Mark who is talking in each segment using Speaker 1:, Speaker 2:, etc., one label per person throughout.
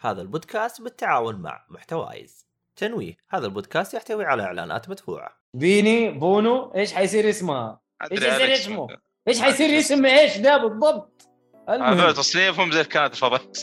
Speaker 1: هذا البودكاست بالتعاون مع محتوايز تنويه هذا البودكاست يحتوي على اعلانات مدفوعه
Speaker 2: بيني بونو ايش حيصير اسمها؟
Speaker 3: أدري آه،
Speaker 2: ايش حيصير
Speaker 3: عليك.
Speaker 2: اسمه؟ ايش حيصير اسم ايش ده بالضبط؟
Speaker 3: هذول
Speaker 2: المهم
Speaker 3: تصنيفهم زي كانت الفضائيات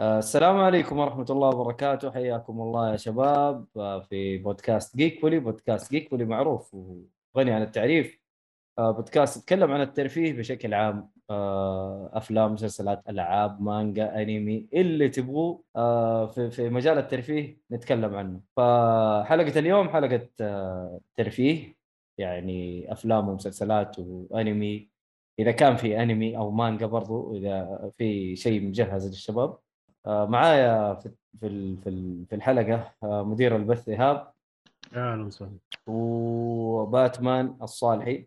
Speaker 2: آه، السلام عليكم ورحمة الله وبركاته حياكم الله يا شباب آه، في بودكاست جيك فولي بودكاست جيك فولي معروف وغني عن التعريف آه، بودكاست يتكلم عن الترفيه بشكل عام آه، أفلام مسلسلات ألعاب مانجا أنمي اللي تبغوه آه، في في مجال الترفيه نتكلم عنه فحلقة اليوم حلقة آه، ترفيه يعني أفلام ومسلسلات وأنمي إذا كان في أنمي أو مانجا برضو إذا في شيء مجهز للشباب آه، معايا في في ال- في ال- في الحلقه آه، مدير البث ايهاب
Speaker 4: اهلا وسهلا
Speaker 2: وباتمان الصالحي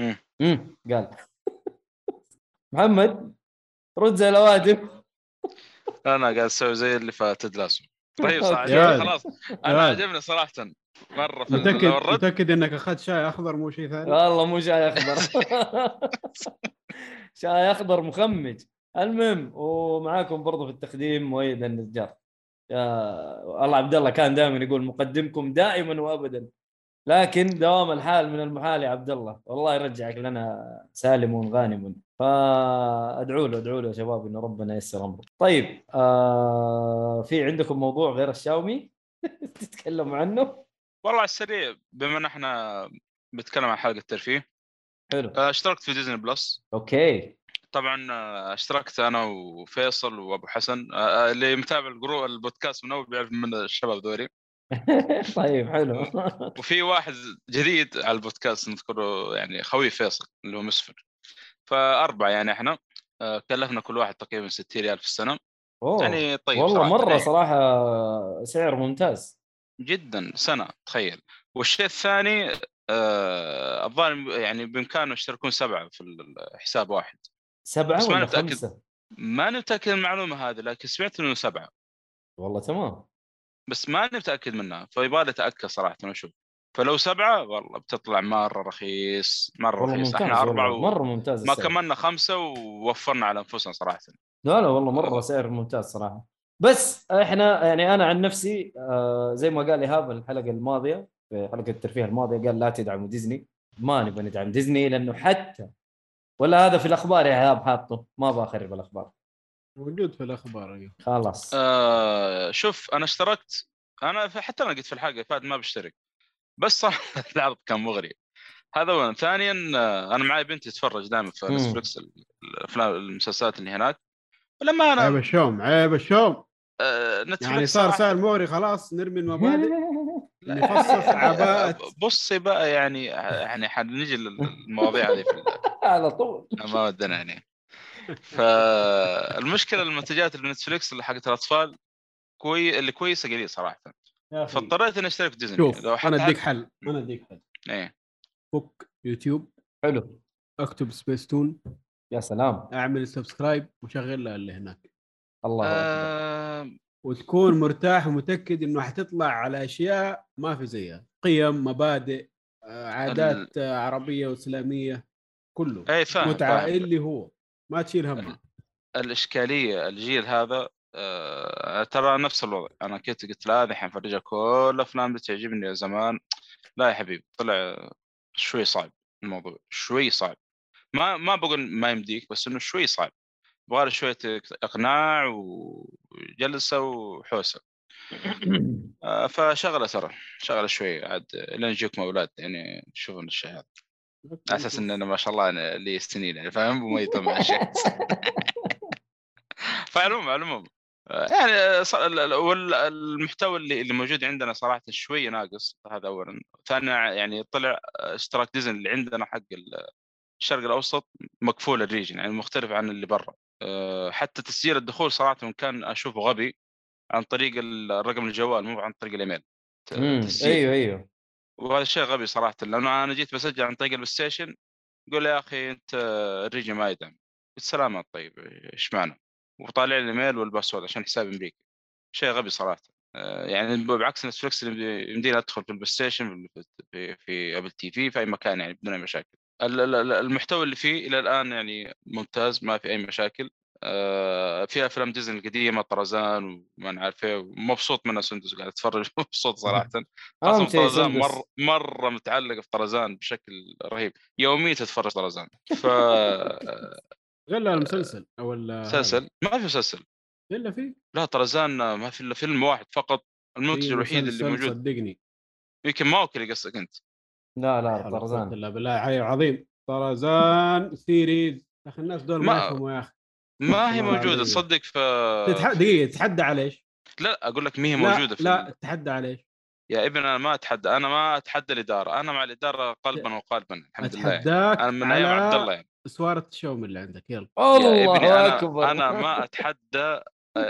Speaker 3: مم.
Speaker 2: امم قال محمد رد زي الاوادم
Speaker 3: انا قاعد اسوي زي اللي فاتت لاسو طيب صح
Speaker 2: أوكي.
Speaker 3: عجبني خلاص
Speaker 4: يا
Speaker 3: انا
Speaker 4: ولد.
Speaker 3: عجبني صراحه مره في
Speaker 4: متاكد
Speaker 3: الرد
Speaker 4: متاكد انك اخذت شاي اخضر مو شيء ثاني؟
Speaker 2: والله مو شاي اخضر شاي اخضر مخمج المهم ومعاكم برضو في التقديم مؤيد النجار يا- والله عبد الله كان دائما يقول مقدمكم دائما وابدا لكن دوام الحال من المحال يا عبد الله والله يرجعك لنا سالم غانم فادعوا له ادعوا له يا شباب انه ربنا ييسر امره طيب آه في عندكم موضوع غير الشاومي تتكلم عنه
Speaker 3: والله على السريع بما ان احنا بنتكلم عن حلقه ترفيه
Speaker 2: حلو
Speaker 3: آه، اشتركت في ديزني بلس
Speaker 2: اوكي
Speaker 3: طبعا آه، اشتركت انا وفيصل وابو حسن آه، آه، اللي متابع الجروب البودكاست من اول بيعرف من الشباب ذولي
Speaker 2: طيب حلو
Speaker 3: وفي واحد جديد على البودكاست نذكره يعني خوي فيصل اللي هو مسفر فاربعه يعني احنا آه، كلفنا كل واحد تقريبا 60 ريال في السنه
Speaker 2: أوه.
Speaker 3: يعني طيب
Speaker 2: والله
Speaker 3: صراحة.
Speaker 2: مره
Speaker 3: إيه.
Speaker 2: صراحه سعر ممتاز
Speaker 3: جدا سنه يعني تخيل والشيء الثاني آه، الظاهر يعني بامكانه يشتركون سبعه في الحساب واحد
Speaker 2: سبعه
Speaker 3: بس ما
Speaker 2: ولا
Speaker 3: نتأكد.
Speaker 2: خمسه
Speaker 3: ما نتاكد من المعلومه هذه لكن سمعت انه سبعه
Speaker 2: والله تمام
Speaker 3: بس ما متاكد منها فيبغى لي اتاكد صراحه واشوف فلو سبعه والله بتطلع مره رخيص مره
Speaker 2: والله
Speaker 3: رخيص
Speaker 2: ممتاز
Speaker 3: احنا اربعه
Speaker 2: والله.
Speaker 3: و...
Speaker 2: مره ممتاز
Speaker 3: ما
Speaker 2: السعر.
Speaker 3: كملنا خمسه ووفرنا على انفسنا صراحه
Speaker 2: لا لا والله مره
Speaker 3: آه.
Speaker 2: سعر ممتاز صراحه بس احنا يعني انا عن نفسي آه زي ما قال ايهاب الحلقه الماضيه في حلقه الترفيه الماضيه قال لا تدعموا ديزني ما نبغى ندعم ديزني لانه حتى ولا هذا في الاخبار يا ايهاب حاطه ما بخرب الاخبار
Speaker 4: موجود في الاخبار أيوه.
Speaker 2: خلاص
Speaker 3: آه شوف انا اشتركت انا ف- حتى انا قلت في الحلقه اللي فاتت ما بشترك بس صراحه العرض كان مغري هذا اولا ثانيا آه، انا معي بنتي تتفرج دائما في
Speaker 2: مم.
Speaker 3: نتفلكس ال- الافلام المسلسلات اللي هناك ولما
Speaker 4: عيب
Speaker 3: انا
Speaker 4: الشوم عيب الشوم
Speaker 3: آه، نتفلكس
Speaker 4: يعني صار
Speaker 3: صراحة-
Speaker 4: سائل موري خلاص نرمي المبادئ نفصص عباءة
Speaker 3: بصي بقى يعني يعني حنجي للمواضيع هذه في ال-
Speaker 2: على طول
Speaker 3: ما ودنا يعني فالمشكله المنتجات اللي نتفلكس اللي حقت الاطفال كوي اللي كويسه قليل صراحه
Speaker 4: يا أخي،
Speaker 3: فاضطريت اني اشترك في ديزني
Speaker 4: شوف
Speaker 3: يعني لو
Speaker 4: انا
Speaker 3: حتى-
Speaker 4: اديك حل انا اديك حل
Speaker 3: ايه
Speaker 4: فك يوتيوب
Speaker 2: حلو
Speaker 4: اكتب سبيس تون
Speaker 2: يا سلام
Speaker 4: اعمل سبسكرايب وشغل لها اللي هناك
Speaker 2: الله أكبر.
Speaker 3: آه،
Speaker 4: وتكون مرتاح ومتاكد انه حتطلع على اشياء ما في زيها قيم مبادئ آه، عادات آه، عربيه واسلاميه كله
Speaker 3: اي أيوة، إيه، فاهم أيوة.
Speaker 4: متعه
Speaker 3: فاهم.
Speaker 4: اللي هو ما تشيل همها
Speaker 3: الاشكاليه الجيل هذا آه، ترى نفس الوضع انا كنت قلت لا هذه حنفرجها كل الافلام اللي تعجبني يا زمان لا يا حبيبي طلع شوي صعب الموضوع شوي صعب ما ما بقول ما يمديك بس انه شوي صعب يبغى له شويه اقناع وجلسه وحوسه آه، فشغله ترى شغله شوي عاد لين يجيكم اولاد يعني تشوفون الشيء هذا على اساس ان انا ما شاء الله انا لي سنين يعني فاهم وما يطمع شيء فعلوم علوم يعني ص- ال- ال- وال- المحتوى اللي اللي موجود عندنا صراحه شويه ناقص هذا اولا ثانيا يعني طلع اشتراك ديزني اللي عندنا حق ال- الشرق الاوسط مكفول الريجن يعني مختلف عن اللي برا أه، حتى تسجيل الدخول صراحه كان اشوفه غبي عن طريق الرقم الجوال مو عن طريق الايميل ت-
Speaker 2: مم،
Speaker 3: تسجيل.
Speaker 2: ايوه ايوه
Speaker 3: وهذا شيء غبي صراحه لانه انا جيت بسجل عن طريق البلاي ستيشن يقول لي يا اخي انت الريجن ما يدعم قلت سلامة طيب ايش معنى وطالع لي الايميل والباسورد عشان حساب امريكي شيء غبي صراحه آه، يعني بعكس نتفلكس اللي يمدي- يمديني ادخل في البلاي ستيشن في- في في ابل تي في في اي مكان يعني بدون اي مشاكل ال- ال- ال- المحتوى اللي فيه الى الان يعني ممتاز ما في اي مشاكل آه، في افلام ديزني القديمه طرزان وما أنا عارف ايه مبسوط منها سندس قاعد اتفرج مبسوط صراحه
Speaker 2: اهم
Speaker 3: اصلا
Speaker 2: شيء
Speaker 3: طرزان
Speaker 2: سندس.
Speaker 3: مره مره متعلقه في طرزان بشكل رهيب يوميا تتفرج طرزان ف
Speaker 4: الا المسلسل او ال-
Speaker 3: مسلسل ما في مسلسل
Speaker 4: الا في
Speaker 3: لا طرزان ما في الا فيلم واحد فقط المنتج
Speaker 4: في
Speaker 3: الوحيد اللي
Speaker 4: أيوه، مسلسل
Speaker 3: موجود
Speaker 4: صدقني
Speaker 3: يمكن ما اوكي قصدك انت
Speaker 2: لا لا
Speaker 4: طرزان
Speaker 2: طرزان
Speaker 4: لا بالله عي- عظيم طرزان سيريز يا اخي الناس دول ما
Speaker 3: ما-
Speaker 4: يفهموا يا اخي
Speaker 3: ما هي
Speaker 4: والله
Speaker 3: موجوده
Speaker 4: العظيم.
Speaker 3: تصدق ف
Speaker 4: تتح- دقيقه تتحدى على ايش؟
Speaker 3: لا اقول لك ما آه، هي
Speaker 4: لا،
Speaker 3: موجوده في
Speaker 4: لا تتحدى على ايش؟
Speaker 3: يا ابن انا ما اتحدى انا ما اتحدى الاداره انا مع الاداره قلبا وقالبا الحمد لله يعني.
Speaker 4: اتحداك
Speaker 3: انا من ايام عبد الله يعني
Speaker 4: سوارة الشاومي اللي عندك يلا
Speaker 3: يا ابني
Speaker 2: الله
Speaker 3: انا
Speaker 2: اكبر
Speaker 3: انا ما اتحدى آه،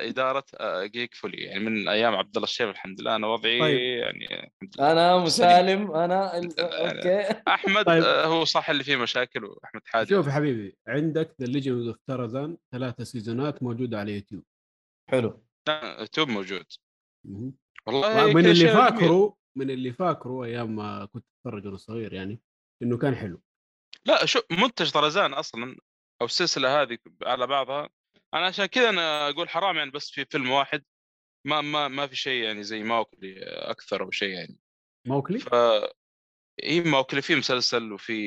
Speaker 3: اداره آه، جيك فولي يعني من ايام عبد الله الشيب الحمد لله انا وضعي
Speaker 4: طيب.
Speaker 3: يعني الحمد لله.
Speaker 2: انا مسالم انا ال-
Speaker 3: أنا-
Speaker 2: اوكي
Speaker 3: احمد
Speaker 4: طيب.
Speaker 3: آه، هو صح اللي فيه مشاكل واحمد حادي
Speaker 4: شوف يا حبيبي عندك ذا ليجند اوف ترزان ثلاثة سيزونات موجودة على يوتيوب
Speaker 2: حلو
Speaker 3: لا، يوتيوب آه، موجود
Speaker 4: مهم.
Speaker 3: والله
Speaker 4: من
Speaker 3: كل
Speaker 4: اللي
Speaker 3: شيء جميل.
Speaker 4: فاكره من اللي فاكره ايام ما كنت اتفرج وانا صغير يعني انه كان حلو
Speaker 3: لا شو منتج طرزان اصلا او السلسله هذه على بعضها انا عشان كذا انا اقول حرام يعني بس في فيلم واحد ما ما ما في شيء يعني زي ماوكلي اكثر او شيء يعني
Speaker 4: موكلي
Speaker 3: ف اي ماوكلي في مسلسل وفي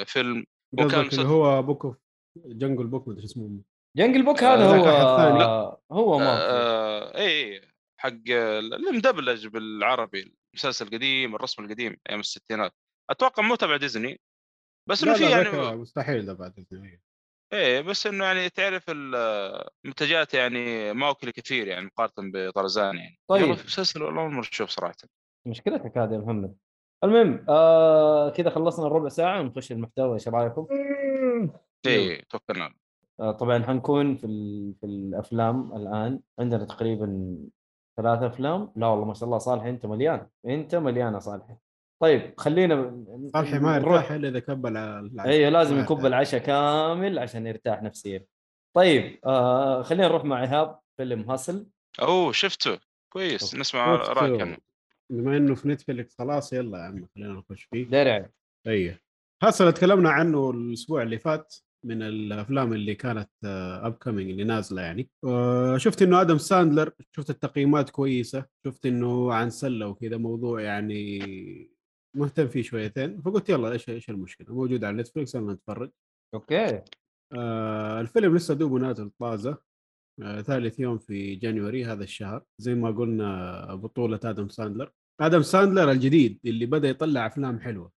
Speaker 3: آه، فيلم وكان
Speaker 4: قصدك اللي هو بوك اوف جنجل بوك مدري اسمه
Speaker 2: جنجل بوك هذا
Speaker 3: آه،
Speaker 2: هو
Speaker 4: ذاك أحد ثاني.
Speaker 2: هو ما
Speaker 3: آه اي حق ال- المدبلج بالعربي المسلسل القديم الرسم القديم ايام الستينات اتوقع مو تبع ديزني بس انه
Speaker 4: لا
Speaker 3: في
Speaker 4: لا
Speaker 3: يعني
Speaker 4: ذاك مستحيل ده بعد إذن.
Speaker 3: ايه بس انه يعني تعرف المنتجات يعني ما اكل كثير يعني مقارنه بطرزان يعني
Speaker 2: طيب.
Speaker 3: والله في مسلسل والله اول مره اشوف صراحه
Speaker 2: مشكلتك هذه يا محمد المهم آه كذا خلصنا الربع ساعه ونخش المحتوى ايش رايكم؟
Speaker 3: ايه توكلنا
Speaker 2: آه طبعا حنكون في ال- في الافلام الان عندنا تقريبا ثلاث افلام لا والله ما شاء الله صالح انت مليان انت مليان يا صالح طيب خلينا
Speaker 4: صالحي ما
Speaker 2: نروح
Speaker 4: يرتاح الا اذا كب الع- العسل.
Speaker 2: ايوه لازم
Speaker 4: ما
Speaker 2: يكب
Speaker 4: يرتاح.
Speaker 2: العشاء كامل عشان يرتاح نفسيا طيب آه خلينا نروح مع ايهاب فيلم هاسل
Speaker 3: اوه شفته كويس نسمع
Speaker 4: شفته.
Speaker 3: رايك انا
Speaker 4: بما انه في نتفلكس خلاص يلا يا عم خلينا نخش فيه
Speaker 2: درع
Speaker 4: ايوه هسه تكلمنا عنه الاسبوع اللي فات من الافلام اللي كانت اب كامينج اللي نازله يعني آه، شفت انه ادم ساندلر شفت التقييمات كويسه شفت انه عن سله وكذا موضوع يعني مهتم فيه شويتين فقلت يلا ايش ايش المشكله موجود على نتفلكس انا اتفرج
Speaker 2: اوكي
Speaker 4: آه، الفيلم لسه دوبه نازل طازه آه، ثالث يوم في جانيوري هذا الشهر زي ما قلنا بطوله ادم ساندلر ادم ساندلر الجديد اللي بدا يطلع افلام حلوه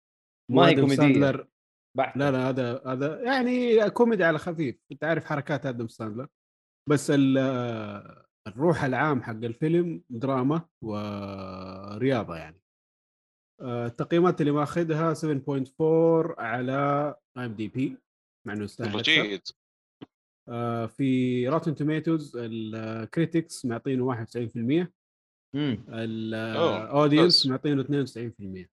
Speaker 4: مو
Speaker 2: ما هي
Speaker 4: آدم
Speaker 2: كوميدية
Speaker 4: ساندلر
Speaker 2: بحت
Speaker 4: لا لا هذا هذا يعني كوميدي على خفيف انت عارف حركات ادم ساندلر بس ال- آه، الروح العام حق الفيلم دراما ورياضه يعني آه، التقييمات اللي ماخذها 7.4 على ام دي بي مع انه يستاهل أكثر.
Speaker 3: جيد
Speaker 4: آه، في راتن توميتوز الكريتكس معطينه 91%
Speaker 2: مم.
Speaker 4: آه.
Speaker 3: أوه، كويس.
Speaker 4: الاودينس معطينه 92%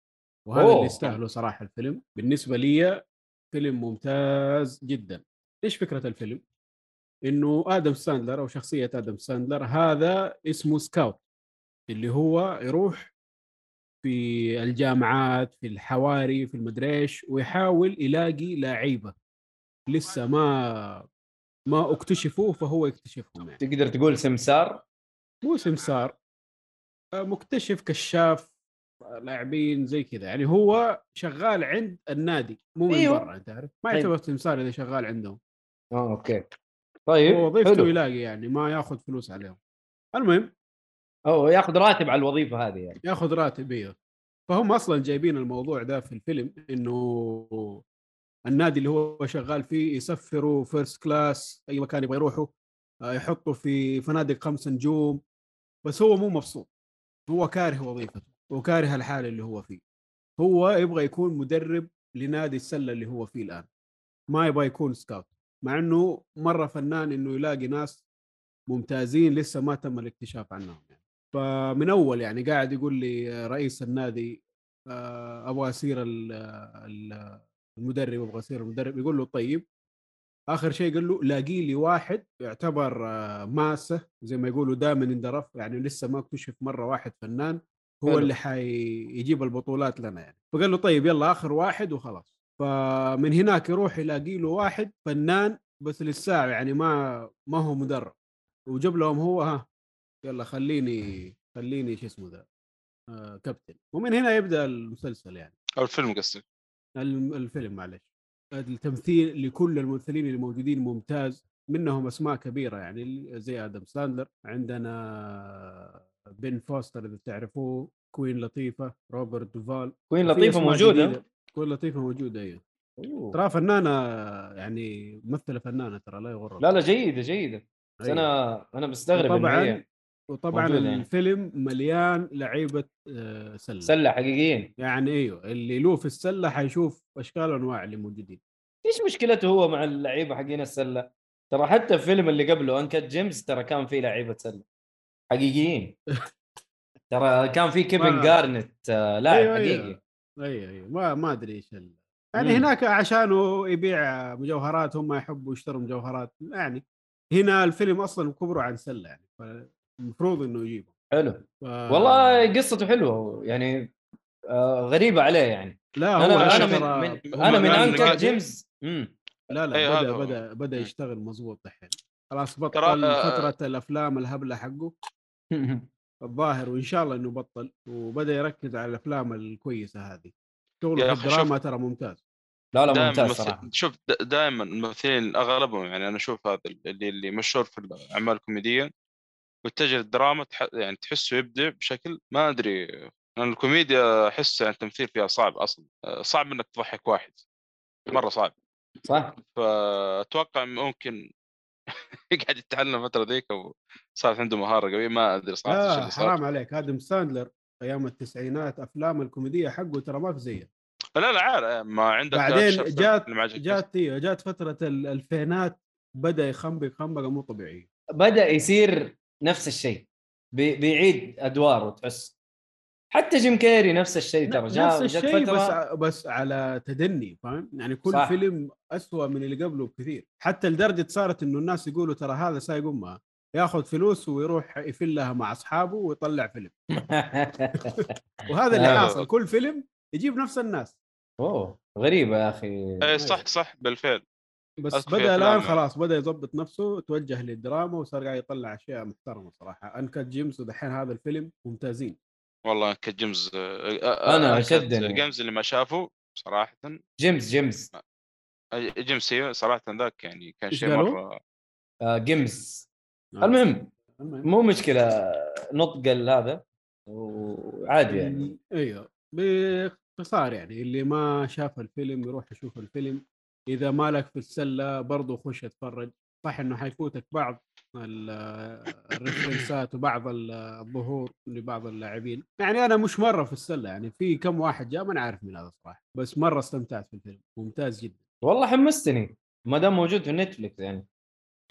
Speaker 4: وهذا
Speaker 2: أوه.
Speaker 4: اللي يستاهله صراحه الفيلم بالنسبه لي فيلم ممتاز جدا ايش فكره الفيلم انه ادم ساندلر او شخصيه ادم ساندلر هذا اسمه سكاوت اللي هو يروح في الجامعات في الحواري في المدريش ويحاول يلاقي لعيبه لسه ما ما اكتشفوه فهو يكتشفهم يعني
Speaker 2: تقدر تقول سمسار
Speaker 4: مو سمسار آه، مكتشف كشاف آه، لاعبين زي كذا يعني هو شغال عند النادي مو من
Speaker 2: أيوه.
Speaker 4: أيوه. برا انت عارف ما
Speaker 2: أيوه.
Speaker 4: يعتبر سمسار اذا شغال عندهم
Speaker 2: اه اوكي طيب
Speaker 4: هو وظيفته
Speaker 2: حلو
Speaker 4: يلاقي يعني ما ياخذ فلوس عليهم المهم
Speaker 2: او ياخذ راتب على الوظيفه هذه يعني
Speaker 4: ياخذ راتب ايوه فهم اصلا جايبين الموضوع ده في الفيلم انه النادي اللي هو شغال فيه يسفروا فيرست كلاس اي مكان يبغى يروحوا آه، يحطوا في فنادق خمس نجوم بس هو مو مبسوط هو كاره وظيفته وكاره الحال اللي هو فيه هو يبغى يكون مدرب لنادي السله اللي هو فيه الان ما يبغى يكون سكاوت مع انه مره فنان انه يلاقي ناس ممتازين لسه ما تم الاكتشاف عنهم يعني. فمن اول يعني قاعد يقول لي رئيس النادي آه، ابغى اسير ال- ال- المدرب ابغى اسير المدرب يقول له طيب اخر شيء قال له لاقي لي واحد يعتبر آه، ماسه زي ما يقولوا دائما اندرف يعني لسه ما اكتشف مره واحد فنان هو
Speaker 2: حلو.
Speaker 4: اللي حيجيب البطولات لنا يعني فقال له طيب يلا اخر واحد وخلاص فمن هناك يروح يلاقي له واحد فنان بس للساعه يعني ما ما هو مدرب وجاب لهم هو ها يلا خليني خليني شو اسمه ذا آه كابتن ومن هنا يبدا المسلسل يعني
Speaker 3: الفيلم قصدي
Speaker 4: الم- الفيلم معلش التمثيل لكل الممثلين اللي موجودين ممتاز منهم اسماء كبيره يعني ال- زي ادم ساندلر عندنا بن فوستر اذا تعرفوه كوين لطيفه روبرت دوفال
Speaker 2: كوين
Speaker 4: وفي
Speaker 2: لطيفه
Speaker 4: أسماء
Speaker 2: موجوده
Speaker 4: جديدة. كوين لطيفه موجوده ايوه
Speaker 2: أوه.
Speaker 4: ترى فنانه يعني ممثله فنانه ترى لا يغرك
Speaker 2: لا لا جيده جيده بس
Speaker 4: طيب.
Speaker 2: انا انا مستغرب إنه
Speaker 4: وطبعاً
Speaker 2: هي
Speaker 4: وطبعا
Speaker 2: موجودة يعني.
Speaker 4: الفيلم مليان لعيبه آه، سله
Speaker 2: سله حقيقيين
Speaker 4: يعني ايوه اللي له في السله حيشوف اشكال وانواع اللي موجودين
Speaker 2: ايش مشكلته هو مع اللعيبه حقين السله؟ ترى حتى الفيلم اللي قبله انكت جيمس ترى كان فيه لعيبه سله حقيقيين ترى كان في كيفن
Speaker 4: ما-
Speaker 2: جارنت آه، لاعب
Speaker 4: أيوة، أيوة.
Speaker 2: حقيقي
Speaker 4: ايوه ايوه ما ما ادري ايش ال- يعني
Speaker 2: مم.
Speaker 4: هناك عشانه يبيع مجوهرات هم يحبوا يشتروا مجوهرات يعني هنا الفيلم اصلا كبره عن سله يعني فالمفروض انه يجيبه
Speaker 2: حلو
Speaker 4: ف...
Speaker 2: والله قصته حلوه يعني آه، غريبه عليه يعني
Speaker 4: لا هو
Speaker 2: انا انا
Speaker 4: عشان
Speaker 2: من,
Speaker 4: ترى-
Speaker 2: من
Speaker 3: هم
Speaker 2: انا من
Speaker 3: الآن
Speaker 2: انكت
Speaker 3: قاعدين-
Speaker 2: جيمس امم
Speaker 4: لا لا
Speaker 3: أيوة، هذا
Speaker 4: بدا
Speaker 3: هو.
Speaker 4: بدا بدا
Speaker 3: مم.
Speaker 4: يشتغل مضبوط الحين خلاص
Speaker 3: ترى-
Speaker 4: بطل فتره الافلام الهبله حقه الظاهر وان شاء الله انه بطل وبدا يركز على الافلام الكويسه هذه
Speaker 3: يا
Speaker 4: شغله في
Speaker 3: أخي، شوف.
Speaker 4: الدراما ترى ممتاز
Speaker 2: لا لا
Speaker 3: دائما
Speaker 2: ممتاز
Speaker 3: مثل-
Speaker 2: صراحه
Speaker 3: شوف دائما الممثلين اغلبهم يعني انا اشوف هذا اللي اللي مشهور في الاعمال الكوميديه ويتجه للدراما تح... يعني تحسه يبدع بشكل ما ادري لان الكوميديا احس يعني التمثيل فيها صعب اصلا أه، صعب انك تضحك واحد مره صعب
Speaker 2: صح
Speaker 3: فاتوقع ممكن يقعد يتعلم الفتره ذيك وصارت عنده مهاره قويه ما ادري صراحه ايش
Speaker 4: لا
Speaker 3: اللي صار
Speaker 4: آه، حرام عليك ادم ساندلر ايام التسعينات افلام الكوميديه حقه ترى ما في زيه
Speaker 2: إيه،
Speaker 3: لا لا عارف ما عندك
Speaker 4: بعدين
Speaker 3: شخص
Speaker 4: جات-
Speaker 3: اللي مع جاك نيكلسون.
Speaker 4: جات ايوه جات فتره الالفينات بدا يخنبق خنبقه مو طبيعيه
Speaker 2: بدا يصير نفس الشيء بي- بيعيد ادواره تحس حتى جيم كيري نفس الشيء إيه، ترى جاء
Speaker 4: نفس
Speaker 2: جت
Speaker 4: الشيء
Speaker 2: فترة-
Speaker 4: بس بس على تدني فاهم يعني كل
Speaker 2: صح.
Speaker 4: صح. فيلم أسوأ من اللي قبله بكثير حتى لدرجه صارت انه الناس يقولوا ترى هذا سايق امها ياخذ فلوس ويروح يفلها مع اصحابه ويطلع فيلم
Speaker 2: إيه،
Speaker 4: وهذا اللي
Speaker 2: لا.
Speaker 4: حاصل كل فيلم يجيب نفس الناس
Speaker 2: اوه غريبه يا اخي
Speaker 3: اي إيه، صح صح بالفعل
Speaker 4: بس
Speaker 3: أذكر
Speaker 4: بدا الان
Speaker 3: أفلام.
Speaker 4: خلاص بدا يضبط نفسه توجه للدراما وصار قاعد يطلع اشياء محترمه صراحه انكت جيمس ودحين هذا الفيلم ممتازين
Speaker 3: والله كت جيمز
Speaker 2: أنا شدني.
Speaker 3: شدني جيمز اللي ما شافه صراحه
Speaker 2: جيمس جيمس
Speaker 3: أي- جيمس إيوه، صراحه ذاك يعني كان
Speaker 4: إيش
Speaker 3: شيء
Speaker 4: قالوا؟
Speaker 3: مره
Speaker 2: آه جيمس المهم
Speaker 4: نعم. المهم
Speaker 2: مو مشكله نطق ال- هذا وعادي يعني
Speaker 4: ايوه باختصار يعني اللي ما شاف الفيلم يروح يشوف الفيلم اذا مالك في السله برضو خش اتفرج صح انه حيفوتك بعض ال- الريفرنسات وبعض ال- الظهور لبعض اللاعبين يعني انا مش مره في السله يعني في كم واحد جاء ما انا عارف من هذا صراحه بس مره استمتعت في الفيلم ممتاز جدا
Speaker 2: والله حمستني ما دام موجود في نتفلكس يعني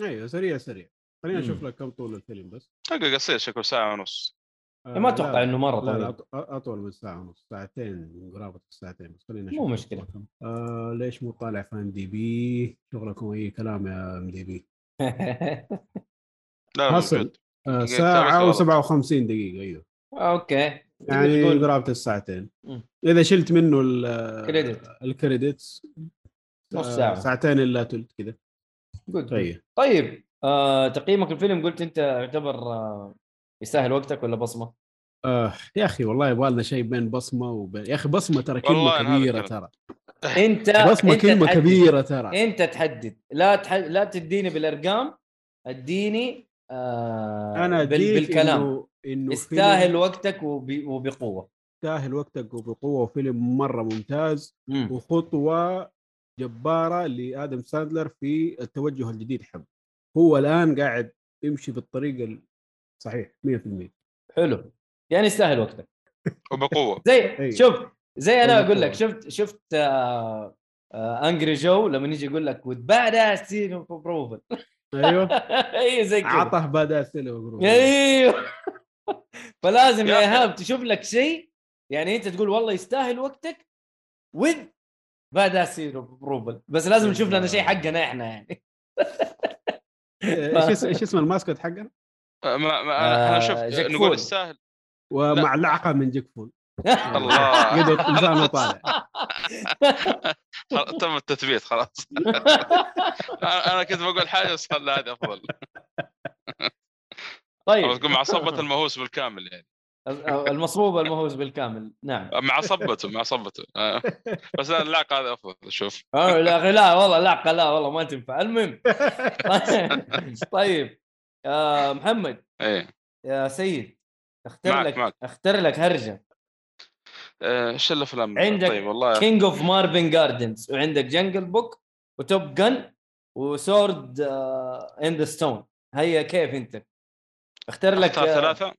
Speaker 4: ايوه سريع سريع خلينا اشوف
Speaker 2: مم.
Speaker 4: لك كم طول الفيلم بس
Speaker 3: حلقه قصير شكله ساعه ونص
Speaker 4: آه،
Speaker 2: إيه، ما
Speaker 4: لا،
Speaker 2: اتوقع انه مره
Speaker 4: لا لا
Speaker 2: طويل
Speaker 4: أط- اطول من ساعه ونص ساعتين قرابه الساعتين بس خلينا
Speaker 2: مو
Speaker 4: نشوف
Speaker 2: مشكلة.
Speaker 4: كم. آه ليش مو طالع في ام دي بي شغلكم اي كلام يا ام دي بي
Speaker 3: لا
Speaker 4: حصل.
Speaker 3: موجود.
Speaker 4: آه
Speaker 3: دقيقة
Speaker 4: ساعه
Speaker 3: غلط.
Speaker 4: و57 دقيقه ايوه
Speaker 2: اوكي
Speaker 4: يعني
Speaker 2: بتقول-
Speaker 4: قرابه الساعتين
Speaker 2: مم.
Speaker 4: اذا شلت منه ال-
Speaker 2: كريدت
Speaker 4: الكريدتس
Speaker 2: نص
Speaker 4: آه،
Speaker 2: ساعة. إمم.
Speaker 4: ساعتين الا ثلث كذا
Speaker 2: جود
Speaker 4: طيب
Speaker 2: طيب آه، تقييمك الفيلم قلت انت يعتبر آه، يستاهل وقتك ولا بصمه؟
Speaker 4: آه يا اخي والله يبغى لنا شيء بين بصمه وبين يا اخي بصمه ترى
Speaker 3: والله
Speaker 4: كلمه
Speaker 3: أنا هذا
Speaker 4: كبيره
Speaker 3: الكلام.
Speaker 4: ترى
Speaker 2: انت
Speaker 4: بصمه
Speaker 2: انت
Speaker 4: كلمه
Speaker 2: تحدد.
Speaker 4: كبيره ترى
Speaker 2: انت تحدد لا تح... لا تديني بالارقام اديني آه
Speaker 4: انا
Speaker 2: بال...
Speaker 4: أديك
Speaker 2: بالكلام
Speaker 4: إنه- انه فيلم-
Speaker 2: يستاهل وقتك وب... وبقوه
Speaker 4: يستاهل وقتك وبقوه وفيلم مره ممتاز
Speaker 2: مم.
Speaker 4: وخطوه جباره لادم ساندلر في التوجه الجديد حقه هو الان قاعد يمشي بالطريق الصحيح 100%
Speaker 2: حلو يعني يستاهل وقتك
Speaker 3: وبقوه
Speaker 2: زي
Speaker 4: أيوة.
Speaker 2: شوف زي انا
Speaker 4: والله
Speaker 2: اقول لك
Speaker 4: قوة.
Speaker 2: شفت شفت آه انجري جو لما يجي يقول لك with badass scene of approval
Speaker 4: ايوه
Speaker 2: اي زي كذا
Speaker 4: عطه بدا سيلو
Speaker 2: ايوه فلازم
Speaker 3: إيه. يا
Speaker 2: يا
Speaker 3: أخي.
Speaker 2: ايهاب تشوف لك شيء يعني انت تقول والله يستاهل وقتك with badass scene of approval بس لازم نشوف لنا شيء حقنا احنا يعني
Speaker 4: ايش اس- ايش إيه، اسم الماسكت حقنا؟
Speaker 3: ما ما انا
Speaker 2: آه،
Speaker 3: انا شفت
Speaker 2: جاك
Speaker 3: نقول
Speaker 2: فول.
Speaker 3: يستاهل
Speaker 4: ومعلقه من جيك فول
Speaker 3: الله.
Speaker 4: قدر لسانه طالع
Speaker 3: خلاص، تم التثبيت خلاص انا أنا كنت بقول حاجه بس خلى هذه افضل او
Speaker 2: طيب
Speaker 3: تقول مع صبة المهووس بالكامل يعني
Speaker 2: المصبوب المهووس بالكامل نعم
Speaker 3: مع صبته مع صبته آه. بس أنا اللعقه هذه افضل شوف
Speaker 2: آه، لا أخي، لا والله لا لا والله ما تنفع المهم طيب آه محمد
Speaker 3: ايه
Speaker 2: يا سيد اختر
Speaker 3: معك-
Speaker 2: لك
Speaker 3: معك.
Speaker 2: اختر لك هرجه
Speaker 3: آه، ايش الافلام
Speaker 2: عندك
Speaker 3: طيب والله
Speaker 2: كينج اوف مارفن جاردنز وعندك جنجل بوك وتوب جن وسورد ان ذا ستون هيا كيف انت اختر لك
Speaker 3: اختار
Speaker 2: آه،
Speaker 3: ثلاثه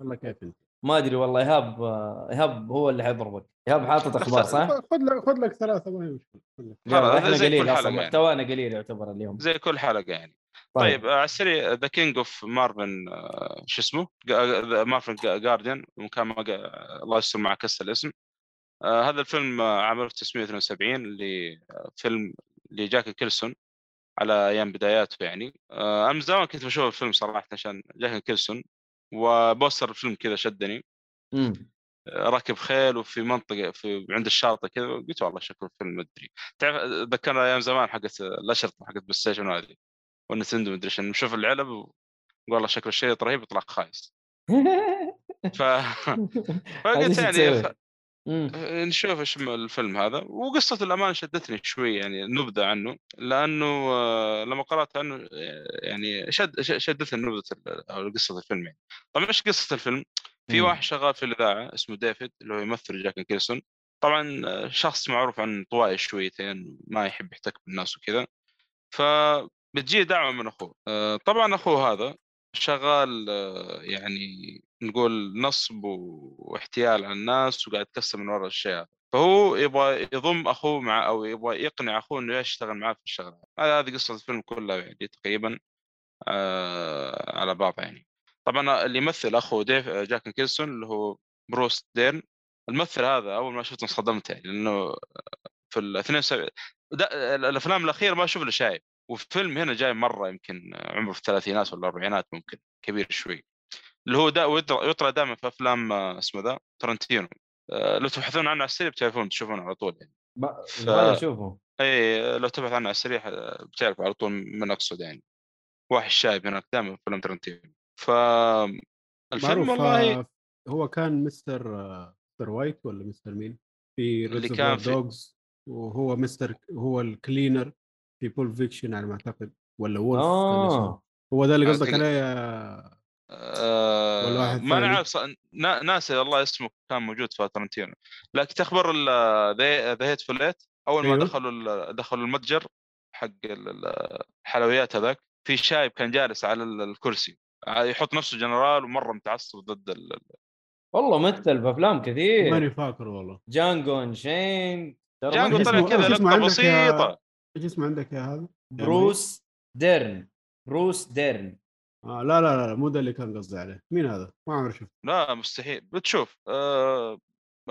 Speaker 4: والله كيف انت
Speaker 2: ما ادري والله ايهاب آه، ايهاب هو اللي حيضربك ايهاب حاطط اخبار صح؟
Speaker 4: خذ لك خذ لك ثلاثه ما هي مشكله خذ لك.
Speaker 2: لا،
Speaker 3: خلاص،
Speaker 2: احنا
Speaker 3: زي كل
Speaker 2: قليل
Speaker 3: حلقة
Speaker 2: اصلا
Speaker 3: يعني.
Speaker 2: محتوانا قليل يعتبر اليوم
Speaker 3: زي كل حلقه يعني طيب آه، على السريع ذا كينج اوف مارفن آه، شو اسمه؟ مارفن جارديان وكان ما قا- الله يستر معك كسر الاسم آه، هذا الفيلم آه، عام 1972 اللي آه، فيلم لجاك كيلسون على ايام بداياته يعني آه، انا من زمان كنت بشوف الفيلم صراحه عشان جاك كيلسون وبوستر الفيلم كذا شدني
Speaker 2: مم.
Speaker 3: آه، راكب خيل وفي منطقه في عند الشاطئ كذا قلت والله شكله فيلم مدري تعرف ذكرنا ايام زمان حقت الاشرطه حقت بلاي ستيشن وهذه والنتندو مدري شنو نشوف العلب و- والله شكله الشريط رهيب يطلع خايس ف...
Speaker 2: هذه
Speaker 3: فقلت
Speaker 2: شو
Speaker 3: يعني
Speaker 2: تسوي؟
Speaker 3: خ-
Speaker 2: مم.
Speaker 3: نشوف ايش م- الفيلم هذا وقصة الأمان شدتني شوي يعني نبذة عنه لأنه آه، لما قرأت عنه آه، يعني شد ش- شدتني نبذة ال- أو قصة الفيلم يعني طبعا إيش قصة الفيلم؟ في
Speaker 2: مم.
Speaker 3: واحد شغال في الإذاعة اسمه ديفيد اللي هو يمثل جاك نيكلسون طبعا آه، شخص معروف عن طوائي شويتين ما يحب يحتك بالناس وكذا فبتجيه دعوة من أخوه آه، طبعا أخوه هذا شغال آه، يعني نقول نصب و- واحتيال على الناس وقاعد يتكسب من وراء الشيء هذا فهو يبغى يضم اخوه مع او يبغى يقنع اخوه انه يشتغل معاه في الشغله هذا- هذه قصه الفيلم كلها يعني تقريبا آه على بعضها يعني طبعا اللي يمثل اخوه ديف آه، جاك نيكلسون اللي هو بروس ديرن الممثل هذا اول ما شفته انصدمت يعني لانه آه، في ال 72 ده- ال- الافلام الاخيره ما اشوف له شايب والفيلم هنا جاي مره يمكن عمره في الثلاثينات ولا الاربعينات ممكن كبير شوي اللي هو دا ويطرى يطرى دائما في افلام آه، اسمه ذا ترنتينو آه، لو تبحثون عنه على السريع بتعرفون تشوفونه على طول يعني
Speaker 2: ما-
Speaker 3: ف-
Speaker 2: يبغالي اشوفه
Speaker 3: اي إيه، لو تبحث عنه على السريع آه، بتعرف على طول من اقصد يعني واحد شايب هناك دائما في فيلم ترنتينو ف الفيلم
Speaker 4: معروف،
Speaker 3: والله
Speaker 4: آه، هو كان مستر آه، مستر وايت ولا مستر مين؟ في
Speaker 3: اللي
Speaker 4: ريزرفوار
Speaker 3: كان في-
Speaker 4: دوجز وهو مستر هو الكلينر في بول فيكشن على ما اعتقد ولا وولف كان اسمه.
Speaker 2: اه
Speaker 4: هو ده اللي
Speaker 3: آه. أنا
Speaker 4: قصدك
Speaker 3: أعتقد-
Speaker 4: عليه يا
Speaker 3: آه،
Speaker 4: ولا واحد
Speaker 3: ما انا
Speaker 4: ثاني؟
Speaker 3: عارف ص- نا- ناسي والله اسمه كان موجود في ترنتينو لكن تخبر ذا هيت فليت اول ما
Speaker 4: أيوه.
Speaker 3: دخلوا ال- دخلوا المتجر حق ال- ال- الحلويات هذاك في شايب كان جالس على ال- الكرسي ع- يحط نفسه جنرال ومره متعصب ضد ال- ال-
Speaker 2: والله مثل في افلام
Speaker 3: إيه.
Speaker 2: كثير
Speaker 4: ماني فاكر والله
Speaker 2: جانجو انشين ترى
Speaker 3: جانجو
Speaker 2: مثل.
Speaker 3: طلع
Speaker 4: اسمه-
Speaker 3: كذا
Speaker 4: إيش اسمه
Speaker 3: لقطه
Speaker 4: عندك يا-
Speaker 3: بسيطه
Speaker 4: ايش اسمه عندك يا هذا؟ يا مهيب؟
Speaker 2: بروس ديرن بروس ديرن
Speaker 4: آه لا لا لا مو ده اللي كان قصدي عليه مين هذا؟ ما عمري شفته
Speaker 3: لا مستحيل بتشوف آه،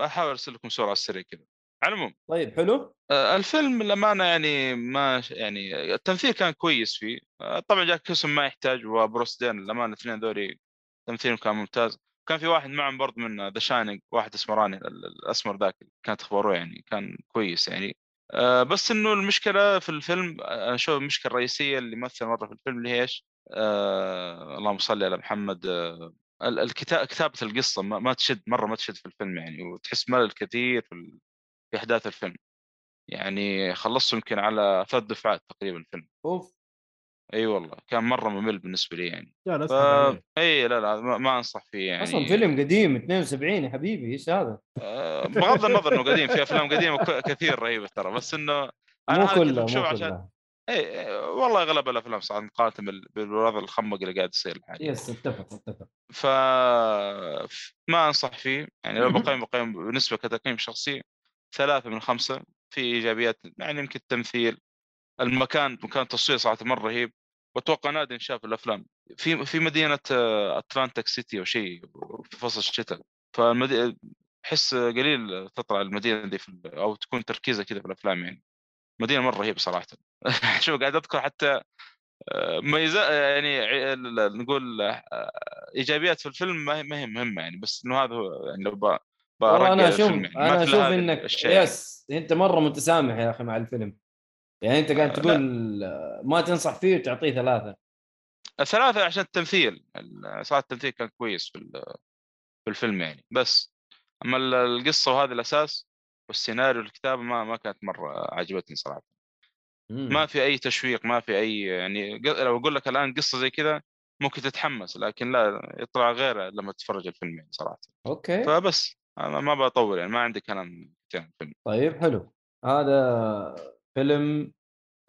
Speaker 3: احاول ارسل لكم صوره على السريع كذا على العموم
Speaker 2: طيب حلو
Speaker 3: آه، الفيلم للأمانة يعني ما ش- يعني التمثيل كان كويس فيه آه، طبعا جاك كيسون ما يحتاج وبروس دين للأمانة الاثنين ذولي تمثيلهم كان ممتاز كان في واحد معهم برضه من ذا شاينينج واحد اسمراني ال- ال- الاسمر ذاك اللي كانت اخباره يعني كان كويس يعني آه، بس انه المشكله في الفيلم آه، انا اشوف المشكله الرئيسيه اللي مثل مره في الفيلم اللي هي ايش؟ آه، اللهم صل على محمد آه، ال- الكتا- كتابه القصه ما ما تشد مره ما تشد في الفيلم يعني وتحس ملل كثير في ال- في احداث الفيلم يعني خلصته يمكن على ثلاث دفعات تقريبا الفيلم
Speaker 2: اوف
Speaker 3: اي والله كان مره ممل بالنسبه لي يعني
Speaker 4: يا لا
Speaker 3: ف...
Speaker 4: اسحب عليه
Speaker 3: اي لا لا ما, ما انصح فيه يعني
Speaker 2: اصلا فيلم قديم 72 يا حبيبي ايش هذا؟
Speaker 3: آه، بغض النظر انه قديم في افلام قديمه ك- كثير رهيبه ترى بس انه
Speaker 2: مو
Speaker 3: هذا كنت
Speaker 2: كله
Speaker 3: بشوفه
Speaker 2: مو
Speaker 3: عشان-
Speaker 2: كله
Speaker 3: اي آه، والله اغلب الافلام صراحه مقارنه بال- بالوضع الخمق اللي قاعد يصير الحالي
Speaker 2: يس اتفق اتفق
Speaker 3: ف ف- ما انصح فيه يعني لو بقيم بقيم بالنسبه كتقييم شخصي ثلاثة من خمسة في ايجابيات يعني يمكن التمثيل المكان مكان تصوير صراحه مره رهيب واتوقع نادر شاف الافلام في في مدينه آه، اتلانتيك سيتي او شيء في فصل الشتاء فالمدينه احس قليل تطلع المدينه دي في ال- او تكون تركيزها كذا في الافلام يعني مدينه مره رهيبه صراحه شوف قاعد اذكر حتى آه، ميزة يعني ع- ال- ال- نقول آه، ايجابيات في الفيلم ما هي ما هي مهمه يعني بس انه هذا هو يعني لو ب-
Speaker 2: والله
Speaker 3: برقع
Speaker 2: انا اشوف
Speaker 3: الفيلم يعني، ما
Speaker 2: انا
Speaker 3: في إلا
Speaker 2: اشوف
Speaker 3: هذا
Speaker 2: انك
Speaker 3: الشيء يعني.
Speaker 2: يس انت مره متسامح يا اخي مع الفيلم يعني انت قاعد
Speaker 3: آه،
Speaker 2: تقول ما تنصح فيه وتعطيه ثلاثه
Speaker 3: الثلاثة عشان التمثيل ال- صراحة التمثيل كان كويس في ال- في الفيلم يعني بس أما ال- القصة وهذا الأساس والسيناريو والكتابة ما ما كانت مرة عجبتني صراحة
Speaker 2: مم.
Speaker 3: ما في أي تشويق ما في أي يعني ق- لو أقول لك الآن قصة زي كذا ممكن تتحمس لكن لا يطلع غير لما تتفرج الفيلم يعني صراحة
Speaker 2: اوكي
Speaker 3: فبس أنا ما بطول يعني ما عندي كلام كثير عن الفيلم
Speaker 2: طيب حلو هذا فيلم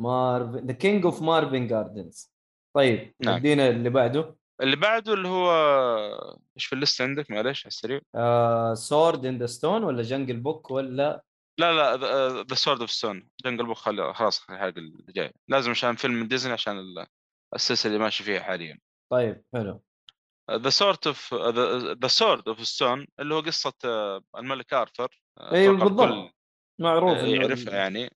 Speaker 2: مارف ذا كينج اوف مارفن جاردنز طيب
Speaker 3: نعم.
Speaker 2: ادينا اللي بعده
Speaker 3: اللي بعده اللي هو ايش في الليست عندك معلش على السريع
Speaker 2: آه، سورد ان ذا ستون ولا جنجل بوك ولا
Speaker 3: لا لا ذا سورد اوف ستون جنجل بوك خل- خلاص الحلقه الجايه لازم عشان فيلم من ديزني عشان ال- السلسله اللي ماشي فيها حاليا
Speaker 2: طيب حلو
Speaker 3: ذا سورد اوف ذا سورد اوف ستون اللي هو قصه آه، الملك ارثر آه،
Speaker 2: أيوة
Speaker 3: أتوقع الكل،
Speaker 2: بالضبط. معروف
Speaker 3: آه،
Speaker 2: إنه-
Speaker 3: يعرفها يعني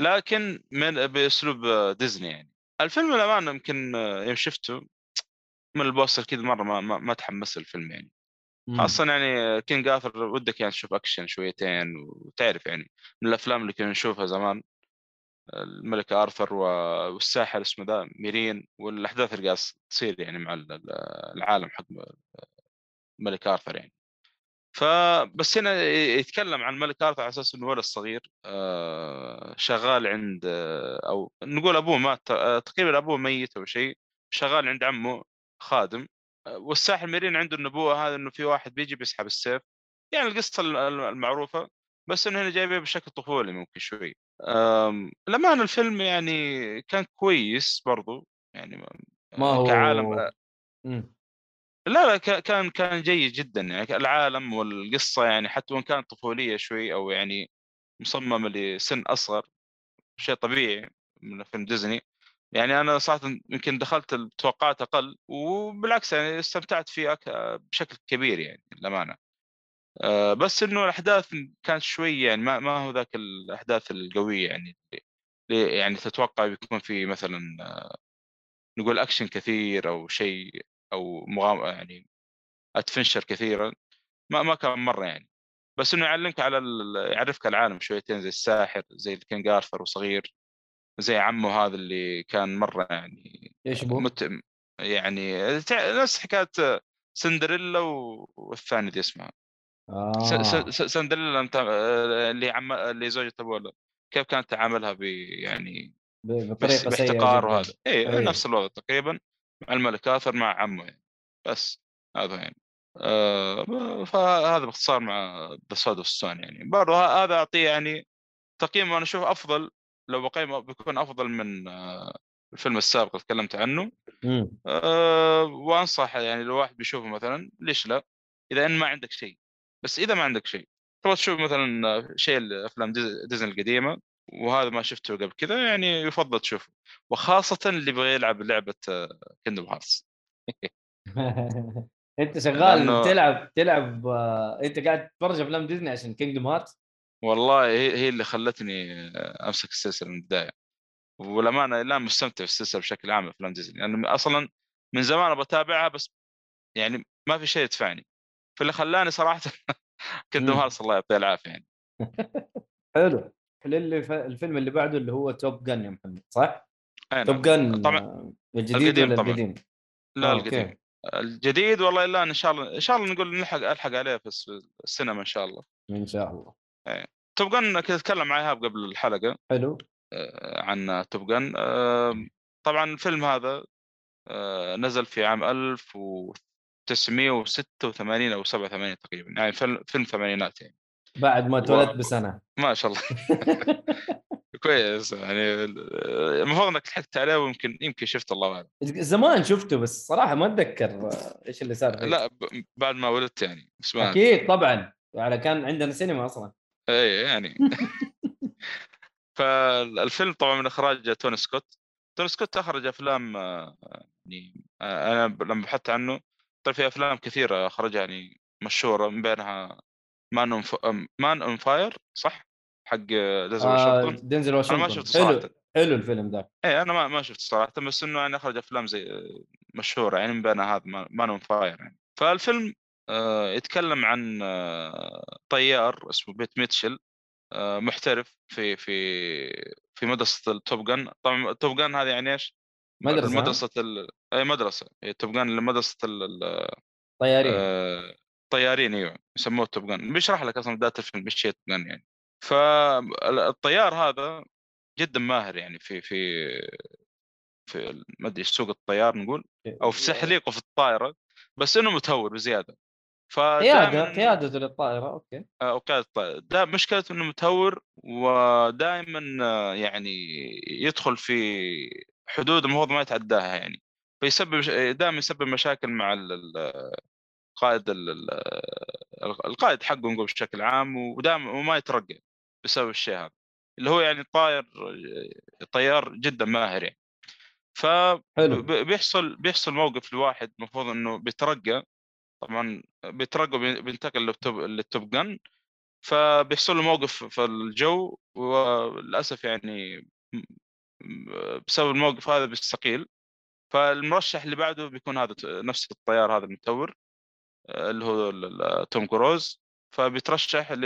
Speaker 3: لكن من باسلوب آه، ديزني يعني الفيلم الامانه يمكن آه، يوم شفته من البوستر كذا مره ما, ما, ما تحمس الفيلم يعني
Speaker 2: مم.
Speaker 3: خاصة يعني كينج آثر ودك يعني تشوف أكشن شويتين وتعرف يعني من الأفلام اللي كنا نشوفها زمان الملك آرثر و- والساحر اسمه ذا ميرين والأحداث اللي قاعد تصير يعني مع ال- ال- العالم حق الملك آرثر يعني فبس هنا ي- يتكلم عن الملك آرثر على أساس إنه ولد صغير آه، شغال عند آه، أو نقول أبوه مات آه، تقريبا أبوه ميت أو شيء شغال عند عمه خادم آه، والساحر ميرين عنده النبوه هذا انه في واحد بيجي بيسحب السيف يعني القصه ال- ال- المعروفه بس انه هنا جايبها بشكل طفولي ممكن شوي أم، لما أنا الفيلم يعني كان كويس برضو يعني ما-
Speaker 2: ما هو
Speaker 3: كعالم آه.
Speaker 2: مم.
Speaker 3: لا لا ك- كان كان جيد جدا يعني العالم والقصه يعني حتى وان كانت طفوليه شوي او يعني مصممه لسن اصغر شيء طبيعي من فيلم ديزني يعني انا صراحه يمكن دخلت التوقعات اقل وبالعكس يعني استمتعت فيه أك- بشكل كبير يعني للامانه آه، بس انه الاحداث كانت شوي يعني ما, ما هو ذاك الاحداث القويه يعني اللي يعني تتوقع بيكون في مثلا آه، نقول اكشن كثير او شيء او مغامره يعني ادفنشر كثيرا ما ما كان مره يعني بس انه يعلمك على ال- يعرفك على العالم شويتين زي الساحر زي الكينج ارثر وصغير زي عمه هذا اللي كان مره يعني
Speaker 2: ايش ابوه؟
Speaker 3: مت يعني تع- نفس حكايه سندريلا و- والثاني دي اسمها س-
Speaker 2: آه.
Speaker 3: س- س- سندريلا متع- اللي عم اللي زوجة ابوه كيف كانت تعاملها ب يعني
Speaker 2: ب-
Speaker 3: بس-
Speaker 2: بطريقه سيئه
Speaker 3: باحتقار
Speaker 2: جداً.
Speaker 3: وهذا اي
Speaker 2: أي.
Speaker 3: نفس الوضع تقريبا مع الملك اثر مع عمه يعني. بس هذا يعني آه فهذا باختصار مع ذا سود ستون يعني برضه ه- هذا اعطيه يعني تقييم انا اشوف افضل لو بقيمه بيكون افضل من آه، الفيلم السابق اللي تكلمت عنه
Speaker 2: مم.
Speaker 3: أه وانصح يعني لو واحد بيشوفه مثلا ليش لا؟ اذا ان ما عندك شيء بس اذا ما عندك شيء تبغى تشوف مثلا آه، شيء الافلام ديز- ديزني القديمه وهذا ما شفته قبل كذا يعني يفضل تشوفه وخاصه اللي يبغى يلعب آه، لعبه كندم هارتس
Speaker 2: انت شغال
Speaker 3: لأنه-
Speaker 2: تلعب تلعب آه، انت قاعد تتفرج افلام ديزني عشان كينجدم هارت
Speaker 3: والله هي هي اللي خلتني آه، امسك السلسله من البدايه والامانه لا مستمتع في السلسله بشكل عام افلام ديزني يعني اصلا من زمان ابغى اتابعها بس يعني ما في شيء يدفعني فاللي خلاني صراحه كندم
Speaker 2: مم.
Speaker 3: هارتس الله يعطيه العافيه يعني
Speaker 2: حلو للي ف... الفيلم اللي بعده اللي هو توب جن يا محمد صح؟
Speaker 3: أي نعم.
Speaker 2: توب جن
Speaker 3: طبعاً.
Speaker 2: الجديد
Speaker 3: القديم
Speaker 2: ولا
Speaker 3: طبعاً.
Speaker 2: القديم؟
Speaker 3: لا
Speaker 2: آه،
Speaker 3: القديم
Speaker 2: أوكي.
Speaker 3: الجديد والله الا ان شاء الله ان شاء الله نقول نلحق الحق عليه في الس- السينما ان شاء الله
Speaker 2: ان شاء الله
Speaker 3: توب جن كنت اتكلم مع ايهاب قبل الحلقه
Speaker 2: حلو
Speaker 3: آه، عن توب جن طبعا الفيلم هذا آه، نزل في عام 1986 او 87 تقريبا يعني فيلم فيلم ثمانينات يعني
Speaker 2: بعد ما
Speaker 3: و-
Speaker 2: تولدت بسنه
Speaker 3: ما شاء الله كويس يعني آه، المفروض انك لحقت عليه ويمكن يمكن شفت الله اعلم
Speaker 2: زمان شفته بس صراحه ما اتذكر آه، ايش اللي صار فيه.
Speaker 3: لا ب- بعد ما ولدت يعني بس ما إيه،
Speaker 2: اكيد طبعا على كان عندنا سينما اصلا
Speaker 3: اي يعني فالفيلم طبعا من اخراج توني سكوت توني سكوت اخرج افلام آه، يعني آه، انا ب- لما بحثت عنه طلع في افلام كثيره اخرجها يعني مشهوره من بينها مان اون مان اون فاير صح؟ حق ديزل
Speaker 2: آه،
Speaker 3: واشنطن
Speaker 2: دنزل
Speaker 3: انا ما
Speaker 2: واشنطن
Speaker 3: شفته
Speaker 2: حلو
Speaker 3: صراحه
Speaker 2: حلو الفيلم ذاك
Speaker 3: اي انا إيه، ما ما شفت صراحه بس انه يعني اخرج افلام زي مشهوره يعني من بينها هذا مان اون فاير يعني فالفيلم آه، يتكلم عن آه، طيار اسمه بيت ميتشل آه، محترف في في في مدرسه التوب جن طبعا التوب جن هذه يعني ايش؟
Speaker 2: مدرسه مدرسه
Speaker 3: مدرسه ال... إيه، اي مدرسه التوب جن مدرسه ال... ال-
Speaker 2: طيارين
Speaker 3: آه، طيارين ايوه يسموه توب جن بيشرح لك اصلا بدايه الفيلم ايش هي توب جن يعني فالطيار هذا جدا ماهر يعني في في في ال- ما ادري سوق الطيار نقول او في تحليقه في الطائره بس انه متهور بزياده
Speaker 2: قياده
Speaker 3: فدائما
Speaker 2: قيادته للطائره اوكي
Speaker 3: آه، وقايد الطائرة ده مشكلته انه متهور ودائما آه، يعني يدخل في حدود المفروض ما يتعداها يعني فيسبب دائما يسبب مشاكل مع ال- ال- القائد ال- ال- القائد حقه نقول بشكل عام ودائما وما يترقى بسبب الشيء هذا اللي هو يعني طاير آه، طيار جدا ماهر يعني ف
Speaker 2: حلو
Speaker 3: ب- بيحصل بيحصل موقف لواحد المفروض انه بيترقى طبعا بيترقى وبي- بينتقل للتوب للتوب جن فبيحصل له موقف في الجو وللاسف يعني م- م- بسبب الموقف هذا بيستقيل فالمرشح اللي بعده بيكون هذا ت- نفس الطيار هذا المتور آه، اللي هو ال- ال- توم كروز فبيترشح ل...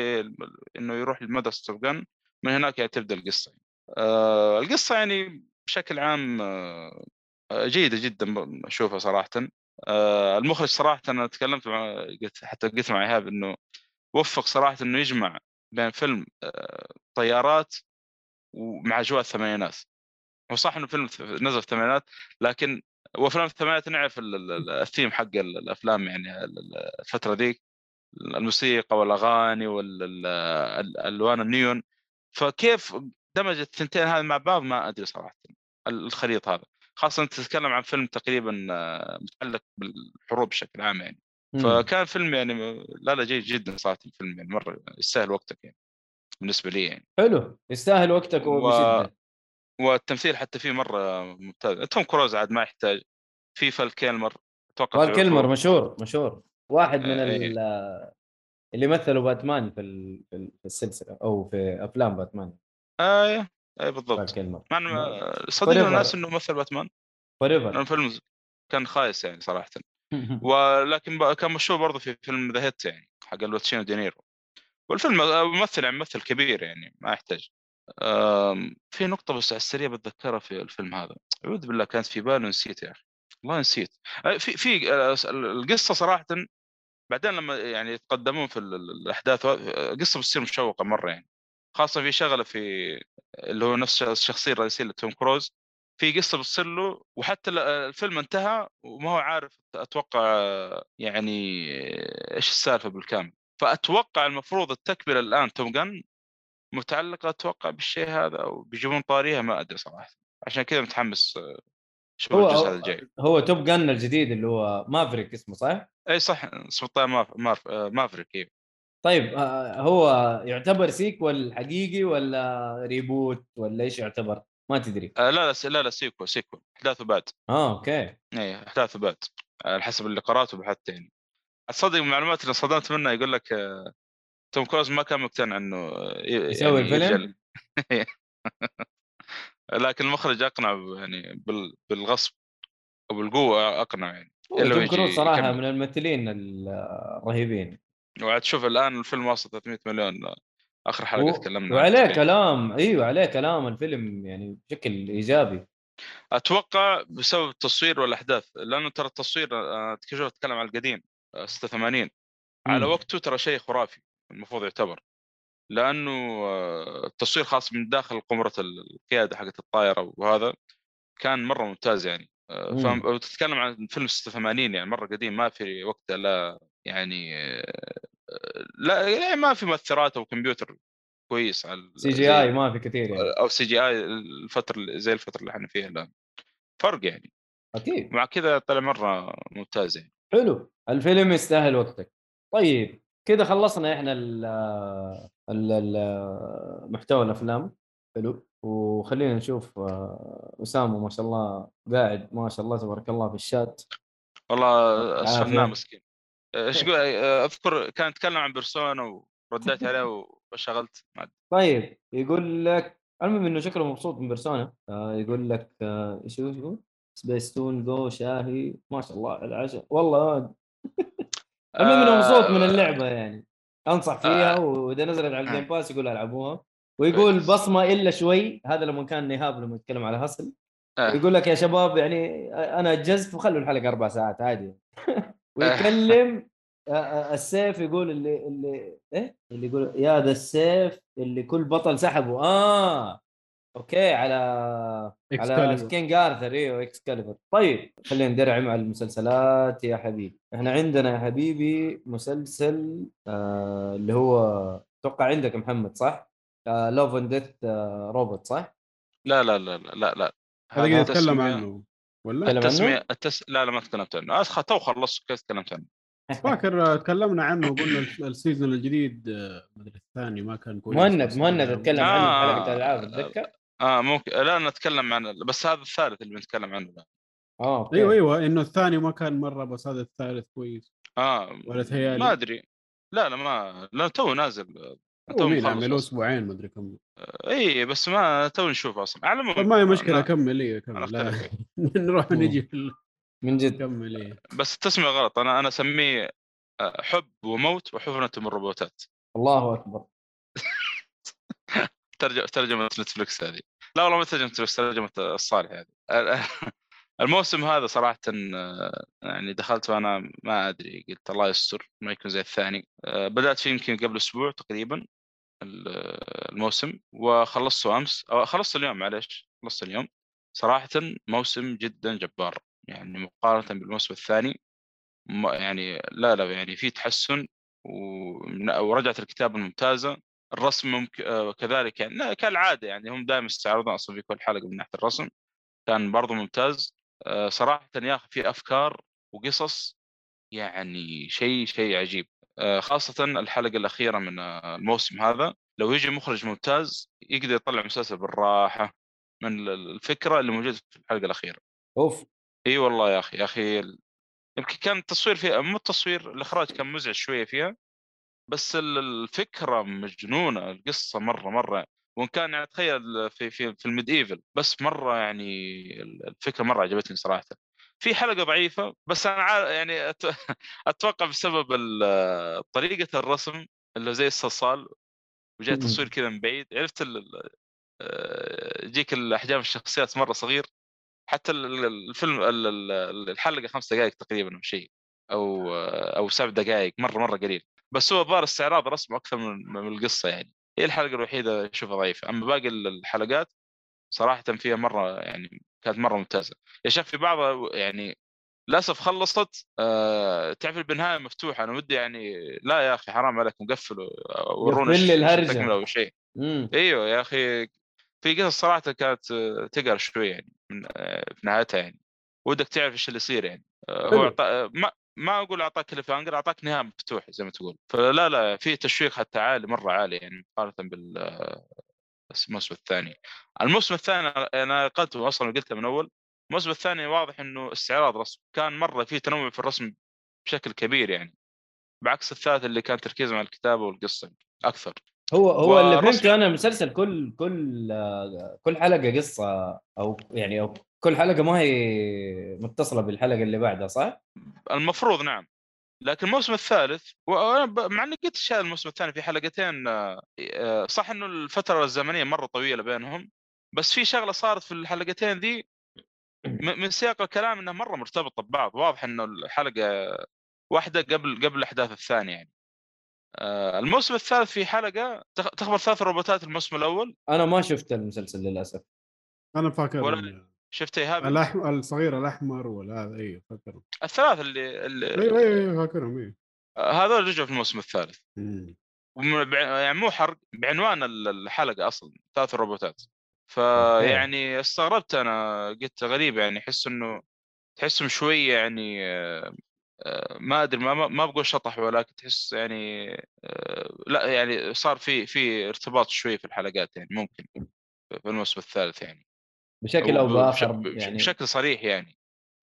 Speaker 3: انه يروح لمدرسه توب جن من هناك يعني تبدا القصه آه، القصه يعني بشكل عام آه، جيده جدا ب- اشوفها صراحه آه، المخرج صراحه انا تكلمت مع قلت حتى قلت مع ايهاب انه وفق صراحه انه يجمع بين فيلم آه، طيارات ومع اجواء الثمانينات هو صح انه فيلم ث- نزل في الثمانينات لكن وافلام الثمانينات نعرف ال- ال- ال- الثيم حق ال- الافلام يعني ال- ال- الفتره ذيك الموسيقى والاغاني والالوان النيون فكيف دمج الثنتين هذه مع بعض ما ادري صراحه ال- الخليط هذا خاصه انت تتكلم عن فيلم تقريبا آه، متعلق بالحروب بشكل عام يعني
Speaker 2: مم.
Speaker 3: فكان فيلم يعني لا لا جيد جدا صراحه الفيلم يعني مره يستاهل وقتك يعني بالنسبه لي يعني
Speaker 2: حلو يستاهل وقتك
Speaker 3: و-
Speaker 2: وبشده
Speaker 3: والتمثيل حتى فيه مره ممتاز توم كروز عاد ما يحتاج في فال كيلمر اتوقع
Speaker 2: فال كيلمر
Speaker 3: تعرفوه.
Speaker 2: مشهور مشهور واحد من
Speaker 3: آه،
Speaker 2: ال- اللي مثلوا باتمان في ال- في ال- في السلسله او في افلام باتمان
Speaker 3: اي اي
Speaker 2: فال
Speaker 3: آه، بالضبط آه،
Speaker 2: كيلمر
Speaker 3: مع انه
Speaker 2: طيب.
Speaker 3: ما- صدقوا
Speaker 2: Forever.
Speaker 3: الناس انه مثل باتمان لأنه الفيلم كان خايس يعني صراحه ولكن ب- كان مشهور برضه في فيلم ذا هيت يعني حق الباتشينو دينيرو والفيلم آه، ممثل يعني ممثل كبير يعني ما يحتاج آم، في نقطة بس على السريع بتذكرها في الفيلم هذا أعوذ بالله كانت في بالي ونسيت يا أخي والله نسيت آه، في في آه، س- القصة صراحة بعدين لما يعني يتقدمون في ال- ال- الأحداث آه، القصة بتصير مشوقة مرة يعني خاصة في شغلة في اللي هو نفس الشخصية الرئيسية لتوم كروز في قصة بتصير له وحتى ال- الفيلم انتهى وما هو عارف أتوقع آه، يعني إيش السالفة بالكامل فأتوقع المفروض التكملة الآن توم جن متعلقه اتوقع بالشيء هذا او بيجيبون طاريها ما ادري صراحه عشان كذا متحمس آه، اشوف
Speaker 2: هو-
Speaker 3: الجزء
Speaker 2: هو-
Speaker 3: هذا الجاي
Speaker 2: هو توب جن الجديد اللي هو مافريك اسمه صح؟
Speaker 3: اي صح اسمه طيب ماف... ماف... آه، مافريك إيه.
Speaker 2: طيب آه، هو يعتبر سيكوال حقيقي ولا ريبوت ولا ايش يعتبر؟ ما تدري
Speaker 3: آه، لا لا س- لا لا سيكول سيكول احداثه بات
Speaker 2: اه اوكي
Speaker 3: اي احداثه بات على حسب اللي قراته بحثت يعني تصدق المعلومات اللي صدمت منها يقول لك آه، توم كروز ما كان مقتنع انه آه، ي-
Speaker 2: يسوي
Speaker 3: يعني يرجع
Speaker 2: الفيلم؟
Speaker 3: ل- لكن المخرج اقنع ب- يعني بال... بالغصب او بالقوه اقنع يعني
Speaker 2: هو
Speaker 3: إلا
Speaker 2: توم
Speaker 3: ويجي
Speaker 2: كروز صراحه
Speaker 3: يكمل.
Speaker 2: من الممثلين ال- الرهيبين
Speaker 3: وعاد شوف الان الفيلم واصل 300 مليون اخر حلقه
Speaker 2: و-
Speaker 3: تكلمنا عن
Speaker 2: وعليه
Speaker 3: التقييم.
Speaker 2: كلام ايوه عليه كلام الفيلم يعني بشكل ايجابي
Speaker 3: اتوقع بسبب التصوير والاحداث لانه ترى التصوير أنا كيف اتكلم عن القديم آه، 86 على
Speaker 2: مم.
Speaker 3: وقته ترى شيء خرافي المفروض يعتبر لانه آه، التصوير خاص من داخل قمره القياده حقت الطائره وهذا كان مره ممتاز يعني آه،
Speaker 2: مم.
Speaker 3: فاهم وتتكلم عن فيلم 86 يعني مره قديم ما في وقتها لا يعني آه، لا يعني ما في مؤثرات او كمبيوتر كويس على
Speaker 2: سي
Speaker 3: زي-
Speaker 2: جي اي ما في كثير يعني
Speaker 3: او سي جي اي الفتره اللي- زي الفتره اللي احنا فيها الان فرق يعني
Speaker 2: اكيد
Speaker 3: مع كذا طلع مره ممتاز يعني
Speaker 2: حلو الفيلم يستاهل وقتك طيب كذا خلصنا احنا ال ال- ال- محتوى الافلام حلو وخلينا نشوف آه، اسامه ما شاء الله قاعد ما شاء الله تبارك الله في الشات
Speaker 3: والله
Speaker 4: آه،
Speaker 3: اسفناه
Speaker 2: عافية.
Speaker 3: مسكين آه، ايش قو- اذكر كان يتكلم عن بيرسونا ورديت عليه وشغلت ما أدري.
Speaker 2: طيب يقول لك المهم انه شكله مبسوط من بيرسونا آه يقول لك آه، ايش هو- إيش هو؟ سبيس تون جو شاهي ما شاء الله على العشاء والله المهم انه
Speaker 3: آه،
Speaker 2: مبسوط من اللعبه يعني انصح فيها واذا نزلت على الجيم باس يقول العبوها ويقول
Speaker 3: كويس.
Speaker 2: بصمه الا شوي هذا لما كان نهاب لما يتكلم على هسل
Speaker 3: آه.
Speaker 2: يقول لك يا شباب يعني انا اجزت وخلوا الحلقه اربع ساعات عادي
Speaker 3: آه.
Speaker 2: ويكلم آه، آه، السيف يقول اللي اللي ايه اللي يقول يا ذا السيف اللي كل بطل سحبه اه اوكي على على
Speaker 4: Excalibur.
Speaker 2: كينج ارثر ايوه اكسكاليبر طيب خلينا ندرعم على المسلسلات يا حبيبي احنا عندنا يا حبيبي مسلسل آه اللي هو اتوقع عندك محمد صح؟ آه لوف اند ديث آه روبوت صح؟
Speaker 3: لا لا لا لا لا لا
Speaker 4: هذا قاعد اتكلم
Speaker 3: التسمية-
Speaker 4: عنه ولا
Speaker 2: تكلم عنه؟
Speaker 3: التسمية التس... لا لا ما تكلمت عنه أسخ تو خلصت كيف تكلمت عنه
Speaker 4: فاكر آه، تكلمنا عنه وقلنا الس- السيزون الجديد آه، ما ادري الثاني ما كان كويس
Speaker 2: مهند مهند اتكلم عنه
Speaker 3: آه.
Speaker 2: في حلقه الالعاب اتذكر؟
Speaker 3: اه ممكن لا نتكلم عن ال- بس هذا الثالث اللي بنتكلم عنه ده.
Speaker 2: اه اوكي
Speaker 4: ايوه ايوه انه الثاني ما كان مره بس هذا الثالث كويس
Speaker 3: اه
Speaker 4: ولا تهيألي
Speaker 3: ما ادري لا لا ما لا تو نازل تو
Speaker 4: مين
Speaker 3: مخلص
Speaker 4: عملوه
Speaker 3: أصلاً.
Speaker 4: اسبوعين ما ادري كم
Speaker 3: اي بس ما تو نشوف اصلا على
Speaker 4: طيب
Speaker 3: العموم
Speaker 4: ما هي مشكله
Speaker 3: لا،
Speaker 4: كمل ايه
Speaker 3: أنا
Speaker 4: كمل لا
Speaker 3: أختلف.
Speaker 4: نروح
Speaker 2: مم.
Speaker 4: نجي في ال-
Speaker 2: من جد
Speaker 4: كمل ايه
Speaker 3: بس التسمية غلط انا انا اسميه آه، حب وموت وحفنة من الروبوتات
Speaker 2: الله اكبر
Speaker 3: ترجمة ترجمة نتفلكس هذه لا والله ما ترجمة نتفلكس ترجمة الصالح هذه ال- الموسم هذا صراحة آه، يعني دخلت وانا ما ادري قلت الله يستر ما يكون زي الثاني آه، بدأت فيه يمكن قبل اسبوع تقريبا ال- الموسم وخلصته امس او خلصت اليوم معلش خلصت اليوم صراحة موسم جدا جبار يعني مقارنة بالموسم الثاني ما- يعني لا لا يعني في تحسن و- ورجعت الكتابة الممتازة الرسم ممكن آه، كذلك يعني لا، كالعاده يعني هم دائما يستعرضون اصلا في كل حلقه من ناحيه الرسم كان برضو ممتاز آه، صراحه يا اخي في افكار وقصص يعني شيء شيء عجيب آه، خاصه الحلقه الاخيره من آه، الموسم هذا لو يجي مخرج ممتاز يقدر يطلع مسلسل بالراحه من ال- الفكره اللي موجوده في الحلقه الاخيره
Speaker 2: اوف
Speaker 3: اي والله يا اخي يا اخي ال- يمكن كان التصوير فيها مو التصوير الاخراج كان مزعج شويه فيها بس ال- الفكره مجنونه القصه مره مره وان كان يعني تخيل في في في الميد ايفل بس مره يعني ال- الفكره مره عجبتني صراحه في حلقه ضعيفه بس انا عا- يعني أت- اتوقع بسبب ال- طريقه الرسم اللي زي الصلصال وجاي
Speaker 2: مم.
Speaker 3: تصوير كذا من بعيد عرفت ال- ال- آه، يجيك الاحجام الشخصيات مره صغير حتى ال- ال- الفيلم ال- ال- الحلقه خمس دقائق تقريبا او شيء او او سبع دقائق مره مره قليل بس هو بار استعراض رسمه اكثر من من القصه يعني هي الحلقه الوحيده اشوفها ضعيفه اما باقي ال- الحلقات صراحه فيها مره يعني كانت مره ممتازه يا شيخ في بعضها يعني للاسف خلصت آه تعرف بالنهايه مفتوحه انا ودي يعني لا يا اخي حرام عليكم قفلوا ورونا
Speaker 2: يقفل لي
Speaker 3: الش-
Speaker 2: الهرجة.
Speaker 3: التكمله او شيء
Speaker 2: امم
Speaker 3: ايوه يا اخي في قصص صراحه كانت آه، تقهر شوي يعني من آه، في نهايتها يعني ودك تعرف ايش اللي يصير يعني آه، هو
Speaker 4: حلو.
Speaker 3: أعطا... آه، ما ما اقول اعطاك كليف هانجر اعطاك نهايه مفتوحه زي ما تقول فلا لا في تشويق حتى عالي مره عالي يعني مقارنه بال آه، بس الموسم الثاني الموسم الثاني انا قلته اصلا قلته من اول الموسم الثاني واضح انه استعراض رسم كان مره في تنوع في الرسم بشكل كبير يعني بعكس الثالث اللي كان تركيزه على الكتابه والقصه اكثر
Speaker 2: هو هو اللي
Speaker 3: ورسم-
Speaker 2: فهمته انا المسلسل كل كل آه، كل حلقه قصه او يعني او كل حلقه ما هي متصله بالحلقه اللي بعدها صح؟
Speaker 3: المفروض نعم لكن الموسم الثالث وانا ب- مع اني قلت الشيء الموسم الثاني في حلقتين آه، آه، صح انه الفتره الزمنيه مره طويله بينهم بس في شغله صارت في الحلقتين ذي م- من سياق الكلام انها مره مرتبطه ببعض واضح انه الحلقه واحده قبل قبل الاحداث الثانيه يعني آه، الموسم الثالث في حلقه تخ- تخبر ثلاث روبوتات الموسم الاول
Speaker 2: انا ما شفت المسلسل للاسف
Speaker 4: انا فاكر
Speaker 3: ولا-
Speaker 4: ال-
Speaker 3: شفت ايهاب
Speaker 4: الأحم... يعني. الصغير الاحمر ولا هذا ايوه فاكرهم
Speaker 3: الثلاث اللي, اللي
Speaker 4: ايوه ايوه أيوه، فاكرهم ايوه
Speaker 3: آه، هذول رجعوا في الموسم الثالث
Speaker 4: مم.
Speaker 3: وم- بع- يعني مو حرق بعنوان ال- الحلقه اصلا ثلاث روبوتات فيعني استغربت انا قلت غريب يعني احس انه تحسهم شويه يعني آه، آه، ما ادري ما ما- ما بقول شطح ولكن تحس يعني آه، لا يعني صار في في ارتباط شويه في الحلقات يعني ممكن في الموسم الثالث يعني
Speaker 2: بشكل او
Speaker 3: وبش-
Speaker 2: باخر
Speaker 3: بش-
Speaker 2: يعني
Speaker 3: بشكل صريح يعني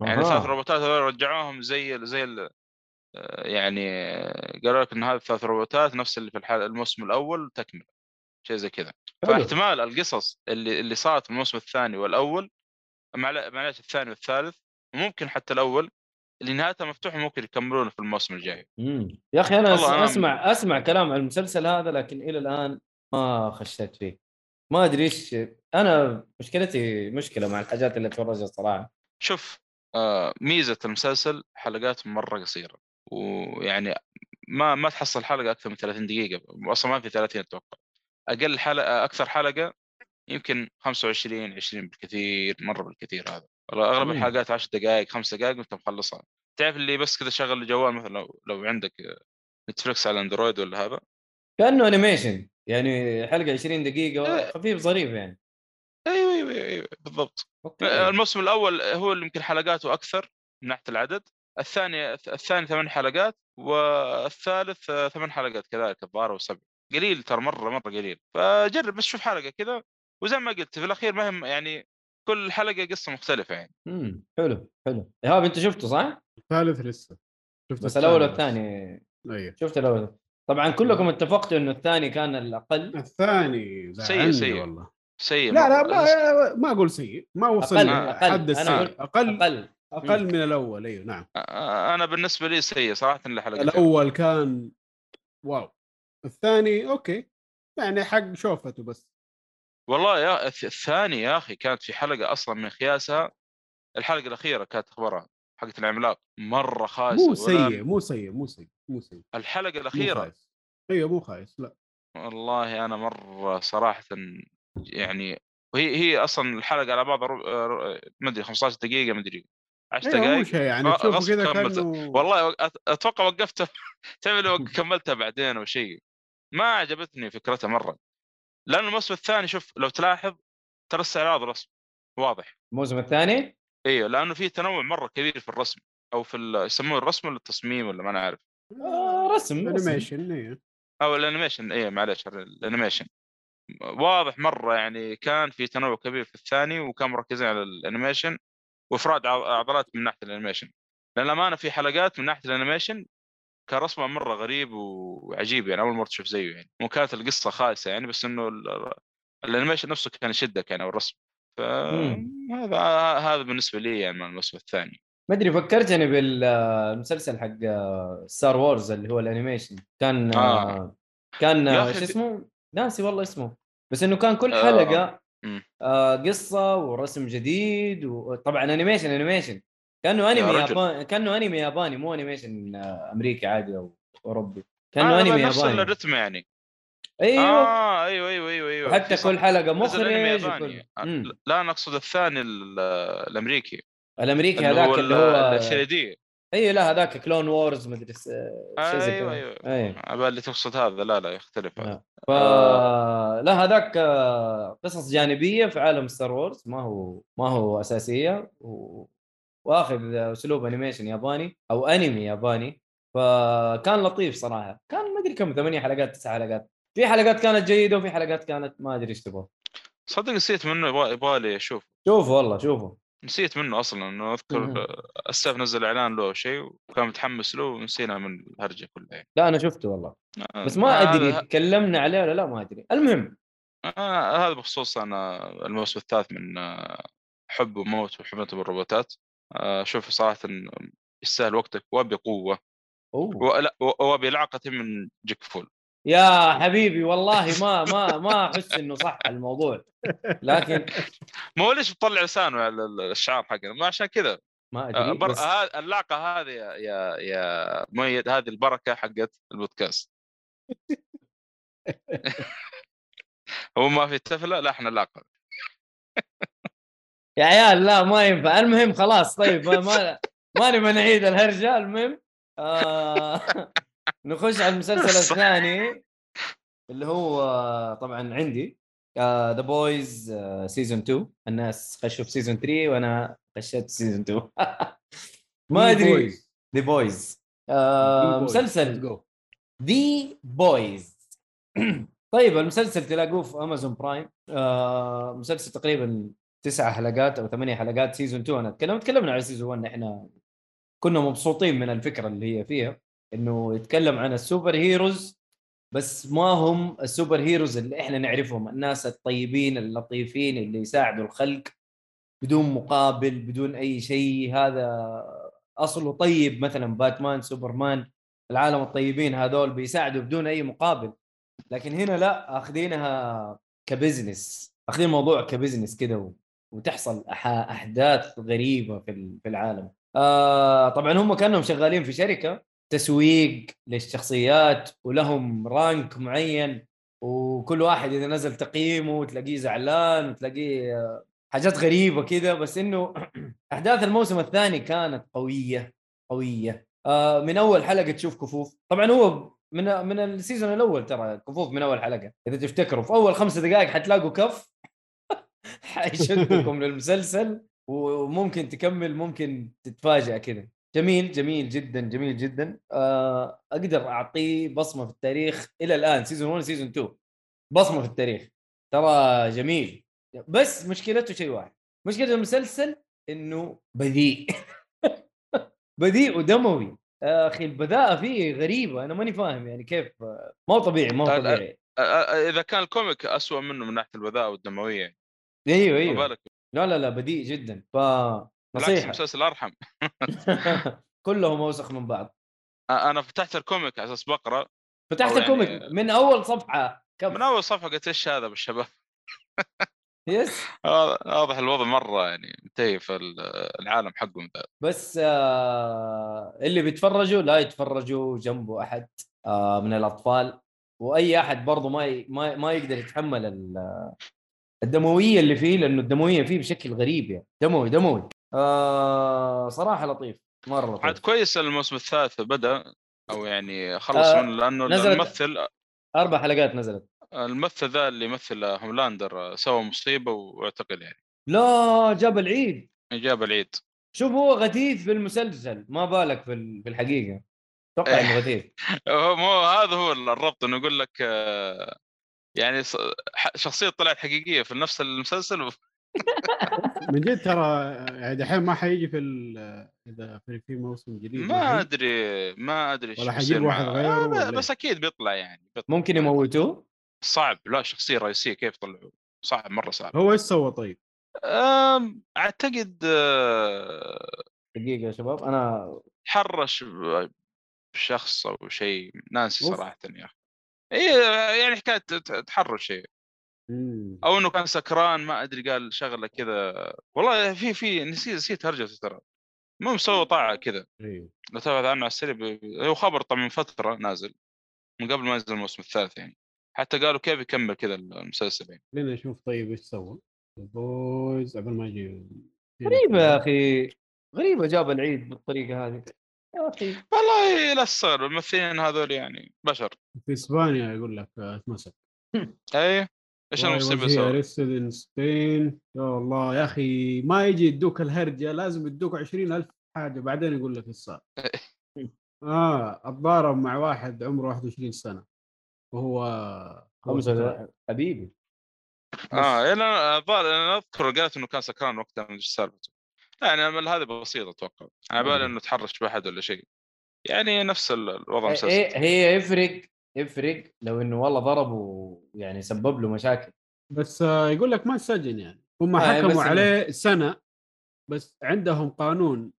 Speaker 3: يعني ثلاث روبوتات هذول رجعوهم زي ال- زي ال- آه، يعني آه، قالوا لك ان هذه الثلاث روبوتات نفس اللي في الحال الموسم الاول تكمله شيء زي كذا
Speaker 4: حلو.
Speaker 3: فاحتمال القصص اللي اللي صارت في الموسم الثاني والاول معل- معلش الثاني والثالث وممكن حتى الاول اللي نهايتها مفتوحه ممكن يكملون في الموسم الجاي
Speaker 2: مم. يا اخي انا
Speaker 3: والله أنا-
Speaker 2: اسمع اسمع كلام عن المسلسل هذا لكن الى الان ما خشيت فيه ما ادري ايش انا مشكلتي مشكله مع الحاجات اللي اتفرجها صراحه
Speaker 3: شوف آه، ميزه المسلسل حلقاته مره قصيره ويعني ما ما تحصل حلقه اكثر من 30 دقيقه اصلا ما في 30 اتوقع اقل حلقه اكثر حلقه آه، يمكن 25 20 بالكثير مره بالكثير هذا والله اغلب
Speaker 2: مم.
Speaker 3: الحلقات 10 دقائق 5 دقائق وانت مخلصها تعرف اللي بس كذا شغل الجوال مثلا لو, لو عندك نتفلكس على اندرويد ولا هذا
Speaker 2: كانه انيميشن يعني حلقه 20
Speaker 3: إيه.
Speaker 2: دقيقه خفيف ظريف يعني
Speaker 3: ايوه ايوه ايوه بالضبط
Speaker 4: إيه.
Speaker 2: اوكي
Speaker 3: الموسم الاول هو اللي يمكن حلقاته اكثر من ناحيه العدد الثاني الثاني ثمان حلقات والثالث ثمان حلقات كذلك الظاهر او سبع قليل ترى مره مره قليل فجرب بس شوف حلقه كذا وزي ما قلت في الاخير ما هم يعني كل حلقه قصه مختلفه يعني
Speaker 2: مم. حلو حلو ايهاب انت شفته صح؟
Speaker 4: الثالث لسه شفت
Speaker 2: بس الاول
Speaker 4: بس.
Speaker 2: والثاني
Speaker 4: ايوه
Speaker 2: شفت الاول طبعا كلكم اتفقتوا انه الثاني كان الاقل
Speaker 3: سيء-
Speaker 4: الثاني زعلني
Speaker 3: سيء.
Speaker 4: والله
Speaker 3: سيء
Speaker 4: لا لا
Speaker 3: مرة.
Speaker 4: ما, ما اقول سيء ما وصلنا
Speaker 2: أقل،
Speaker 4: حد
Speaker 2: أنا
Speaker 4: السيء
Speaker 2: قلت
Speaker 4: اقل
Speaker 2: اقل
Speaker 4: اقل من الاول ايوه نعم
Speaker 3: انا بالنسبه لي سيء صراحه الحلقه
Speaker 4: الاول كان واو الثاني اوكي يعني حق شوفته بس
Speaker 3: والله يا الث- الثاني يا اخي كانت في حلقه اصلا من خياسها الحلقه الاخيره كانت اخبارها حقت العملاق مره خايسه
Speaker 4: مو
Speaker 3: ولا-
Speaker 4: سيء مو سيء مو سيء مو سيء مو
Speaker 3: الحلقه الاخيره
Speaker 4: خايس. ايوه مو خايس لا
Speaker 3: والله انا مره صراحه يعني وهي هي اصلا الحلقه على بعض رب- ر- ما ادري 15 دقيقه ما ادري 10
Speaker 4: ايوه مو
Speaker 3: دقائق
Speaker 4: شيء يعني
Speaker 3: غ-
Speaker 4: تشوفه
Speaker 3: غصب
Speaker 4: كذا
Speaker 3: كملت.
Speaker 4: كانه
Speaker 3: آه، والله أت- اتوقع وقفتها تعمل وق- كملتها بعدين او شيء ما عجبتني فكرتها مره لان الموسم الثاني شوف لو تلاحظ ترى استعراض رسم واضح
Speaker 2: الموسم الثاني
Speaker 3: ايوه لانه في تنوع مره كبير في الرسم او في ال- يسموه الرسم ولا التصميم ولا ما انا عارف
Speaker 2: آه، رسم رسم.
Speaker 4: انيميشن ايوه
Speaker 3: او الانيميشن ايه معلش الانيميشن واضح مره يعني كان في تنوع كبير في الثاني وكان مركزين على الانيميشن وافراد ع- عضلات من ناحيه الانيميشن لان امانه في حلقات من ناحيه الانيميشن كان رسمه مره غريب وعجيب يعني اول مره تشوف زيه يعني وكانت القصه خايسه يعني بس انه ال- الانيميشن نفسه كان يشدك يعني او الرسم فهذا هذا بالنسبه لي يعني من الموسم الثاني
Speaker 2: ما ادري فكرتني بالمسلسل حق ستار وورز اللي هو الانيميشن كان
Speaker 3: آه.
Speaker 2: كان
Speaker 3: يا
Speaker 2: آه،
Speaker 3: أخي
Speaker 2: شو
Speaker 3: في-
Speaker 2: اسمه ناسي والله اسمه بس انه كان كل
Speaker 3: آه.
Speaker 2: حلقه
Speaker 3: مم.
Speaker 2: آه، قصه ورسم جديد وطبعا انيميشن انيميشن كانه انمي
Speaker 3: رجل.
Speaker 2: ياباني كانه انمي ياباني مو انيميشن آه، امريكي عادي او اوروبي كانه
Speaker 3: آه،
Speaker 2: انمي
Speaker 3: نفس
Speaker 2: ياباني
Speaker 3: الرتم يعني
Speaker 2: ايوه
Speaker 3: اه ايوه ايوه ايوه ايوه
Speaker 2: حتى
Speaker 3: في صح-
Speaker 2: كل حلقه
Speaker 3: نزل أنمي
Speaker 2: مخرج وكل...
Speaker 3: ياباني. آه،
Speaker 2: مم.
Speaker 3: لا انا اقصد الثاني ال- الامريكي
Speaker 2: الامريكي
Speaker 3: اللي هو
Speaker 2: هذاك اللي هو إيه.
Speaker 3: 3 دي
Speaker 2: اي لا هذاك كلون وورز مدري س- شيء زي
Speaker 3: ايوه
Speaker 2: كذا إيه، اي
Speaker 3: ايوه على اللي تقصد هذا لا لا يختلف هذا
Speaker 2: لا. ف لا هذاك آه، قصص جانبيه في عالم ستار وورز ما هو ما هو اساسيه و... واخذ اسلوب انيميشن ياباني او انمي ياباني فكان لطيف صراحه كان ما ادري كم ثمانية حلقات تسع حلقات في حلقات كانت جيده وفي حلقات كانت ما ادري ايش تبغى
Speaker 3: صدق نسيت منه يبغى يبغى لي اشوف
Speaker 2: شوف والله شوفه
Speaker 3: نسيت منه اصلا انه
Speaker 2: مهم.
Speaker 3: اذكر السيف نزل اعلان له او شيء وكان متحمس له ونسينا من الهرجه كلها يعني
Speaker 2: لا انا شفته والله
Speaker 3: آه،
Speaker 2: بس ما
Speaker 3: هذا-
Speaker 2: ادري تكلمنا عليه ولا لا ما ادري المهم
Speaker 3: آه، هذا بخصوص انا الموسم الثالث من آه، حب وموت وحملته بالروبوتات آه، شوف صراحه يستاهل وقتك وبقوه
Speaker 2: أوه.
Speaker 3: ولا- وبلعقه من جيك فول
Speaker 2: يا حبيبي والله ما ما ما احس انه صح الموضوع لكن
Speaker 3: ما هو ليش بتطلع لسانه على ال- الشعار حقنا ما عشان كذا
Speaker 2: ما
Speaker 3: آه،
Speaker 2: ادري
Speaker 3: بر...
Speaker 2: بس
Speaker 3: ها... اللعقه هذه يا يا, يا مؤيد هذه البركه حقت البودكاست هو ما في تفله لا احنا لاقه
Speaker 2: يا عيال لا ما ينفع المهم خلاص طيب ما ما ماني بنعيد الهرجه المهم آه نخش على المسلسل
Speaker 3: صح.
Speaker 2: الثاني اللي هو آه، طبعا عندي آه، ذا بويز سيزون 2 آه، الناس خشوا في سيزون 3 وانا خشيت سيزون 2 ما ادري
Speaker 4: Boys.
Speaker 2: ذا بويز آه،
Speaker 4: Boys. Let's
Speaker 2: مسلسل
Speaker 4: go.
Speaker 2: ذا بويز طيب المسلسل تلاقوه في امازون برايم آه مسلسل تقريبا تسع حلقات او ثمانية حلقات سيزون 2 انا اتكلم تكلمنا على سيزون 1 احنا كنا مبسوطين من الفكره اللي هي فيها انه يتكلم عن السوبر هيروز بس ما هم السوبر هيروز اللي احنا نعرفهم الناس الطيبين اللطيفين اللي يساعدوا الخلق بدون مقابل بدون اي شيء هذا اصله طيب مثلا باتمان سوبرمان العالم الطيبين هذول بيساعدوا بدون اي مقابل لكن هنا لا اخذينها كبزنس اخذين الموضوع كبزنس كده و- وتحصل أح- احداث غريبه في ال- في العالم آه طبعا هم كانهم شغالين في شركه تسويق للشخصيات ولهم رانك معين وكل واحد اذا نزل تقييمه تلاقيه زعلان وتلاقيه آه، حاجات غريبه كده بس انه احداث الموسم الثاني كانت قويه قويه آه من اول حلقه تشوف كفوف طبعا هو من من السيزون الاول ترى كفوف من اول حلقه اذا تفتكروا في اول خمس دقائق حتلاقوا كف حيشدكم للمسلسل وممكن تكمل ممكن تتفاجئ كذا جميل جميل جدا جميل جدا آه اقدر اعطيه بصمه في التاريخ الى الان سيزون 1 سيزون 2 بصمه في التاريخ ترى جميل بس مشكلته شيء واحد مشكله المسلسل انه بذيء بذيء ودموي يا اخي البذاءه فيه غريبه انا ماني فاهم يعني كيف ما هو طبيعي ما
Speaker 3: لا،
Speaker 2: هو
Speaker 3: لا.
Speaker 2: طبيعي
Speaker 3: أ- أ- اذا كان الكوميك اسوء منه من ناحيه البذاءه والدمويه
Speaker 2: ايوه
Speaker 3: ما
Speaker 2: ايوه
Speaker 3: بالك
Speaker 2: لا لا لا بذيء جدا ف
Speaker 3: بالعكس
Speaker 2: نصيحه
Speaker 3: المسلسل ارحم
Speaker 2: كلهم اوسخ من بعض
Speaker 3: أ- انا فتحت الكوميك على اساس بقرا
Speaker 2: فتحت
Speaker 3: أو يعني-
Speaker 2: الكوميك من اول صفحه
Speaker 3: من
Speaker 2: كم
Speaker 3: اول صفحه قلت ايش هذا بالشباب
Speaker 2: يس
Speaker 3: واضح واضح الوضع مره يعني منتهي في ال- العالم حقهم ذا
Speaker 2: بس آه اللي بيتفرجوا لا يتفرجوا جنبه احد آه من الاطفال واي احد برضه ما ي... ما ما يقدر يتحمل ال- الدمويه اللي فيه لانه الدمويه فيه بشكل غريب يعني دموي دموي آه صراحه لطيف مره
Speaker 3: عاد
Speaker 2: لطيف
Speaker 3: كويس الموسم الثالث بدا او يعني خلص
Speaker 2: آه،
Speaker 3: منه لانه
Speaker 2: نزلت-
Speaker 3: الممثل
Speaker 2: اربع حلقات نزلت
Speaker 3: الممثل ذا اللي يمثل هوملاندر سوى مصيبه واعتقل يعني
Speaker 2: لا جاب العيد
Speaker 3: جاب العيد
Speaker 2: شوف هو غثيث في المسلسل ما بالك في ال- في الحقيقه اتوقع انه غثيث
Speaker 3: هو مو هذا هو الربط انه يقول لك آه، يعني ص- ح- شخصيه طلعت حقيقيه في نفس المسلسل
Speaker 4: من جد ترى يعني دحين ما حيجي في ال- اذا في في موسم جديد
Speaker 3: ما
Speaker 4: حيجي.
Speaker 3: ادري ما ادري إيش
Speaker 4: إيه، ولا
Speaker 3: بيصير
Speaker 4: حيجيب واحد
Speaker 3: معه.
Speaker 4: غيره
Speaker 3: آه، ب-
Speaker 4: ولا إيه؟
Speaker 3: بس اكيد بيطلع يعني بيطلع.
Speaker 2: ممكن يموتوه
Speaker 3: صعب لا شخصيه رئيسيه كيف طلعوا صعب مره صعب
Speaker 4: هو ايش سوى طيب؟
Speaker 3: أم، اعتقد آه،
Speaker 2: دقيقه يا شباب انا
Speaker 3: حرش ب- شخص او شيء ناسي
Speaker 2: أوف.
Speaker 3: صراحه يا اخي اي يعني حكايه ت- ت- تحرش شيء
Speaker 4: مم.
Speaker 3: او انه كان سكران ما ادري قال شغله كذا والله في في نسيت نسيت هرجته ترى مو مسوي طاعه كذا
Speaker 4: إيه.
Speaker 3: لو تبحث عنه على السريع ب- ب- هو خبر طبعا من فتره نازل من قبل ما ينزل الموسم الثالث يعني حتى قالوا كيف يكمل كذا المسلسل يعني
Speaker 4: خلينا نشوف طيب ايش سوى البويز قبل ما يجي
Speaker 2: غريبة يا أخي غريبة جاب العيد بالطريقة هذه يا أخي
Speaker 3: والله لا تستغرب الممثلين هذول يعني بشر
Speaker 4: في اسبانيا يقول لك آه، اتمسك
Speaker 3: اي ايش
Speaker 4: Why was
Speaker 3: المصيبه
Speaker 4: he
Speaker 3: سوى؟
Speaker 4: arrested in Spain؟ يا الله يا اخي ما يجي يدوك الهرجه لازم يدوك 20000 حاجه بعدين يقول لك ايش صار اه اتضارب مع واحد عمره 21 سنه وهو هو سكران.
Speaker 2: خمسة حبيبي
Speaker 3: اه إيه، لا الظاهر انا اذكر قالت انه كان سكران وقتها من ايش سالفته لا، يعني أمل هذه بسيطه اتوقع انا بالي انه تحرش بأحد ولا شيء يعني نفس ال- الوضع
Speaker 2: إيه-
Speaker 3: المسلسل
Speaker 2: إيه- هي يفرق يفرق لو انه والله ضربه يعني سبب له مشاكل
Speaker 4: بس آه، يقول لك ما سجن يعني هم
Speaker 2: آه، بس
Speaker 4: حكموا
Speaker 2: إنه-
Speaker 4: عليه سنه بس عندهم قانون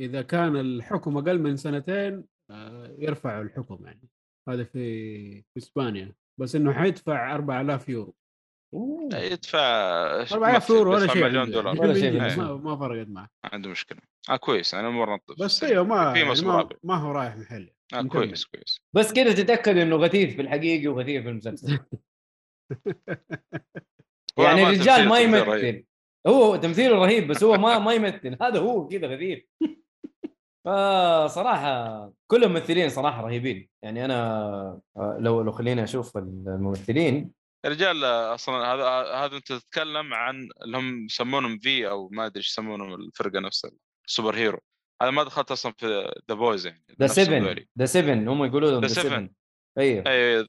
Speaker 4: اذا كان الحكم اقل من سنتين آه، يرفعوا الحكم يعني هذا في في اسبانيا بس انه حيدفع 4000 يورو
Speaker 3: إيه، يدفع
Speaker 4: 4000 يورو ولا
Speaker 3: يدفع
Speaker 4: شيء
Speaker 3: مليون
Speaker 4: عنده يعني.
Speaker 3: دولار إيه،
Speaker 2: ولا شيء
Speaker 4: ما-
Speaker 2: عنده.
Speaker 4: ما فرقت معه
Speaker 3: عنده مشكله اه كويس انا مره نطف
Speaker 4: بس ايوه ما
Speaker 3: في
Speaker 4: يعني
Speaker 3: موسم
Speaker 4: ما,
Speaker 3: رابع.
Speaker 4: ما هو رايح محل
Speaker 3: آه
Speaker 4: مكمل.
Speaker 3: كويس كويس
Speaker 2: بس كده تتاكد انه غثيث في الحقيقه وغثيث في المسلسل يعني
Speaker 3: والله ما
Speaker 2: الرجال ما
Speaker 3: تمثيل- تمثيل رهيب.
Speaker 2: يمثل هو تمثيله رهيب بس هو ما ما يمثل هذا هو كذا غثيث فصراحة كل الممثلين صراحة رهيبين يعني أنا آه، لو لو خليني أشوف الممثلين
Speaker 3: الرجال آه، اصلا هذا هذا انت تتكلم عن اللي هم يسمونهم في او ما ادري ايش يسمونهم الفرقه نفسها السوبر هيرو هذا ما دخلت اصلا في ذا بويز يعني
Speaker 2: ذا
Speaker 3: نفس
Speaker 2: 7
Speaker 3: هذولي.
Speaker 2: ذا 7 هم يقولوا لهم
Speaker 3: The
Speaker 2: ذا 7
Speaker 3: Seven.
Speaker 2: ايوه
Speaker 3: اي إيه،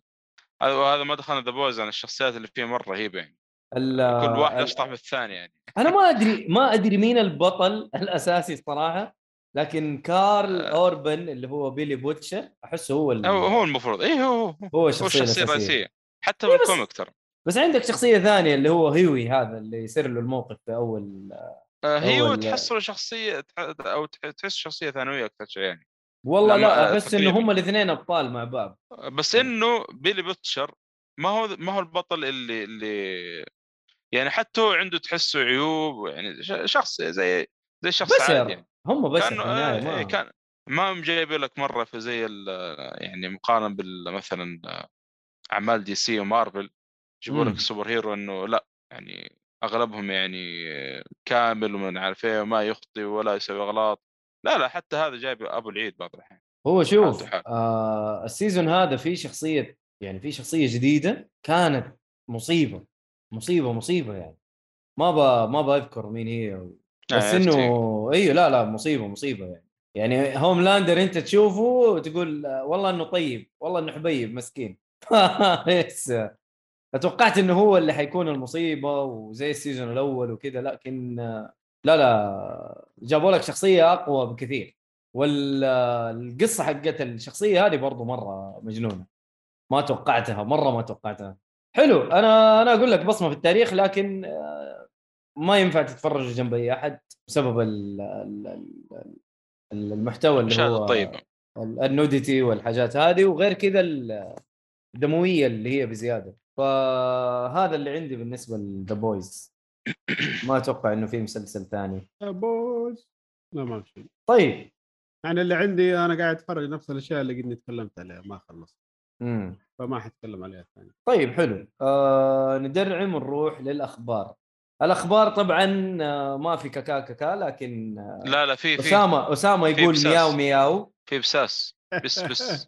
Speaker 3: هذا وهذا ما دخلنا ذا بويز انا الشخصيات اللي فيه مره رهيبه يعني
Speaker 2: ال-
Speaker 3: كل واحد
Speaker 2: آه، ال-
Speaker 3: اشطح من الثاني يعني
Speaker 2: انا ما ادري ما ادري مين البطل الاساسي الصراحه لكن كارل اوربن اللي هو بيلي بوتشر احسه هو ال-
Speaker 3: آه. هو هو المفروض اي هو هو
Speaker 2: هو
Speaker 3: هو
Speaker 2: الشخصيه الاساسيه
Speaker 3: الشخصيه الرئيسيه حتى
Speaker 2: إيه
Speaker 3: في
Speaker 2: بس-
Speaker 3: الكوميك ترى
Speaker 2: بس عندك شخصيه ثانيه اللي هو هيوي هذا اللي يصير له الموقف في اول
Speaker 3: آه، هي
Speaker 2: هو ال-
Speaker 3: وتحصل شخصيه تح- او تح- تحس شخصيه ثانويه اكثر شيء يعني
Speaker 2: والله
Speaker 3: لما-
Speaker 2: لا
Speaker 3: آه،
Speaker 2: احس انه
Speaker 3: تقريباً.
Speaker 2: هم الاثنين ابطال مع بعض
Speaker 3: بس انه بيلي بوتشر ما هو ما هو البطل اللي اللي يعني حتى هو عنده تحسه عيوب يعني ش- شخص زي زي شخص
Speaker 2: بشر.
Speaker 3: عادي يعني
Speaker 2: هم بس
Speaker 3: كان آه، إيه،
Speaker 2: ما
Speaker 3: كان ما هم جايب لك مره في زي ال- يعني مقارنه بال مثلا آه، اعمال دي سي ومارفل يجيبوا
Speaker 2: مم.
Speaker 3: لك سوبر هيرو انه لا يعني اغلبهم يعني آه، كامل وما عارف ايه وما يخطي ولا يسوي اغلاط لا لا حتى هذا جايب ابو العيد بعض الاحيان
Speaker 2: هو شوف
Speaker 3: حالته حال.
Speaker 2: آه السيزون هذا في شخصيه يعني في شخصيه جديده كانت مصيبه مصيبه مصيبه يعني ما ب... ما بذكر مين هي بس
Speaker 3: يعني عرفت
Speaker 2: انه
Speaker 3: كيف؟
Speaker 2: ايوه لا لا مصيبه مصيبه يعني يعني هوملاندر انت تشوفه وتقول آه، والله انه طيب والله انه حبيب مسكين يس. اتوقعت انه هو اللي حيكون المصيبه وزي السيزون الاول وكذا لكن آه، لا لا جابوا لك شخصيه اقوى بكثير والقصه حقت الشخصيه هذه برضو مره مجنونه ما توقعتها مره ما توقعتها حلو انا انا اقول لك بصمه في التاريخ لكن آه، ما ينفع تتفرج جنب اي احد بسبب ال- ال- ال- ال- المحتوى اللي
Speaker 3: المشاهد
Speaker 2: هو
Speaker 3: الطيبه
Speaker 2: ال- النوديتي والحاجات هذه وغير كذا ال- الدمويه اللي هي بزياده فهذا اللي عندي بالنسبه لذا بويز ما اتوقع انه في مسلسل ثاني
Speaker 4: يا آه، بوز لا ما في شيء.
Speaker 2: طيب
Speaker 4: يعني اللي عندي انا قاعد اتفرج نفس الاشياء اللي قد تكلمت عليها ما خلصت
Speaker 2: امم
Speaker 4: فما حتكلم عليها ثاني
Speaker 2: طيب حلو آه ندرعم ونروح للاخبار الاخبار طبعا آه ما في كاكا كاكا لكن آه،
Speaker 3: لا لا في في
Speaker 2: اسامه اسامه يقول
Speaker 3: بساس.
Speaker 2: مياو مياو
Speaker 3: في بساس بس بس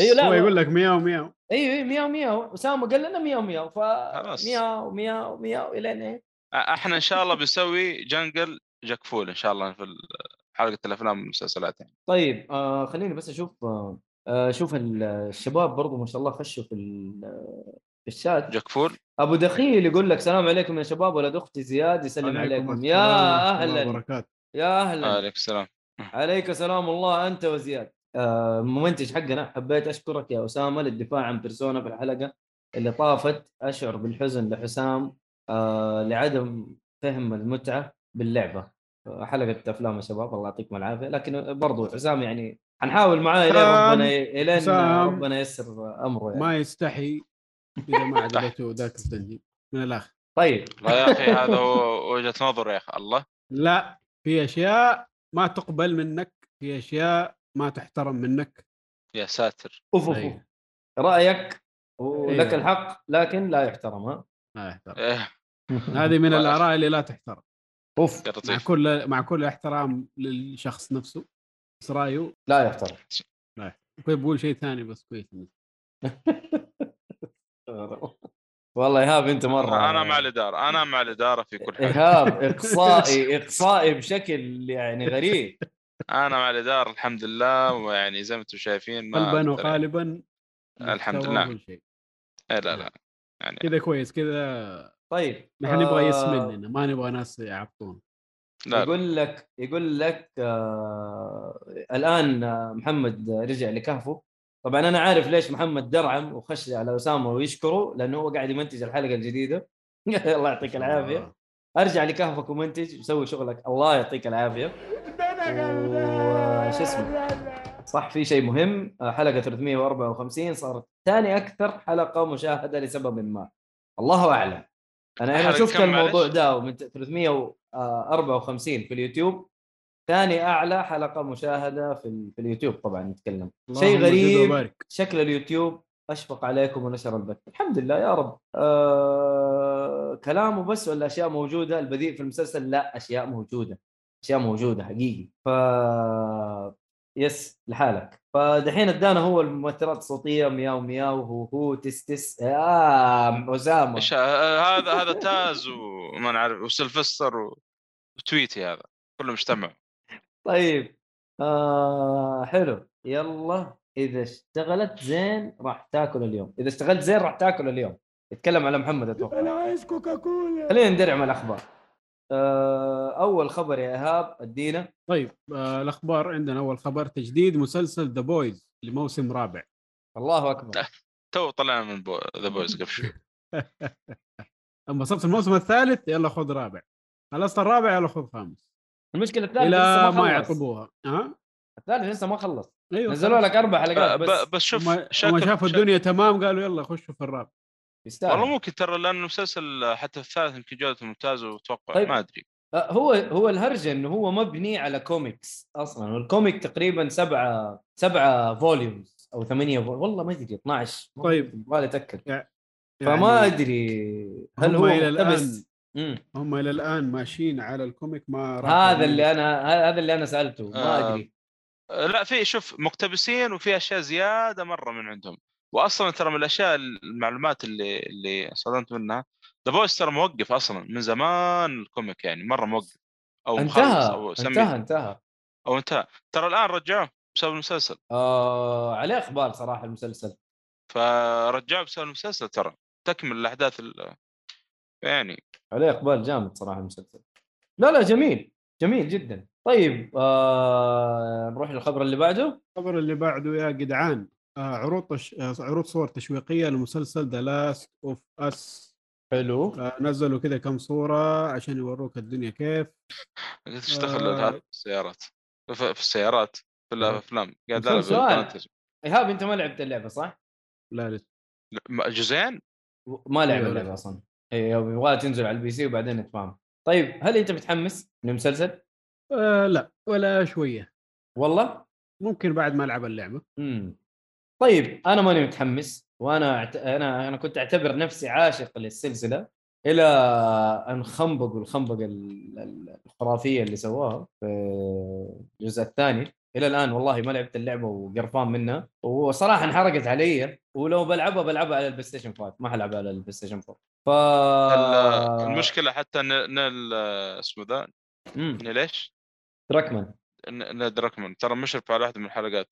Speaker 2: ايوه لا
Speaker 4: هو
Speaker 2: ما-
Speaker 4: يقول لك مياو مياو
Speaker 2: ايوه ايوه مياو مياو اسامه قال لنا مياو مياو ف
Speaker 3: خلاص.
Speaker 2: مياو مياو مياو الين ايه
Speaker 3: احنا ان شاء الله بنسوي جنجل جاك فول ان شاء الله في ال- حلقه الافلام والمسلسلات يعني
Speaker 2: طيب آه خليني بس اشوف آه آه، اشوف ال- الشباب برضو ما شاء الله خشوا في ال- آه، في الشات
Speaker 3: جاك فول
Speaker 2: ابو دخيل يقول لك سلام عليكم يا شباب ولد اختي زياد يسلم عليكم يا اهلا
Speaker 4: بركات
Speaker 2: يا اهلا
Speaker 3: عليك السلام
Speaker 2: عليك سلام الله انت وزياد آه، المنتج حقنا حبيت اشكرك يا اسامه للدفاع عن بيرسونا في الحلقه اللي طافت اشعر بالحزن لحسام آه، لعدم فهم المتعه باللعبه آه، حلقه افلام يا شباب الله يعطيكم العافيه لكن برضو حسام يعني حنحاول معاه الين
Speaker 4: حسام،
Speaker 2: ربنا الين
Speaker 4: حسام.
Speaker 2: ربنا ييسر امره يعني.
Speaker 4: ما يستحي اذا ما عجبته ذاك التنجيم من الاخر
Speaker 2: طيب
Speaker 3: والله يا اخي هذا هو وجهه نظر يا اخي الله
Speaker 4: لا في اشياء ما تقبل منك في اشياء ما تحترم منك
Speaker 3: يا ساتر
Speaker 2: اوف أوف، اوف
Speaker 4: أيوه.
Speaker 2: رايك ولك
Speaker 4: أيوه.
Speaker 2: الحق لكن لا يحترم ها
Speaker 4: ما يحترم
Speaker 3: إيه،
Speaker 4: هذه من
Speaker 3: والله.
Speaker 4: الاراء اللي لا تحترم
Speaker 2: اوف
Speaker 3: طيب. يا
Speaker 4: مع
Speaker 3: لطيف
Speaker 4: كل مع كل احترام للشخص نفسه بس رايه
Speaker 2: لا يحترم
Speaker 4: كنت بقول شيء ثاني بس كويس إنك-
Speaker 2: والله ايهاب انت مره
Speaker 3: انا مع الاداره انا مع الاداره في كل حاجه
Speaker 2: ايهاب اقصائي اقصائي بشكل يعني غريب
Speaker 3: انا مع الاداره الحمد لله ويعني زي ما انتم شايفين ما
Speaker 4: قلبا
Speaker 3: أقدر-
Speaker 4: وقالبا
Speaker 3: الحمد
Speaker 4: محتوى
Speaker 3: لله.
Speaker 4: كل شيء.
Speaker 3: إيه، لا لا يعني
Speaker 4: كذا كويس كذا
Speaker 2: طيب
Speaker 4: نحن نبغى يس
Speaker 2: آه،
Speaker 4: مننا ما نبغى ناس يعبطون
Speaker 3: لا لا.
Speaker 2: يقول لك يقول لك آه الان آه، محمد رجع لكهفه طبعا انا عارف ليش محمد درعم وخش على اسامه ويشكره لانه هو قاعد يمنتج الحلقه الجديده الله يعطيك العافيه ارجع لكهفك ومنتج وسوي شغلك الله يعطيك العافيه وش اسمه صح في شيء مهم حلقه 354 صارت ثاني اكثر حلقه مشاهده لسبب ما الله اعلم انا انا
Speaker 3: حلقة
Speaker 2: شفت
Speaker 3: كم
Speaker 2: الموضوع
Speaker 3: معلش؟
Speaker 2: ده من 354 في اليوتيوب ثاني اعلى حلقه مشاهده في ال- في اليوتيوب طبعا نتكلم شيء
Speaker 4: اللهم زد
Speaker 2: غريب
Speaker 4: وبارك.
Speaker 2: شكل اليوتيوب اشفق عليكم ونشر البث الحمد لله يا رب آه كلامه بس ولا اشياء موجوده البديء في المسلسل لا اشياء موجوده اشياء موجوده حقيقي ف يس لحالك فدحين ادانا هو المؤثرات الصوتيه مياو مياو هو هو تس تس آه اسامه
Speaker 3: إيش ه- هذا هذا تاز وما نعرف وسلفستر و- وتويتي هذا كلهم اجتمعوا
Speaker 2: طيب آه حلو يلا اذا اشتغلت زين راح تاكل اليوم اذا اشتغلت زين راح تاكل اليوم يتكلم على محمد اتوقع
Speaker 4: عايز كوكاكولا
Speaker 2: خلينا ندرع مع الاخبار آه، اول خبر يا ايهاب ادينا
Speaker 4: طيب آه الاخبار عندنا اول خبر تجديد مسلسل ذا بويز لموسم رابع
Speaker 2: الله
Speaker 3: طيب.
Speaker 2: اكبر
Speaker 3: تو طلعنا من بو... ذا بويز قبل شوي
Speaker 4: اما صرت الموسم الثالث يلا خذ رابع خلصت الرابع يلا خذ خامس
Speaker 2: المشكله الثالث لسه
Speaker 4: الى
Speaker 2: ما
Speaker 4: ما
Speaker 2: خلص
Speaker 4: يعطبوها ها
Speaker 2: الثالث لسه ما خلص
Speaker 4: ايوه
Speaker 2: نزلوا لك اربع حلقات
Speaker 3: ب-
Speaker 2: بس
Speaker 3: ب- بس شوف
Speaker 4: هم
Speaker 3: شكل-
Speaker 4: شافوا
Speaker 3: شكل-
Speaker 4: الدنيا تمام قالوا يلا خشوا في الرابع
Speaker 3: والله
Speaker 2: يستاهل
Speaker 3: ممكن ترى لان المسلسل حتى الثالث يمكن جودته ممتازه واتوقع
Speaker 2: طيب.
Speaker 3: ما ادري
Speaker 2: آه، هو هو الهرجه انه هو مبني على كوميكس اصلا والكوميك تقريبا سبعه سبعه فوليومز او ثمانيه فول... والله ما ادري 12 ما-
Speaker 4: طيب.
Speaker 2: يبغالي اتاكد
Speaker 4: يعني
Speaker 2: فما ادري هل
Speaker 4: هم
Speaker 2: هو
Speaker 4: إلى
Speaker 2: مقتبس مم.
Speaker 4: هم الى الان ماشيين على الكوميك ما راحوا
Speaker 2: هذا
Speaker 4: من-
Speaker 2: اللي انا ه- هذا اللي انا سالته ما
Speaker 3: آه،
Speaker 2: ادري
Speaker 3: آه، لا في شوف مقتبسين وفي اشياء زياده مره من عندهم واصلا ترى من الاشياء المعلومات اللي اللي صدمت منها ذا بويز ترى موقف اصلا من زمان الكوميك يعني مره موقف او مخلص
Speaker 2: انتهى
Speaker 3: او سميه
Speaker 2: انتهى انتهى
Speaker 3: او انتهى ترى الان رجعوه بسبب المسلسل
Speaker 2: آه عليه اقبال صراحه المسلسل
Speaker 3: فرجعوه بسبب المسلسل ترى تكمل الاحداث ال- يعني
Speaker 2: عليه اقبال جامد صراحه المسلسل لا لا جميل جميل جدا طيب آه نروح للخبر اللي بعده
Speaker 4: الخبر اللي بعده يا جدعان آه عروض تش... آه عروض صور تشويقيه لمسلسل ذا لاست اوف اس
Speaker 2: حلو
Speaker 4: نزلوا كذا كم صوره عشان يوروك الدنيا كيف
Speaker 3: قلت ايش دخل
Speaker 4: آه.
Speaker 3: هذا في السيارات في في السيارات في الافلام قاعد ألعب
Speaker 2: آه. سؤال.
Speaker 3: بالقناة التلفزيون.
Speaker 2: ايهاب انت ما لعبت اللعبه صح؟
Speaker 4: لا لسه
Speaker 3: لا، ما- جزئين
Speaker 2: و- ما لعب
Speaker 4: أيوة،
Speaker 2: اللعبه
Speaker 4: لا.
Speaker 2: اصلا ايوه يبغى تنزل على البي سي وبعدين نتفاهم طيب هل انت متحمس للمسلسل؟
Speaker 4: آه لا ولا شويه
Speaker 2: والله؟
Speaker 4: ممكن بعد ما العب اللعبه
Speaker 2: امم طيب انا ماني متحمس وانا أعت... انا انا كنت اعتبر نفسي عاشق للسلسله الى ان خنبقوا الخنبقه ال- ال- الخرافيه اللي سواها في الجزء الثاني الى الان والله ما لعبت اللعبه وقرفان منها وصراحه انحرقت علي ولو بلعبها بلعبها على البلاي ستيشن 5 ما حلعبها على البلاي ستيشن 4 ف آه.
Speaker 3: ال- المشكله حتى ان نل اسمه ذا
Speaker 2: مم.
Speaker 3: إن ليش؟
Speaker 2: تراكمان
Speaker 3: نيل دراكمان ترى مشرف على واحده من الحلقات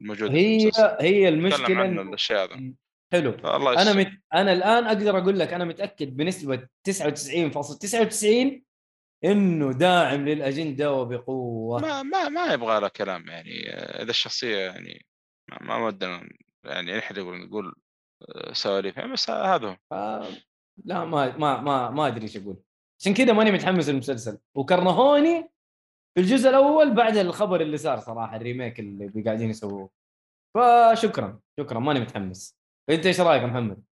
Speaker 3: الموجوده في
Speaker 2: هي
Speaker 3: المسلسل.
Speaker 2: هي
Speaker 3: تكلم
Speaker 2: المشكله
Speaker 3: عن
Speaker 2: إنه-
Speaker 3: الاشياء هذا
Speaker 2: حلو
Speaker 3: الله
Speaker 2: انا
Speaker 3: يستر.
Speaker 2: مت... انا الان اقدر اقول لك انا متاكد بنسبه 99.99 انه داعم للاجنده وبقوه
Speaker 3: ما ما ما يبغى له كلام يعني آه، اذا الشخصيه يعني ما, ما ودنا يعني نحرق ونقول آه، سواليف يعني بس هذا هو.
Speaker 2: ف... لا ما ما ما ما ادري ايش اقول عشان كذا ماني متحمس للمسلسل وكرهوني في الجزء الاول بعد الخبر اللي صار صراحه الريميك اللي قاعدين يسووه فشكرا شكرا ماني متحمس انت ايش رايك يا محمد؟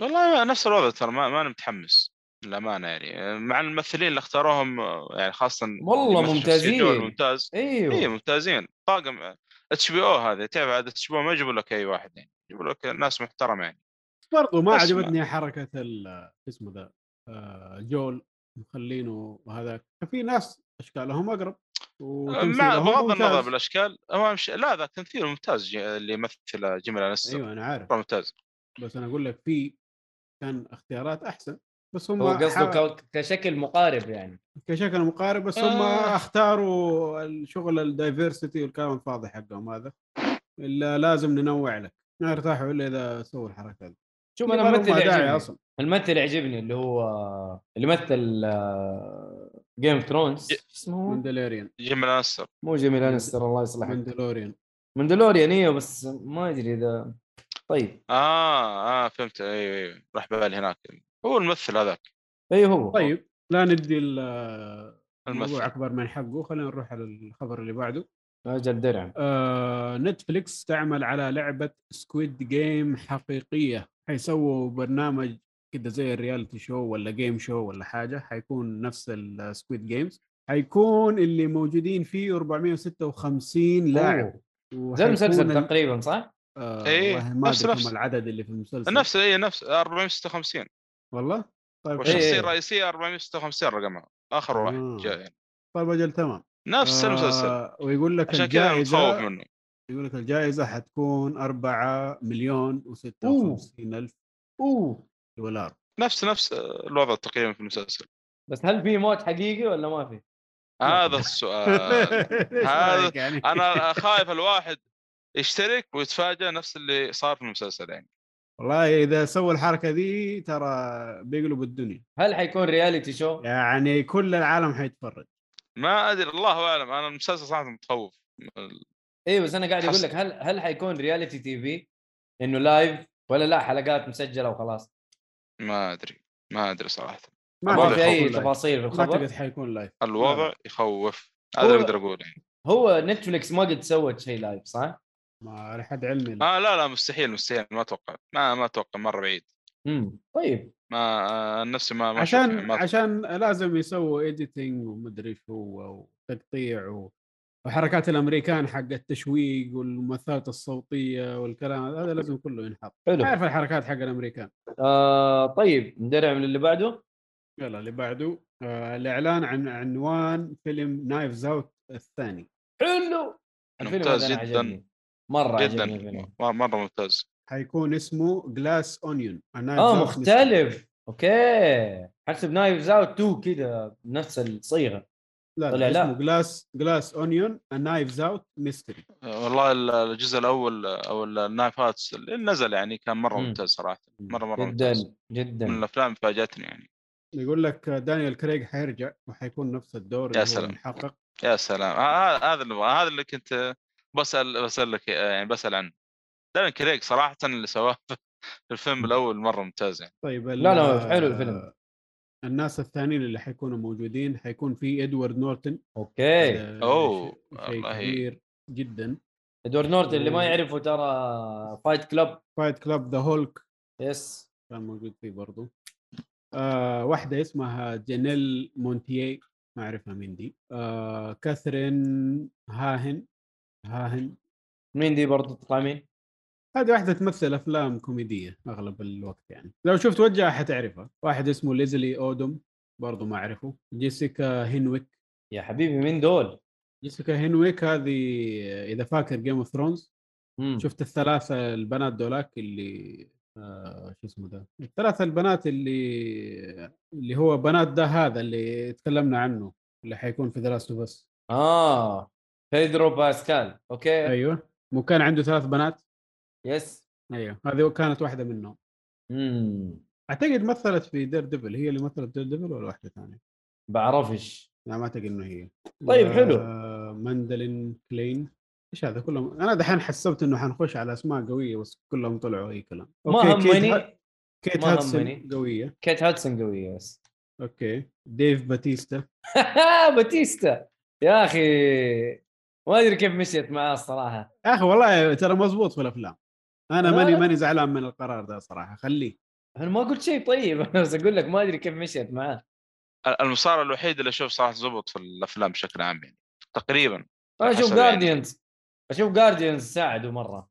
Speaker 3: والله نفس الوضع ترى ما ما انا متحمس للامانه يعني آه، مع الممثلين اللي اختاروهم آه، يعني خاصه
Speaker 2: والله
Speaker 3: اللي يمثل شخصية
Speaker 2: ممتازين.
Speaker 3: جويل ممتاز
Speaker 2: ايوه
Speaker 4: إيه،
Speaker 3: اي ممتازين طاقم آه، اتش بي او هذا تعرف عاد اتش بي او ما يجيبوا لك اي واحد يعني يجيبوا لك ناس محترمه يعني
Speaker 4: برضو ما
Speaker 3: بس ما-
Speaker 4: عجبتني حركه ال- شو اسمه ذا آه، جول مخلينه هذاك ففي ناس اشكالهم اقرب
Speaker 3: مع
Speaker 4: وتمثيلهم
Speaker 3: بغض النظر
Speaker 4: ممتاز.
Speaker 3: بالاشكال هو مش... لا ذاك تمثيل ممتاز ج- اللي يمثل جيمل انستر
Speaker 4: ايوه انا عارف
Speaker 3: مره ممتاز
Speaker 4: بس انا اقول لك في كان اختيارات احسن بس هم
Speaker 2: هو
Speaker 4: ح-
Speaker 2: قصده ك- كشكل مقارب يعني
Speaker 4: كشكل مقارب بس هم
Speaker 3: آه.
Speaker 4: اختاروا الشغل الدايفرسيتي والكلام الفاضي حقهم هذا الا لازم ننوع لك ما يرتاحوا الا اذا سووا الحركه هذه
Speaker 2: شوف
Speaker 4: ما
Speaker 2: انا
Speaker 4: لهم
Speaker 2: ممثل
Speaker 4: داعي
Speaker 2: يعجبني
Speaker 4: اصلا
Speaker 2: الممثل يعجبني اللي هو اللي مثل آه، جيم اوف ثرونز
Speaker 4: إيه.
Speaker 3: ج-
Speaker 2: اسمه هو؟
Speaker 4: ماندلوريان
Speaker 3: جيمل انستر
Speaker 2: مو جيمي لانستر الله يصلحه
Speaker 4: ماندلوريان
Speaker 2: مندلوريان ايوه بس ما ادري اذا طيب
Speaker 3: اه اه فهمت ايوه ايوه راح بالي هناك هو الممثل هذاك
Speaker 2: اي إيه، هو
Speaker 4: طيب لا ندي ال- الموضوع
Speaker 3: الممثل
Speaker 4: اكبر من حقه خلينا نروح على الخبر اللي بعده
Speaker 2: اجل درع
Speaker 4: آه، نتفليكس تعمل على لعبه سكويد جيم حقيقيه حيسووا برنامج كده زي الرياليتي شو ولا جيم شو ولا حاجه حيكون نفس السكويد جيمز حيكون اللي موجودين فيه 456 لاعب
Speaker 2: أوه. زي
Speaker 4: وحيكون
Speaker 2: المسلسل
Speaker 4: ال-
Speaker 2: تقريبا صح؟
Speaker 4: آه
Speaker 3: إيه،
Speaker 4: والله ما
Speaker 3: نفس-
Speaker 4: أدري
Speaker 3: نفس.
Speaker 4: كم العدد اللي في المسلسل
Speaker 3: نفس اي نفس 456
Speaker 4: والله طيب
Speaker 2: إيه،
Speaker 3: والشخصيه
Speaker 2: إيه.
Speaker 3: الرئيسيه 456 رقمها اخر واحد
Speaker 4: آه.
Speaker 3: جاء يعني
Speaker 4: طيب اجل تمام
Speaker 3: نفس
Speaker 4: آه،
Speaker 3: المسلسل
Speaker 4: ويقول لك
Speaker 3: عشان كذا أنا متخوف
Speaker 4: الجائزه
Speaker 3: منه
Speaker 4: يقول لك الجائزه حتكون 4 مليون و56 الف
Speaker 2: اوه
Speaker 4: دولار
Speaker 3: نفس نفس آه، الوضع تقريبا في المسلسل
Speaker 2: بس هل في موت حقيقي ولا ما في؟
Speaker 3: هذا السؤال
Speaker 4: إيش
Speaker 3: هذا-
Speaker 4: رأيك يعني؟
Speaker 3: انا خايف الواحد يشترك ويتفاجأ نفس اللي صار في المسلسل يعني
Speaker 4: والله اذا سوى الحركه دي ترى بيقلب الدنيا
Speaker 2: هل حيكون رياليتي شو؟
Speaker 4: يعني كل العالم حيتفرج
Speaker 3: ما ادري الله اعلم انا المسلسل صراحه متخوف ال-
Speaker 2: اي إيه، بس انا قاعد اقول
Speaker 3: حس-
Speaker 2: لك هل هل حيكون رياليتي تي في انه لايف ولا لا حلقات مسجله وخلاص؟
Speaker 3: ما ادري ما ادري صراحه
Speaker 2: ما
Speaker 3: أعتقد
Speaker 2: في اي
Speaker 4: حيكون لايف.
Speaker 2: تفاصيل في
Speaker 4: ما اعتقد
Speaker 2: الخبر
Speaker 4: حيكون لايف
Speaker 3: الوضع
Speaker 4: لا.
Speaker 3: يخوف هذا اللي
Speaker 2: نعم. هو-
Speaker 3: اقدر اقوله يعني
Speaker 2: هو نتفلكس ما قد سوت شيء لايف صح؟
Speaker 4: ما على حد علمي لا.
Speaker 3: آه لا لا مستحيل مستحيل ما اتوقع ما ما اتوقع مره بعيد
Speaker 2: امم طيب
Speaker 3: ما آه، عن نفسي ما ما أشوف يعني،
Speaker 4: عشان
Speaker 3: ما
Speaker 4: عشان لازم يسووا ايديتنج ومدري شو وتقطيع و... وحركات الامريكان حق التشويق والممثلات الصوتيه والكلام هذا- هذا لازم كله ينحط
Speaker 2: حلو
Speaker 4: تعرف الحركات حق الامريكان
Speaker 2: آه طيب ندرع من اللي بعده
Speaker 4: يلا اللي بعده آه الاعلان عن عنوان فيلم نايفز اوت الثاني
Speaker 2: حلو الفيلم
Speaker 3: ممتاز
Speaker 2: هذا أنا
Speaker 3: جداً.
Speaker 2: عجبني مره
Speaker 3: جدا
Speaker 2: عجبني الفيلم
Speaker 3: م- مره ممتاز
Speaker 4: حيكون اسمه جلاس اونيون
Speaker 2: اه مختلف اوكي حسب نايفز اوت 2 كذا نفس الصيغه
Speaker 4: لا
Speaker 2: طلع
Speaker 4: لا,
Speaker 2: لا.
Speaker 4: اسمه جلاس جلاس اونيون نايفز اوت ميستري
Speaker 3: آه، والله ال- الجزء الاول آه، او ال- النايف هاتس اللي نزل يعني كان مره
Speaker 2: مم.
Speaker 3: ممتاز صراحه مره مره ممتاز
Speaker 2: جدا جدا
Speaker 3: من الافلام اللي فاجاتني يعني
Speaker 4: يقول لك دانيال كريغ حيرجع وحيكون نفس الدور اللي هو
Speaker 3: سلام.
Speaker 4: محقق
Speaker 3: يا سلام ه- ه- هذا اللي هذا اللي كنت آه، بسال بسالك آه، يعني بسال عنه دارين كريك صراحه اللي سواه في الفيلم الاول مره ممتاز يعني
Speaker 4: طيب
Speaker 2: لا، لا، حلو
Speaker 4: آه،
Speaker 2: الفيلم.
Speaker 4: الناس الثانيين اللي حيكونوا موجودين حيكون في ادوارد نورتن
Speaker 2: اوكي
Speaker 4: هذا
Speaker 3: أوه،
Speaker 4: شيء- شيء
Speaker 3: والله.
Speaker 4: كبير جدا
Speaker 2: ادوارد نورتن اللي ما
Speaker 4: و-
Speaker 2: يعرفه ترى فايت كلب
Speaker 4: فايت كلاب ذا هولك
Speaker 2: يس
Speaker 4: كان موجود فيه برضو آه واحدة اسمها جانيل مونتيي ما أعرفها مين دي آه كاثرين هاهن هاهن
Speaker 2: مين دي برضه تطلع مين؟
Speaker 4: هذه واحدة تمثل أفلام كوميدية أغلب الوقت يعني لو شفت وجهها حتعرفها واحد اسمه ليزلي أودم برضو ما أعرفه جيسيكا هنويك
Speaker 2: يا حبيبي مين دول؟
Speaker 4: جيسيكا هنويك هذه إذا فاكر جيم اوف ثرونز
Speaker 2: مم.
Speaker 4: شفت الثلاثة البنات دولاك اللي آه شو اسمه ده الثلاثة البنات اللي اللي هو بنات ده هذا اللي تكلمنا عنه اللي حيكون في دراسته بس
Speaker 2: اه بيدرو باسكال اوكي أيوة.
Speaker 4: ايوه مو كان عنده ثلاث بنات
Speaker 2: يس
Speaker 4: ايوه هذه كانت واحدة منهم
Speaker 2: امم
Speaker 4: اعتقد مثلت في دير ديفل هي اللي مثلت دير ديفل ولا واحدة ثانية؟
Speaker 2: بعرفش
Speaker 4: لا ما اعتقد انه هي
Speaker 2: طيب، حلو.
Speaker 4: آه ماندلين كلين ايش هذا كلهم انا دحين حسبت انه حنخش على اسماء قوية بس كلهم طلعوا اي كلام
Speaker 2: ما
Speaker 4: أوكي، كيت ه-
Speaker 2: همني
Speaker 4: كيت
Speaker 2: ما
Speaker 4: هاتسون
Speaker 2: همني.
Speaker 4: قوية
Speaker 2: كيت هاتسون قويه بس
Speaker 4: اوكي ديف باتيستا
Speaker 2: باتيستا يا اخي ما ادري كيف مشيت معاه الصراحه
Speaker 4: يا اخي والله ترى مزبوط في الافلام انا
Speaker 2: لا،
Speaker 4: ماني
Speaker 2: لا.
Speaker 4: ماني زعلان من القرار ده صراحه خليه
Speaker 2: انا ما قلت شيء طيب انا بس اقول لك ما ادري كيف مشيت معاه
Speaker 3: ال- المسار الوحيد اللي اشوف صراحه زبط في الافلام بشكل عام يعني تقريبا
Speaker 2: انا اشوف
Speaker 3: حسب يعني.
Speaker 2: جارديانز اشوف جارديانز ساعدوا مره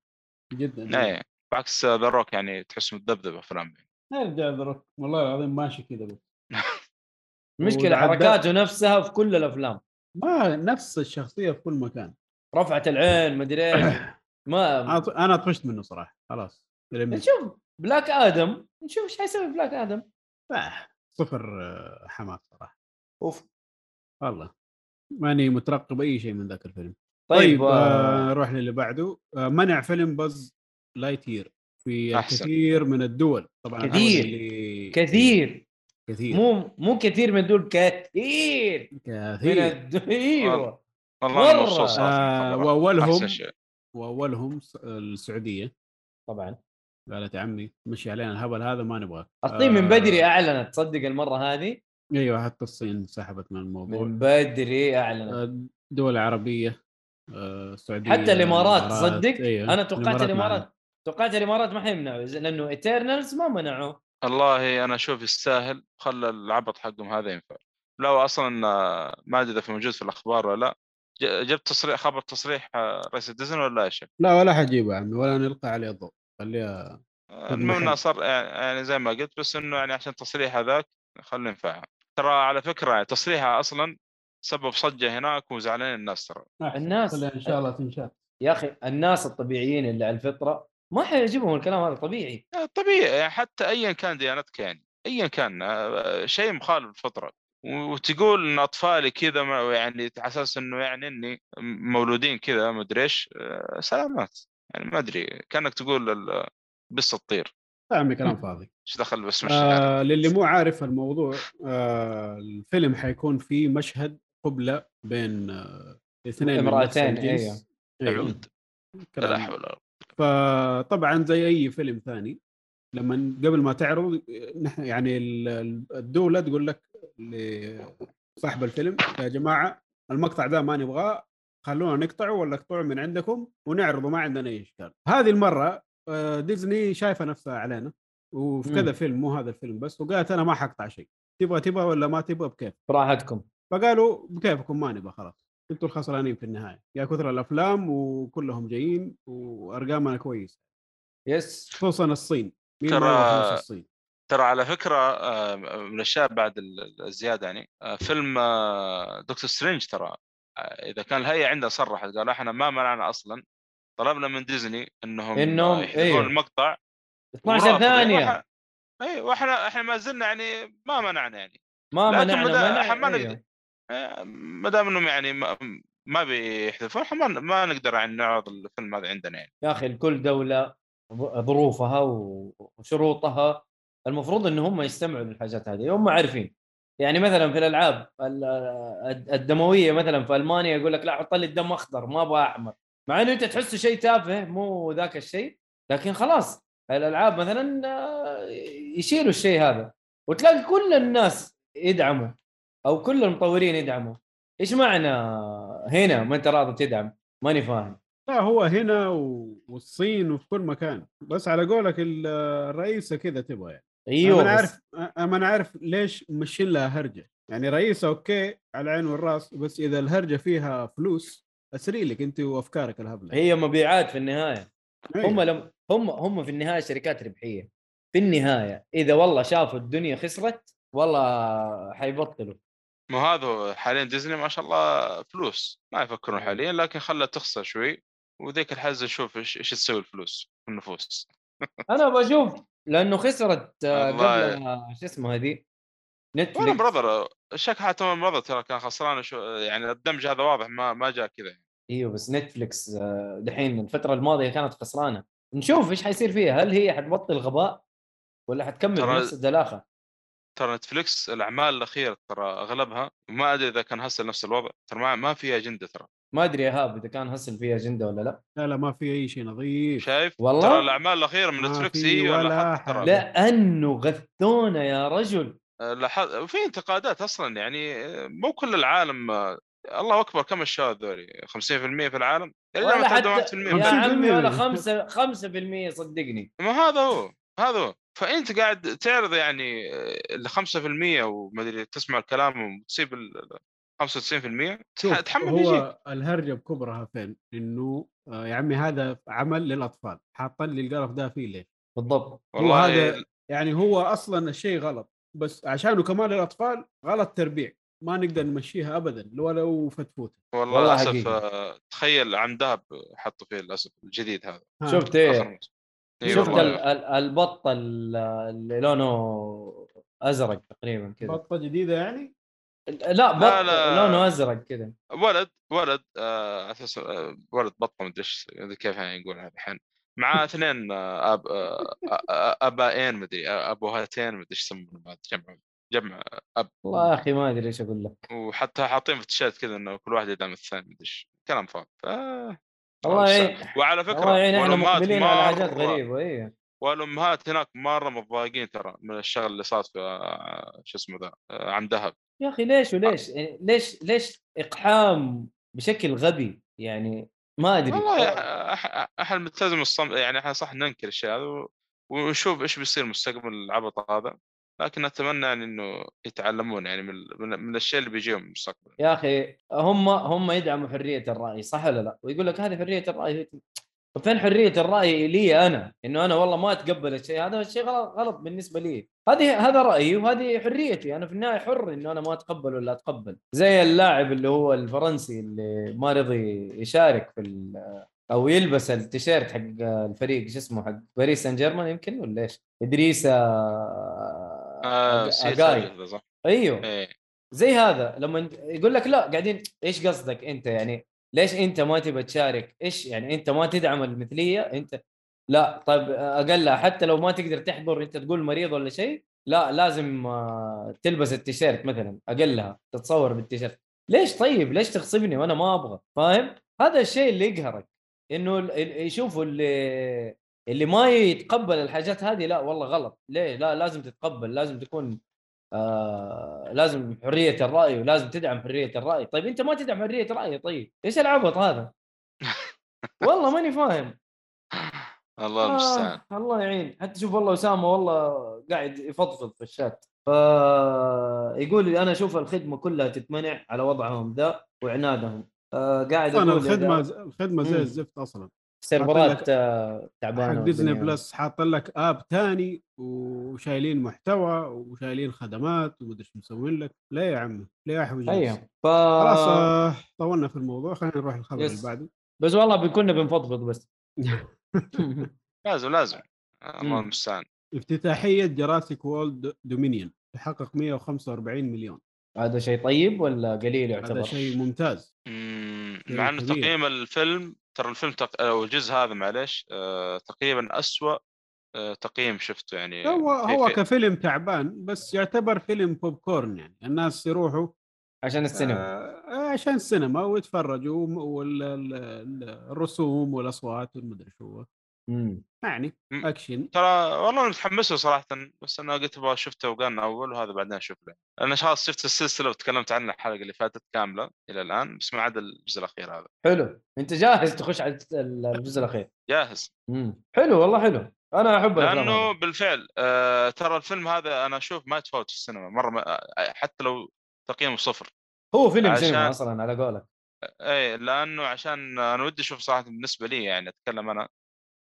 Speaker 4: جدا
Speaker 3: ايه بعكس ذا روك يعني تحس متذبذب يعني. افلام
Speaker 4: نرجع ذروك والله العظيم ماشي كذا بس
Speaker 2: المشكله
Speaker 4: والعداء.
Speaker 2: حركاته نفسها في كل الافلام
Speaker 4: ما نفس الشخصيه في كل مكان
Speaker 2: رفعت العين مدري ايش
Speaker 4: انا
Speaker 2: ما
Speaker 4: ط- أنا طفشت منه صراحه خلاص فيلم
Speaker 2: نشوف بلاك ادم نشوف ايش حيسوي بلاك ادم
Speaker 4: آه، صفر آه، حماس صراحه
Speaker 2: اوف
Speaker 4: والله ماني مترقب اي شيء من ذاك الفيلم
Speaker 2: طيب,
Speaker 4: طيب
Speaker 2: آه...
Speaker 4: آه، نروح للي بعده آه، منع فيلم باز لايتير في
Speaker 3: أحسن.
Speaker 4: الكثير من الدول طبعا الدول
Speaker 2: كثير.
Speaker 4: اللي-
Speaker 2: كثير
Speaker 4: كثير
Speaker 2: مو مو كثير من دول كثير من
Speaker 4: كثير
Speaker 2: الد- ايوه
Speaker 3: والله
Speaker 2: مرة.
Speaker 3: أنا مبسوط صراحه من
Speaker 4: آه
Speaker 3: الخبر.
Speaker 4: واولهم
Speaker 3: احسن شيء
Speaker 4: واولهم س- السعوديه
Speaker 2: طبعا
Speaker 4: قالت يا عمي مشي علينا الهبل هذا ما نبغاك
Speaker 2: الصين من بدري اعلنت تصدق المره هذه
Speaker 4: ايوه حتى الصين سحبت من الموضوع
Speaker 2: من بدري اعلنت
Speaker 4: آه، دول عربيه آه، السعوديه
Speaker 2: حتى الامارات تصدق
Speaker 4: أيوة.
Speaker 2: انا توقعت
Speaker 4: الإمارات
Speaker 2: الامارات توقعت الامارات ما حيمنعوا إذا- لانه ايترنالز ما منعوا
Speaker 3: والله انا اشوف يستاهل خلى العبط حقهم هذا ينفع لو اصلا آه، ما ادري اذا في موجود في الاخبار ولا لا ج- جبت تصريح خبر تصريح آه، رئيس ديزني ولا ايش؟
Speaker 4: لا ولا حجيبه يا عمي ولا نلقى عليه ضوء خليها طب
Speaker 3: آه، المهم
Speaker 4: نحن-
Speaker 3: انه صار يعني زي ما قلت بس انه يعني عشان تصريح هذاك خلوه ينفعها ترى على فكره يعني تصريحها اصلا سبب صجه هناك وزعلانين الناس ترى
Speaker 2: الناس-
Speaker 4: خليها ان شاء الله تنشاف
Speaker 2: يا اخي الناس الطبيعيين اللي على الفطره ما حيعجبهم الكلام هذا طبيعي
Speaker 3: آه، طبيعي يعني حتى ايا كان ديانتك يعني ايا كان آه، شيء مخالف للفطره و- وتقول ان اطفالي كذا ما- يعني على اساس انه يعني اني مولودين كذا ما ادري ايش آه، سلامات يعني ما ادري كانك تقول ال- بس الطير
Speaker 4: يا عمي كلام فاضي
Speaker 3: ايش دخل باسم الشارع؟
Speaker 4: آه للي مو عارف الموضوع آه الفيلم حيكون فيه مشهد قبلة بين آه اثنين من نفس
Speaker 2: امرأتين،
Speaker 4: الجنس.
Speaker 2: أيوة.
Speaker 4: أيوة.
Speaker 3: العود لا
Speaker 4: كلام.
Speaker 3: حول ولا قوة.
Speaker 4: فطبعا زي اي فيلم ثاني لما قبل ما تعرض نحن يعني ال- ال- الدوله تقول لك لصاحب الفيلم يا جماعه المقطع ده ما نبغاه خلونا نقطعه ولا اقطعوا من عندكم ونعرضه ما عندنا اي اشكال هذه المره آه، ديزني شايفه نفسها علينا وفي
Speaker 2: مم.
Speaker 4: كذا فيلم مو هذا الفيلم بس وقالت انا ما حقطع شيء تبغى تبغى ولا ما تبغى بكيف
Speaker 2: براحتكم
Speaker 4: فقالوا بكيفكم ما نبغى خلاص انتوا الخسرانين في النهايه يا كثر الافلام وكلهم جايين وارقامنا كويس
Speaker 2: يس
Speaker 4: خصوصا الصين مين
Speaker 3: ترى-
Speaker 4: ما يبغى فلوس الصين
Speaker 3: ترى على فكره آه، من الاشياء بعد ال- الزياده يعني آه، فيلم آه، دكتور سترينج ترى آه، اذا كان الهيئه عندها صرحت قالوا احنا ما منعنا اصلا طلبنا من ديزني انهم
Speaker 2: إنهم-
Speaker 3: آه، يحذفون
Speaker 2: أيوه.
Speaker 3: المقطع
Speaker 2: 12 ثانيه
Speaker 3: وإحنا- اي واحنا احنا إيه، ما زلنا يعني ما منعنا يعني
Speaker 2: ما
Speaker 3: لا
Speaker 2: منعنا
Speaker 3: تم ده،
Speaker 2: منع
Speaker 3: إحنا ما
Speaker 2: أيوه.
Speaker 3: نقدر. آه، ما دام انهم يعني ما, ما بيحذفون إحنا ما, ما نقدر يعني نعرض الفيلم هذا عندنا يعني
Speaker 2: يا اخي لكل دوله ظ- ظروفها و- وشروطها المفروض ان هم يستمعوا للحاجات هذه هم عارفين يعني مثلا في الالعاب ال- الد- الدمويه مثلا في المانيا يقول لك لا حط لي الدم اخضر ما ابغى احمر مع انه انت تحسه شيء تافه مو ذاك الشيء لكن خلاص الالعاب مثلا آه، يشيلوا الشيء هذا وتلاقي كل الناس يدعموا او كل المطورين يدعموا ايش معنى هنا ما انت راضي تدعم ماني فاهم
Speaker 4: لا هو هنا و... والصين وفي كل مكان بس على قولك ال- الرئيسه كذا تبغى يعني
Speaker 2: ايوه
Speaker 3: إيوه،
Speaker 4: انا
Speaker 2: بس-
Speaker 4: عارف انا أنا عارف ليش مشين لها هرجه يعني رئيسه اوكي على العين والراس بس اذا الهرجه فيها فلوس اسري لك انت وافكارك الهبله
Speaker 2: هي مبيعات في النهايه
Speaker 3: إيه.
Speaker 4: أيوة.
Speaker 2: إيه، هم لم هم هم في النهايه شركات ربحيه في النهايه اذا والله شافوا الدنيا خسرت والله حيبطلوا
Speaker 3: ما هذا هو، حاليا ديزني ما شاء الله فلوس ما يفكرون حاليا لكن خلها تخسر شوي وذيك الحزه نشوف ايش ايش تسوي الفلوس النفوس
Speaker 2: انا بشوف لانه خسرت آه،
Speaker 3: والله.
Speaker 2: قبل آه، شو اسمها دي
Speaker 3: وانا
Speaker 2: نتفلكس
Speaker 3: براذر شك حتى وانا براذر ترى كان خسران شو يعني الدمج هذا واضح ما ما جاء كذا يعني.
Speaker 2: ايوه بس نتفلكس آه، دحين الفتره الماضيه كانت خسرانه نشوف ايش حيصير فيها هل هي حتبطل غباء ولا حتكمل
Speaker 3: ترى-
Speaker 2: بنفس الدلاخه
Speaker 3: ترى نتفلكس الاعمال الاخيره ترى اغلبها ما ادري اذا كان هسه نفس الوضع ترى ما, ما في اجنده ترى
Speaker 2: ما ادري يا هاب اذا كان هسل فيها اجنده ولا لا
Speaker 4: لا لا ما في اي شيء نظيف
Speaker 3: شايف
Speaker 2: والله؟
Speaker 3: ترى الاعمال الاخيره من
Speaker 4: ما
Speaker 3: نتفلكس
Speaker 4: في
Speaker 3: هي
Speaker 4: ولا
Speaker 3: لاحظت ترى
Speaker 4: حاجة.
Speaker 2: لانه غثونه يا رجل
Speaker 3: لاحظ في انتقادات اصلا يعني آه، مو كل العالم آه، الله اكبر كم الشباب ذولي 50% في العالم الا
Speaker 2: ولا
Speaker 3: ما تعدوا
Speaker 2: حتى
Speaker 3: 1%
Speaker 2: يا عمي
Speaker 4: 50%
Speaker 2: ولا 5 5% صدقني
Speaker 3: ما هذا هو هذا هو فانت قاعد تعرض يعني آه، ال 5% وما ادري تسمع الكلام وتصيب ال 95%
Speaker 4: شوف،
Speaker 3: تح- تحمل يجيك
Speaker 4: هو الهرجه بكبرها فين؟ انه آه، يا عمي هذا عمل للاطفال حاطين لي القرف ده فيه ليه؟
Speaker 2: بالضبط
Speaker 4: هو
Speaker 3: والله
Speaker 4: هذا يعني هو اصلا الشيء غلط بس عشانه كمان الاطفال غلط تربيع ما نقدر نمشيها ابدا ولو فتفوت
Speaker 3: والله,
Speaker 2: والله
Speaker 3: للاسف
Speaker 2: حقيقي.
Speaker 3: آه، تخيل عمداب حطوا فيه للاسف الجديد هذا
Speaker 4: آه.
Speaker 2: شفت
Speaker 3: آخر أيوة.
Speaker 2: ايه
Speaker 3: موسم. إي
Speaker 2: شفت
Speaker 3: إيه والله.
Speaker 2: ال- ال- البط ال- اللي لونه ازرق تقريبا كذا
Speaker 4: بطه جديده يعني
Speaker 2: لا بط
Speaker 3: لا، لا.
Speaker 2: لونه ازرق كذا
Speaker 3: ولد ولد آه، على اساس آه، ولد بطه مدري ايش كيف يعني نقول هذا الحين مع اثنين آه، اب آه، آه، آه، ابائين مدري آه، ابوهاتين مدري ايش يسمونهم هذا، جمع جمع اب
Speaker 2: والله يا اخي ما ادري ايش اقول لك
Speaker 3: وحتى حاطين في التيشيرت كذا انه كل واحد يدعم الثاني مدري ايش كلام فاضي ف...
Speaker 2: الله يعين
Speaker 3: وعلى فكره
Speaker 2: الله يعين احنا
Speaker 3: والأمهات
Speaker 2: إيه، يعني مقبلين على
Speaker 3: مرة-
Speaker 2: حاجات إيه. غريبه اي
Speaker 3: والامهات هناك مره متضايقين ترى من الشغل اللي صار في آه، شو اسمه ذا آه، عم ذهب
Speaker 2: يا اخي ليش وليش يعني ليش ليش اقحام بشكل غبي يعني ما ادري
Speaker 3: والله أح- احنا ملتزم الصمت يعني احنا صح ننكر الشيء هذا و- ونشوف ايش بيصير مستقبل العبط هذا لكن اتمنى يعني انه يتعلمون يعني من من, من الشيء اللي بيجيهم مستقبلا
Speaker 2: يا اخي هم هم يدعموا حريه الراي صح ولا لا؟ ويقول لك هذه حريه الراي طب فين حريه الراي لي انا؟ انه انا والله ما اتقبل الشيء هذا الشيء غلط غلط بالنسبه لي، هذه هذا رايي وهذه حريتي، انا في النهايه حر انه انا ما اتقبل ولا اتقبل، زي اللاعب اللي هو الفرنسي اللي ما رضي يشارك في ال- او يلبس التيشيرت حق الفريق شو اسمه حق باريس سان جيرمان يمكن ولا ايش؟ ادريس
Speaker 3: آه
Speaker 2: آه،
Speaker 3: سير
Speaker 2: أجاي.
Speaker 3: هذا صح
Speaker 2: ايوه
Speaker 3: إيه.
Speaker 2: زي هذا لما يقول لك لا قاعدين ايش قصدك انت يعني ليش انت ما تبى تشارك؟ ايش يعني انت ما تدعم المثليه؟ انت لا طيب اقلها حتى لو ما تقدر تحضر انت تقول مريض ولا شيء لا لازم آه، تلبس التيشيرت مثلا اقلها تتصور بالتيشيرت ليش طيب ليش تغصبني وانا ما ابغى فاهم هذا الشيء اللي يقهرك انه ال- ال- يشوفوا اللي اللي ما يتقبل الحاجات هذه لا والله غلط ليه لا لازم تتقبل لازم تكون آه لازم حريه الراي ولازم تدعم حريه الراي طيب انت ما تدعم حريه الراي طيب ايش العبط هذا والله ماني فاهم
Speaker 3: الله
Speaker 2: آه،
Speaker 3: المستعان
Speaker 2: الله يعين حتى شوف والله اسامه والله قاعد يفضفض في الشات فيقول انا اشوف الخدمه كلها تتمنع على وضعهم ذا وعنادهم آه قاعد
Speaker 4: انا
Speaker 2: أقول يا
Speaker 4: الخدمه
Speaker 2: جماعة،
Speaker 4: الخدمه زي
Speaker 2: مم.
Speaker 4: الزفت اصلا
Speaker 2: سيرفرات آه تعبانه
Speaker 4: حق ديزني
Speaker 2: والدنيا.
Speaker 4: بلس حاط لك اب تاني وشايلين محتوى وشايلين خدمات ومدري شو مسوين لك لا يا عمي لا يا حوجي
Speaker 2: ايوه ف...
Speaker 4: خلاص آه، طولنا في الموضوع خلينا نروح للخبر
Speaker 2: يس.
Speaker 4: اللي بعده
Speaker 2: بس والله كنا بنفضفض بس
Speaker 3: لازم لازم الله
Speaker 2: مم.
Speaker 3: المستعان
Speaker 4: افتتاحيه جراسيك وولد دومينيون تحقق 145 مليون
Speaker 2: هذا شيء طيب ولا قليل
Speaker 4: هذا
Speaker 2: يعتبر؟
Speaker 4: شيء ممتاز
Speaker 3: مم،
Speaker 4: شيء
Speaker 3: مع انه
Speaker 4: إيه، كبير.
Speaker 3: تقييم الفيلم ترى الفيلم تق... او الجزء هذا معليش آه، تقريبا اسوأ آه، تقييم شفته يعني
Speaker 4: هو
Speaker 3: في-
Speaker 4: هو
Speaker 3: في-
Speaker 4: كفيلم تعبان بس يعتبر فيلم بوب كورن يعني الناس يروحوا
Speaker 2: عشان السينما
Speaker 4: آه عشان السينما ويتفرجوا والرسوم والاصوات والمدري شو
Speaker 2: مم.
Speaker 4: يعني
Speaker 3: م.
Speaker 4: اكشن
Speaker 3: ترى والله انا متحمس له صراحه بس انا قلت ابغى شفته وقالنا اول وهذا بعدين اشوف له انا خلاص شفت السلسله وتكلمت عنها الحلقه اللي فاتت كامله الى الان بس ما عدا الجزء الاخير هذا
Speaker 2: حلو انت جاهز تخش على ال- الجزء الاخير
Speaker 3: جاهز
Speaker 2: مم. حلو والله حلو انا احب الأفلام
Speaker 3: لانه
Speaker 2: هذه.
Speaker 3: بالفعل آه ترى الفيلم هذا انا اشوف ما يتفوت في السينما مره ما آه، حتى لو تقييمه صفر
Speaker 2: هو فيلم
Speaker 3: عشان-
Speaker 2: سينما اصلا على قولك
Speaker 3: ايه لانه عشان انا ودي اشوف صراحه بالنسبه لي يعني اتكلم انا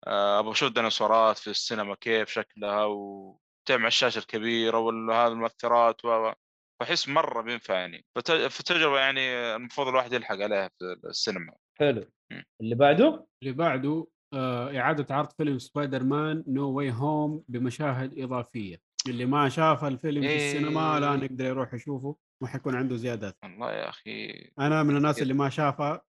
Speaker 3: آه، ابغى اشوف الديناصورات في السينما كيف شكلها وتعمل الشاشه الكبيره وهذه المؤثرات و و- فاحس مره بينفع يعني فت- فتجربه يعني المفروض الواحد يلحق عليها في السينما
Speaker 2: حلو
Speaker 3: مم.
Speaker 2: اللي بعده
Speaker 4: اللي بعده آه اعاده عرض فيلم سبايدر مان نو واي هوم بمشاهد اضافيه اللي ما شاف الفيلم في السينما لا
Speaker 3: إيه.
Speaker 4: نقدر يروح يشوفه وحيكون عنده زيادات
Speaker 3: والله يا اخي
Speaker 4: انا من الناس اللي ما شافها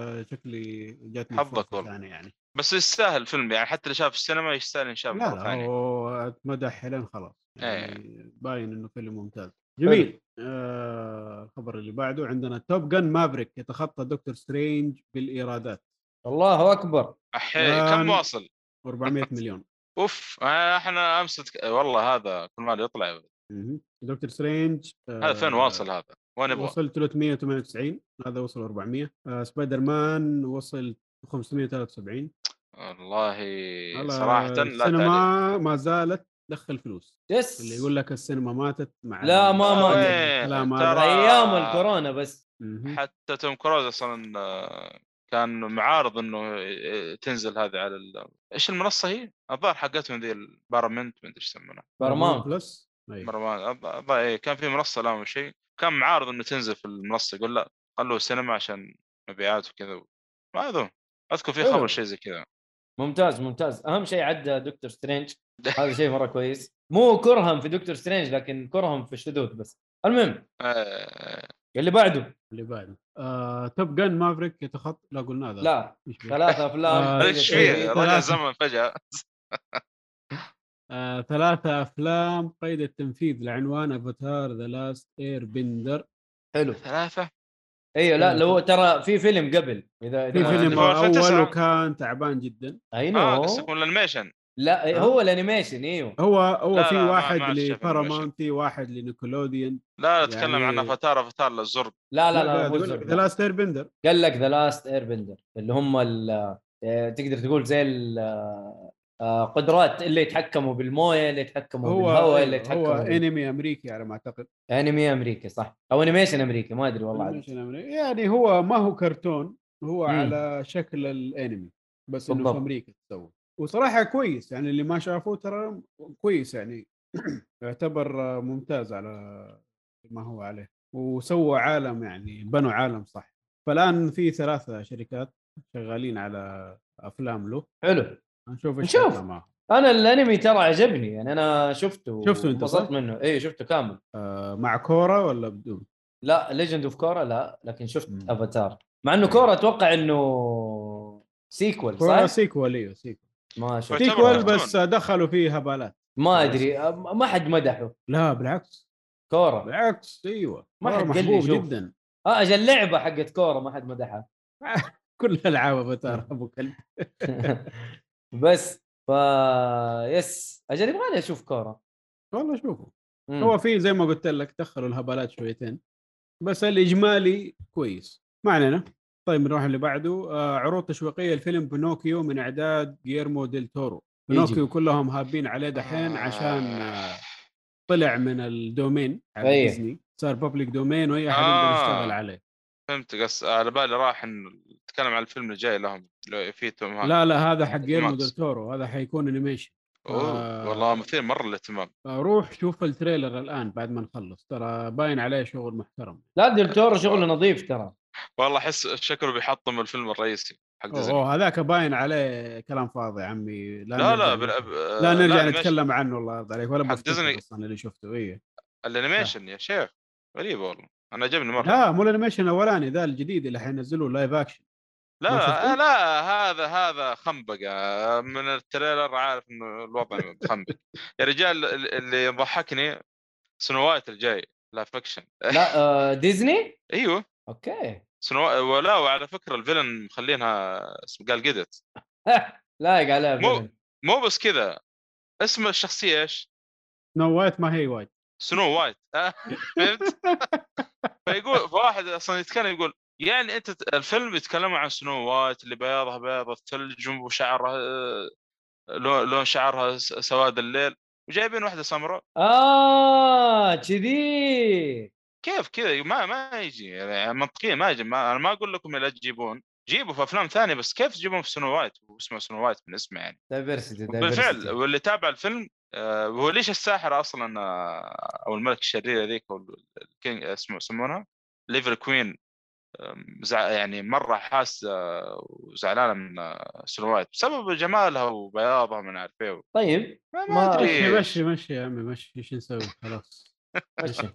Speaker 4: فشكلي جاتني
Speaker 3: إيه. حظك
Speaker 4: فرصة
Speaker 3: والله.
Speaker 4: ثانية يعني
Speaker 3: بس يستاهل الفيلم يعني حتى اللي شاف السينما يستاهل ان شاف
Speaker 4: لا
Speaker 3: مره
Speaker 4: لا
Speaker 3: ثانيه
Speaker 4: هو اتمدح لين خلاص
Speaker 3: إيه.
Speaker 4: يعني باين انه فيلم ممتاز
Speaker 2: حلو.
Speaker 4: جميل آه، الخبر اللي بعده عندنا توب جن مافريك يتخطى دكتور سترينج بالايرادات
Speaker 2: الله اكبر
Speaker 3: أحي- كم
Speaker 4: يعني-
Speaker 3: واصل؟
Speaker 4: 400 مليون
Speaker 3: اوف آه، احنا امس أتك- والله هذا كل ما يطلع
Speaker 4: مهم. دكتور سترينج
Speaker 3: هذا فين واصل هذا؟ وين يبغى؟
Speaker 4: آه، وصل 398 هذا وصل 400 آه، سبايدر مان وصل 573
Speaker 3: والله
Speaker 4: على
Speaker 3: صراحه لا تعليق.
Speaker 4: السينما ما زالت تدخل فلوس
Speaker 2: يس
Speaker 4: اللي يقول لك السينما ماتت مع
Speaker 2: لا، ما
Speaker 4: ال-
Speaker 2: ماتت.
Speaker 4: الكلام
Speaker 3: وين؟
Speaker 4: هذا.
Speaker 3: إيه، ترى-
Speaker 2: ايام الكورونا بس
Speaker 4: مهم.
Speaker 3: حتى توم كروز اصلا آه، كان معارض انه آه، تنزل هذه على ال... ايش المنصه هي؟ الظاهر حقتهم ذي البارمنت ما ادري ايش يسمونها
Speaker 2: برمان
Speaker 4: بلس أيوه. أي.
Speaker 3: برمان أب- أب- إيه، كان في منصه لهم أو شيء كان معارض انه تنزل في المنصه يقول لا خلوه سينما عشان مبيعات وكذا ما اظن اذكر في
Speaker 2: حلو.
Speaker 3: خبر شيء زي كذا
Speaker 2: ممتاز ممتاز اهم شيء عدى دكتور سترينج هذا شيء مره كويس مو كرهم في دكتور سترينج لكن كرهم في الشذوذ بس المهم
Speaker 3: آه،
Speaker 2: اللي بعده
Speaker 4: اللي بعده آه، توب جن مافريك يتخطى لا قلنا هذا
Speaker 2: لا
Speaker 4: إيش بيه؟
Speaker 2: ثلاث افلام
Speaker 4: آه،
Speaker 3: ايش
Speaker 4: إيه،
Speaker 3: فيه؟ رجع
Speaker 4: ثلاثة.
Speaker 3: الزمن فجاه
Speaker 4: آه، ثلاثة أفلام قيد التنفيذ لعنوان أفاتار ذا لاست إير بندر
Speaker 2: حلو
Speaker 3: ثلاثه
Speaker 2: ايوه لا لو ترى في فيلم قبل اذا
Speaker 4: في
Speaker 2: اذا
Speaker 3: آه،
Speaker 4: فيلم
Speaker 3: هو 2009.
Speaker 4: أول وكان تعبان جدا
Speaker 2: اي
Speaker 3: اه
Speaker 2: نو
Speaker 3: قصدك من الانيميشن
Speaker 2: لا إيه،
Speaker 4: آه.
Speaker 2: هو الانيميشن ايوه
Speaker 4: هو هو
Speaker 3: لا،
Speaker 4: في
Speaker 3: لا، ما-
Speaker 4: واحد
Speaker 3: ما أشوف
Speaker 4: لبارامون
Speaker 3: المشهد.
Speaker 4: في واحد لنيكولوديان
Speaker 3: لا لا اتكلم
Speaker 4: يعني-
Speaker 3: عن افاتار افاتار للزرق
Speaker 2: لا لا لا مو الزرق.
Speaker 4: ذا لاست إير بندر
Speaker 2: قال لك ذا لاست اير بندر اللي هم ال- آه، تقدر تقول زي ال- آه، قدرات اللي يتحكموا بالمويه اللي يتحكموا
Speaker 4: هو
Speaker 2: بالهواء اللي
Speaker 4: هو
Speaker 2: يتحكموا بال-
Speaker 4: انمي امريكي على ما اعتقد
Speaker 2: انمي امريكي صح او انيميشن امريكي ما ادري والله عاد.
Speaker 4: Animation أمريكي. يعني هو ما هو كرتون هو
Speaker 2: مم.
Speaker 4: على شكل الانمي بس انه
Speaker 2: بالضبط.
Speaker 4: في امريكا تسوى وصراحه كويس يعني اللي ما شافوه ترى كويس يعني يعتبر ممتاز على ما هو عليه وسووا عالم يعني بنوا عالم صح فالان في ثلاثه شركات شغالين على افلام له
Speaker 2: حلو
Speaker 4: نشوف ايش
Speaker 2: نشوف.
Speaker 4: حيطلع معه.
Speaker 2: انا الانمي ترى عجبني يعني انا شفته
Speaker 4: شفته أنت، صح؟
Speaker 2: انبسطت منه اي شفته كامل
Speaker 4: آه، مع كوره ولا بدون
Speaker 2: لا ليجند اوف كورا لا لكن شفت
Speaker 4: مم.
Speaker 2: افاتار مع انه كوره اتوقع انه سيكول
Speaker 4: كورا
Speaker 2: صح؟
Speaker 4: سيكول ايوه سيكول
Speaker 2: ما شفت
Speaker 3: يعتبر
Speaker 4: سيكول
Speaker 3: كرتون.
Speaker 4: بس دخلوا فيه هبالات
Speaker 2: ما ادري أم- ما حد مدحه
Speaker 4: لا بالعكس
Speaker 2: كوره
Speaker 4: بالعكس ايوه
Speaker 2: ما
Speaker 4: مرة
Speaker 2: حد قال لي
Speaker 4: محبوب
Speaker 2: شوف.
Speaker 4: جدا
Speaker 2: اه اجل لعبه حقت كوره ما حد مدحها
Speaker 4: كل العاب افاتار ابو كلب
Speaker 2: بس ف يس اجل يبغى لي اشوف كوره
Speaker 4: والله شوفوا
Speaker 2: مم.
Speaker 4: هو في زي ما قلت لك دخلوا الهبالات شويتين بس الاجمالي كويس ما علينا طيب نروح اللي بعده آه عروض تشويقيه الفيلم بنوكيو من اعداد جيرمو ديل تورو بنوكيو كلهم هابين عليه دحين عشان آه، طلع من الدومين على
Speaker 2: أيه.
Speaker 4: ديزني صار بابليك دومين واي احد يقدر
Speaker 3: آه.
Speaker 4: يشتغل عليه
Speaker 3: فهمت قص على بالي راح انه تتكلم عن الفيلم الجاي لهم لو في توم هانكس
Speaker 4: لا لا هذا حق جيرمو
Speaker 3: ماكس.
Speaker 4: ديل تورو هذا حيكون انيميشن آه.
Speaker 3: اوه والله مثير مره للاهتمام
Speaker 4: روح شوف التريلر الان بعد ما نخلص ترى باين عليه شغل محترم
Speaker 2: لا ديل تورو شغله نظيف ترى
Speaker 3: والله احس شكله بيحطم الفيلم الرئيسي حق
Speaker 4: أوه،
Speaker 3: ديزني
Speaker 4: اوه هذاك باين عليه كلام فاضي يا عمي لا
Speaker 3: لا لا
Speaker 4: نرجع
Speaker 3: بال... ب-
Speaker 4: لا نرجع
Speaker 3: الأنيميشن-
Speaker 4: نتكلم عنه الله يرضى عليك ولا
Speaker 3: حق
Speaker 4: بفتكر
Speaker 3: ديزني.
Speaker 4: اصلا اللي شفته ايه
Speaker 3: الانيميشن يا شيخ غريب والله انا عجبني مره
Speaker 4: لا مو الانيميشن الاولاني ذا الجديد اللي حينزلوه لايف اكشن
Speaker 3: لا
Speaker 4: ما شفته؟
Speaker 3: لا, لا هذا هذا خنبقه من التريلر عارف انه الوضع مخنبق يا رجال ال- اللي ضحكني سنو وايت الجاي لا فكشن
Speaker 2: لا آه ديزني
Speaker 3: ايوه
Speaker 2: اوكي
Speaker 3: سنو ولا وعلى فكره الفيلن مخلينها اسم قال جدت
Speaker 2: لايق عليها
Speaker 3: مو-
Speaker 2: فيلم.
Speaker 3: مو بس كذا اسم الشخصيه ايش؟
Speaker 4: نو وايت ما هي وايت
Speaker 3: سنو وايت آه، فهمت؟ فيقول فواحد اصلا يتكلم يقول يعني انت ت- الفيلم يتكلموا عن سنو وايت اللي بياضها بياض الثلج وشعرها آه، لون لون شعرها س- سواد الليل وجايبين واحده سمراء
Speaker 2: اه كذي
Speaker 3: كيف كذا ما ما يجي يعني منطقيا ما يجي ما انا ما اقول لكم لا تجيبون جيبوا في افلام ثانيه بس كيف تجيبون في سنو وايت واسمه سنو وايت من اسمه يعني
Speaker 2: دايفرسيتي
Speaker 3: بالفعل واللي تابع الفيلم آه، هو ليش الساحره اصلا آه، او الملك الشرير هذيك او ال- الكينج آه، اسمه يسمونها ليفر كوين آم، زع- يعني مره حاسه وزعلانه من آه، سنو وايت بسبب جمالها وبياضها من عارف ايه
Speaker 2: طيب
Speaker 3: ما,
Speaker 2: ما-
Speaker 3: ما ادري
Speaker 4: مشي
Speaker 3: إيش.
Speaker 4: مشي مشي يا عمي مشي ايش نسوي خلاص
Speaker 2: ماشي.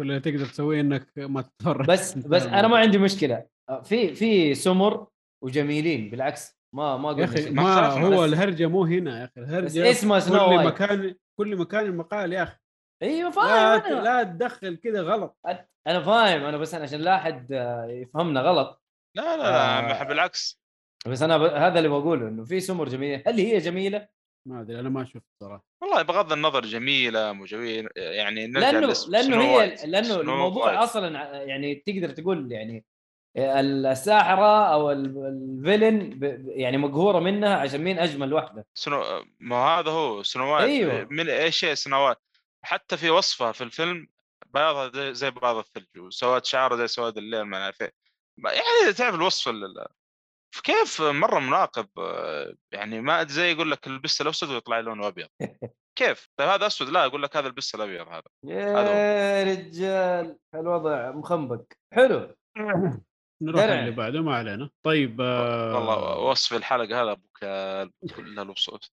Speaker 4: كل اللي تقدر تسويه انك ما تتفرج
Speaker 2: بس بس انا ما عندي مشكله في في سمر وجميلين بالعكس ما ما
Speaker 4: يا
Speaker 2: قلنا
Speaker 4: اخي
Speaker 2: شيء.
Speaker 3: ما
Speaker 4: ما
Speaker 3: اختلفنا
Speaker 4: هو
Speaker 2: بس-
Speaker 4: الهرجه مو هنا يا اخي
Speaker 2: بس
Speaker 4: الهرجه
Speaker 2: اسمه سنو
Speaker 4: كل
Speaker 2: وايت
Speaker 4: مكان كل مكان المقال يا اخي
Speaker 2: ايوه
Speaker 4: لا
Speaker 2: فاهم
Speaker 4: ت-
Speaker 2: انا
Speaker 4: لا تدخل كذا غلط
Speaker 2: انا فاهم انا بس انا عشان لا احد آه، يفهمنا غلط
Speaker 3: لا لا لا
Speaker 2: آه.
Speaker 3: بالعكس
Speaker 2: بس انا ب... هذا اللي بقوله انه في سمر جميله هل هي جميله؟
Speaker 4: ما ادري انا ما شفت صراحه
Speaker 3: والله بغض النظر جميله مجوية يعني نرجع
Speaker 2: لانه
Speaker 3: لاسم
Speaker 2: لانه
Speaker 3: سنو
Speaker 2: هي
Speaker 3: وايت.
Speaker 2: لانه
Speaker 3: سنو
Speaker 2: الموضوع
Speaker 3: وايت.
Speaker 2: اصلا ع- يعني تقدر تقول يعني الساحره او ال- الفيلن ب- يعني مقهوره منها عشان مين اجمل واحده
Speaker 3: سنو ما هذا هو سنوات
Speaker 2: أيوة.
Speaker 3: من اي شيء سنوات حتى في وصفها في الفيلم بياضها زي- زي بياض الثلج وسواد شعره زي سواد الليل ما أنا عارف إيه. ما- يعني تعرف الوصف ال- ال- كيف مره مناقب آه، يعني ما أدري، زي يقول لك البس الاسود ويطلع لونه ابيض كيف؟ طيب هذا اسود لا اقول لك هذا البس الابيض هذا
Speaker 2: يا رجال الوضع مخنبق حلو
Speaker 4: نروح
Speaker 2: درع.
Speaker 4: اللي بعده ما علينا طيب آه،
Speaker 3: والله وصف الحلقه هذا ابو كلب كل الوصف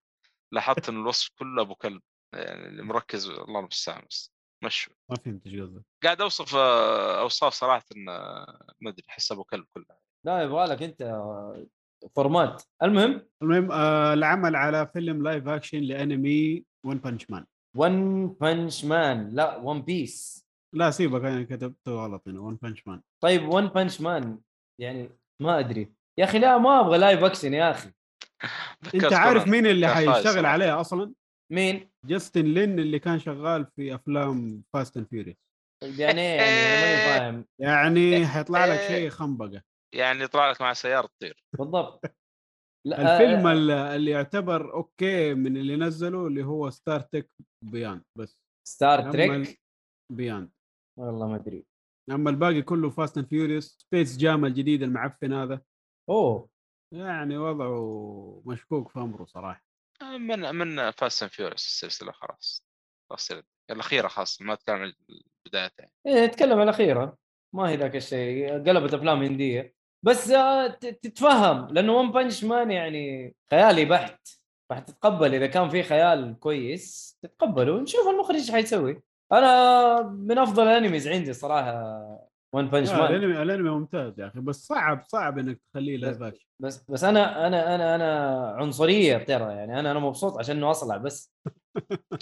Speaker 3: لاحظت ان الوصف كله ابو كلب يعني اللي مركز الله المستعان بس مشوا
Speaker 4: ما فهمت ايش قصدك
Speaker 3: قاعد اوصف آه، اوصاف صراحه آه، ما ادري احس ابو كلب كلها
Speaker 2: لا يبغى لك انت فورمات المهم
Speaker 4: المهم آه العمل على فيلم لايف اكشن لانمي ون بانش مان
Speaker 2: ون بانش مان لا ون بيس
Speaker 4: لا سيبك انا كتبته غلط هنا ون بانش مان
Speaker 2: طيب ون بانش مان يعني ما ادري يا اخي لا ما ابغى لايف اكشن يا اخي
Speaker 4: انت
Speaker 3: تذكرت
Speaker 4: عارف
Speaker 3: كونان.
Speaker 4: مين اللي
Speaker 3: كان خايس
Speaker 4: حيشتغل
Speaker 3: صراحة.
Speaker 4: عليه اصلا؟
Speaker 2: مين؟
Speaker 4: جاستن لين اللي كان شغال في افلام فاست اند فيوريس
Speaker 2: طيب يعني إيه يعني أنا ماني فاهم إيه،
Speaker 4: يعني حيطلع لك شيء خنبقه
Speaker 3: يعني يطلع لك مع سياره تطير
Speaker 2: بالضبط لا
Speaker 4: الفيلم
Speaker 2: آه،
Speaker 4: ال- اللي يعتبر اوكي من اللي نزله اللي هو ستار تك بياند بس
Speaker 2: ستار
Speaker 4: أما ال-
Speaker 2: تريك
Speaker 4: بياند
Speaker 2: والله ما ادري
Speaker 4: اما الباقي كله فاست اند فيوريوس سبيس جام الجديد المعفن هذا
Speaker 2: اوه
Speaker 4: يعني وضعه مشكوك في امره صراحه
Speaker 3: من من فاست اند فيوريوس السلسله خلاص خلاص يلا. الاخيره خاصه ما اتكلم عن البدايه يعني.
Speaker 2: إيه نتكلم على الاخيره ما هي ذاك الشيء قلبت افلام هنديه بس آه، ت- تتفهم لانه ون بنش مان يعني خيالي بحت فحتتقبل اذا كان في خيال كويس تتقبله ونشوف المخرج ايش حيسوي انا من افضل الانميز عندي صراحه ون بنش
Speaker 4: لا،
Speaker 2: مان
Speaker 4: الانمي الانمي آه، ممتاز يا اخي بس صعب صعب انك تخليه لايف اكشن
Speaker 2: بس بس انا انا انا انا عنصريه ترى يعني انا انا مبسوط عشان انه اصلع بس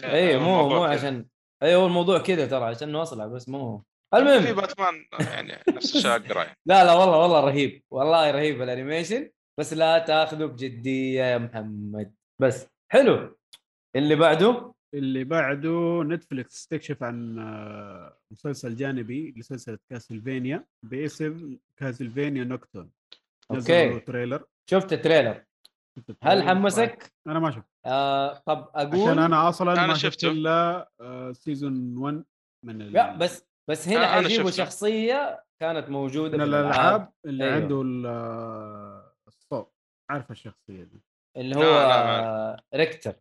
Speaker 2: اي إيه، مو مو
Speaker 3: إيه، يعني الموضوع كذا.
Speaker 2: عشان اي هو الموضوع كذا ترى عشان انه اصلع بس مو
Speaker 3: إيه، في
Speaker 2: المهم
Speaker 3: باتمان يعني نفس الشيء اقرا يعني.
Speaker 2: لا لا والله والله رهيب والله رهيب الانيميشن بس لا تاخذه بجديه يا محمد بس حلو اللي بعده
Speaker 4: اللي بعده نتفلكس تكشف عن آه، مسلسل جانبي لسلسله كاسلفينيا باسم كاسلفينيا نوكتون
Speaker 2: اوكي
Speaker 4: تريلر
Speaker 2: شفت التريلر هل حمسك؟
Speaker 4: انا ما شفت
Speaker 2: آه طب اقول
Speaker 4: طيب. عشان انا اصلا
Speaker 3: أنا
Speaker 4: ما شفت
Speaker 3: شفته.
Speaker 4: الا سيزون 1 من ال-
Speaker 2: لا بس بس هنا
Speaker 3: آه، أنا
Speaker 2: حيجيبوا
Speaker 3: شفته.
Speaker 2: شخصيه كانت موجوده
Speaker 4: من
Speaker 2: في
Speaker 4: الالعاب اللي
Speaker 2: أيوه.
Speaker 4: أيوه. عنده ال- آه، الصوت عارف الشخصيه دي
Speaker 2: اللي
Speaker 3: لا،
Speaker 2: هو
Speaker 3: لا،
Speaker 2: ريكتر